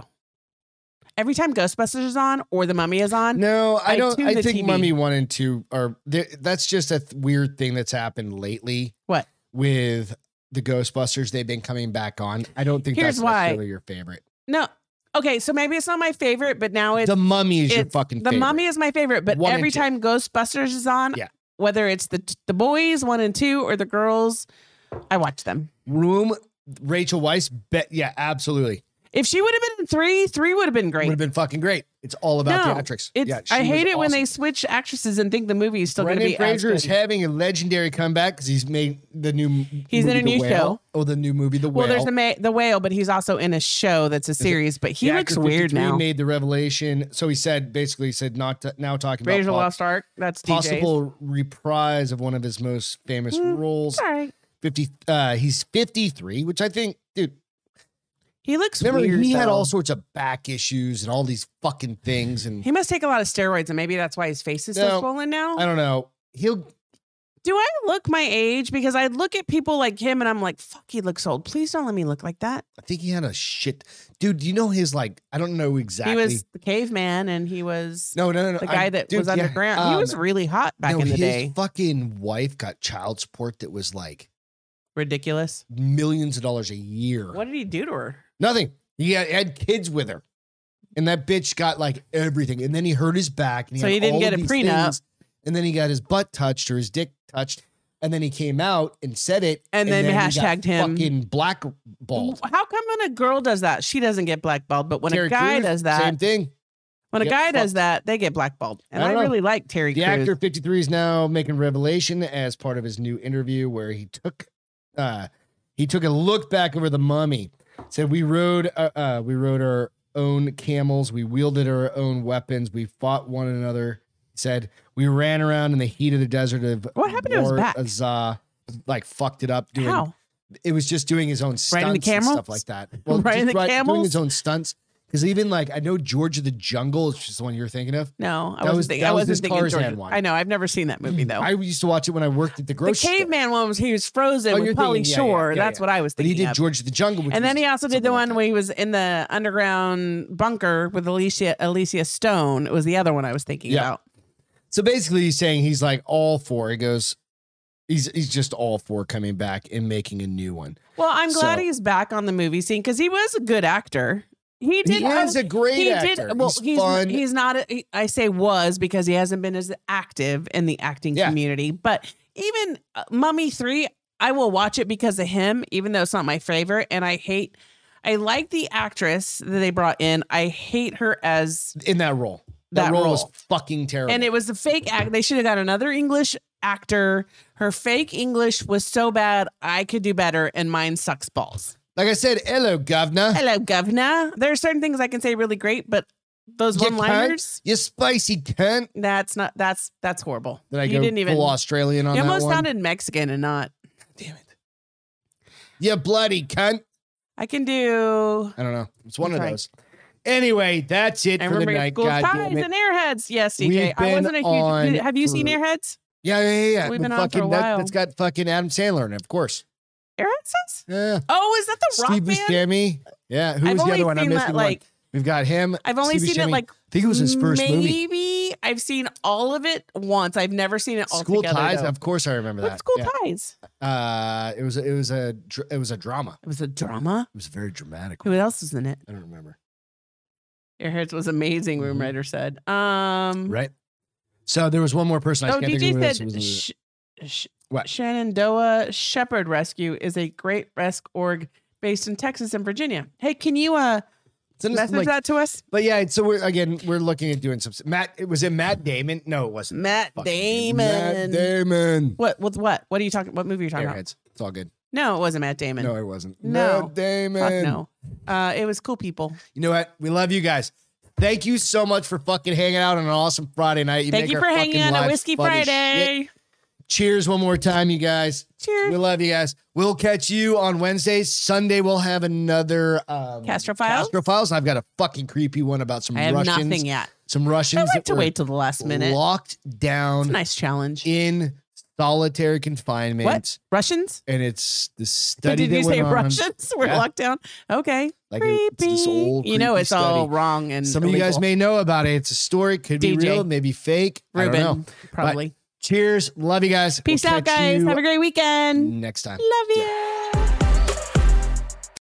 Every time Ghostbusters is on or the Mummy is on,
No, I
I
don't.
tune
I
the
think
TV.
Mummy One and Two are. there- That's just a th- weird thing that's happened lately.
What?
with the Ghostbusters? They've been coming back on. I don't think
Here's
that's
why.
necessarily your favorite.
no, okay, so maybe it's not my favorite, but now it's
the Mummy is your
it's-
fucking.
the
favorite.
Mummy is my favorite. But
One and
every
two.
time Ghostbusters is on,
Yeah.
whether it's the the boys one and two or the girls, I watch them.
Room. Rachel Weisz. Bet. Yeah, absolutely.
If she would have been in three, three would have been
Would
great.
have been fucking great. It's all about
No,
theatrics.
It's,
yeah,
I
she was
hate it when
awesome.
they switch actresses and think the movie is still going to
Brendan
be as
Fraser is
good.
having a legendary comeback because he's made the new. m-
He's in
movie
a
The
new
Whale.
show.
Oh, the new movie, The
Well,
Whale.
there's the ma- the whale, but he's also in a show that's a series. But he
The
looks
actor
weird
53
now.
Made the revelation. So he said basically he said not to, now talking
Razor
about
Lost Ark. That's
po-
DJ's.
possible reprise of one of his most famous
Mm,
roles.
Sorry,
Fifty. Uh, he's fifty three, which I think, dude.
he looks
Remember,
weird.
he had
though.
all sorts of back issues and all these fucking things, and
He must take a lot of steroids, and maybe that's why his face is
No,
so swollen now.
I don't know. He'll
Do I look my age? Because I look at people like him, and I'm like, "Fuck, he looks old." Please don't let me look like that.
I think he had a shit, dude. You know his like. I don't know exactly.
He was the caveman, and he was
no, no, no, no.
the
I-
guy that
dude,
was
yeah,
underground. he
um,
was really hot back
no,
in the
his
day.
Fucking wife got child support that was like
Ridiculous.
millions of dollars a year.
What did he do to her?
Nothing. He had, had kids with her. And that bitch got like everything. And then he hurt his back. And he
So
had
he didn't
all
get
of
a
these
prenup.
things. And then he got his butt touched or his dick touched. And then he came out and said it.
And then
he got
hashtagged him.
Fucking blackballed.
How come when a girl does that, she doesn't get blackballed, but when
Terry
a guy
Crews,
does that,
Same thing.
when a
Yep,
guy
fuck.
does that, they get blackballed. And
I
I,
don't know.
really like Terry
The
Crews.
actor 53 is now making revelation as part of his new interview where he took uh he took a look back over the mummy. Said we rode uh, uh we rode our own camels, we wielded our own weapons, we fought one another. Said we ran around in the heat of the desert of
What happened to his
War
back?
Azah, like fucked it up doing
How?
it was just doing his own stunts
Riding the
and stuff
camels? *laughs*
like that.
Riding
just
the
ri- doing
camels?
his own stunts. Because even like I know George of the Jungle, which is the one you're thinking of.
No, I
That
wasn't
was-
thinking.
that
I
was
wasn't
his
thinking
Tarzan
George.
one. Mm.
I know. I've never seen that movie though.
I used to watch it when I worked at
Oh. the
the grocery store.
caveman one was he was frozen
Oh, you're
with Polly
thinking- yeah, yeah,
Shore.
yeah,
That's
yeah.
what I was
But he
thinking.
did
of.
George of the Jungle, which
and then
was
he also did
something
the
like
one where he was in the underground bunker with Alicia Alicia Stone. It was the other one I was thinking
Yeah.
about.
that. So basically, he's saying he's like all for. He goes, he's he's just all for coming back and making a new one.
Well, I'm glad
So-
he's back on the movie scene because he was a good actor. He
He,
did.
is a great
he
actor.
Well,
he's,
he's
fun.
he's not. A, he- I say was because he hasn't been as active in the acting
Yeah.
community. But even uh, Mummy Three, I will watch it because of him, even though it's not my favorite. And I hate. I like the actress that they brought in. I hate her as
in that role. That,
that
role, was
role.
fucking terrible.
and it was a fake act. They should have got another English actor. Her fake English was so bad. I could do better, and mine sucks balls.
like I said, hello, governor.
Hello, governor. There are certain things I can say really great, but those
You can't-
one-liners,
You spicy cunt.
that's not that's that's horrible.
Then I
you
go
didn't even.
full Australian on
you
that
almost
one.
sounded Mexican and not.
*laughs* Damn it. You bloody cunt.
I can do.
I don't know. It's one
I'm
of
trying.
those. Anyway, that's it
I
for the
remember your
night.
school
God
ties
damn it.
and airheads. Yes,
We've
CJ. I
been
wasn't a
on
huge. did- Have you seen
for-
airheads?
Yeah, yeah, yeah, yeah.
We've
With
been on for a
fucking that-
while.
That's got fucking Adam Sandler in it, of course.
Airheads?
Yeah.
Oh, is that the rock
Steve
band?
Buscemi. Yeah. Who
I've
was the
only
other one? I'm
seen
missing
that
one.
like
We've got him.
I've only
Steve
seen
Buscemi.
it like
I think it was his first
maybe
movie.
I've seen all of it once. I've never seen it all
School
together.
Ties.
though.
Of course, I remember
What's
that.
school
Yeah.
ties?
Uh, it was it was a dr- it was a drama.
It was a drama.
It was very dramatic.
Who else was in it?
I don't remember.
Airheads was amazing, Room
Mhm.
Writer said. Um,
Right. So there was one more person. I
Oh,
can't think of
DJ
who else was in
said
it.
sh- sh-
What?
Shenandoah Shepherd Rescue is a great rescue org based in Texas and Virginia. Hey, can you uh
Send us,
message
like-
that to us?
But yeah, so we're again we're looking at doing some Matt. It was it Matt Damon? No, it wasn't.
Matt
Fuck.
Damon.
Matt Damon.
What? What? What? What are you talking? What movie are you talking about?
Airheads. It's all good.
No, it wasn't Matt Damon.
No, it wasn't.
No.
Matt Damon.
Fuck no. Uh, it was cool people.
You know what? We love you guys. Thank you so much for fucking hanging out on an awesome Friday night. You
Thank
make
you
our
for
fucking
hanging out at
lives
Whiskey
fun as shit.
Friday.
Cheers one more time, you guys.
Cheers.
We love you guys. We'll catch you on Wednesdays. Sunday we'll have another um,
Castrofiles?
Castrofiles. I've got a fucking creepy one about some
I have
Russians.
nothing yet. Oh,
Some
I
Russians
like
that
to
were
wait till the last minute.
locked
It's a
down
nice challenge.
in solitary confinement.
What? Russians?
And it's the
Did,
study
you
that went
say
on.
Russians were
Yeah.
locked down? Okay.
Like it-
creepy.
it's this old
you know,
creepy
it's all
study.
wrong and
Some of you guys
illegal.
may know about it. It's a story. Could be
DJ.
real, maybe fake. I don't know.
Ruben, probably.
Cheers. Love you guys.
Peace
We'll
out,
catch
guys.
you Mm.
Have a great weekend.
next time.
Love you.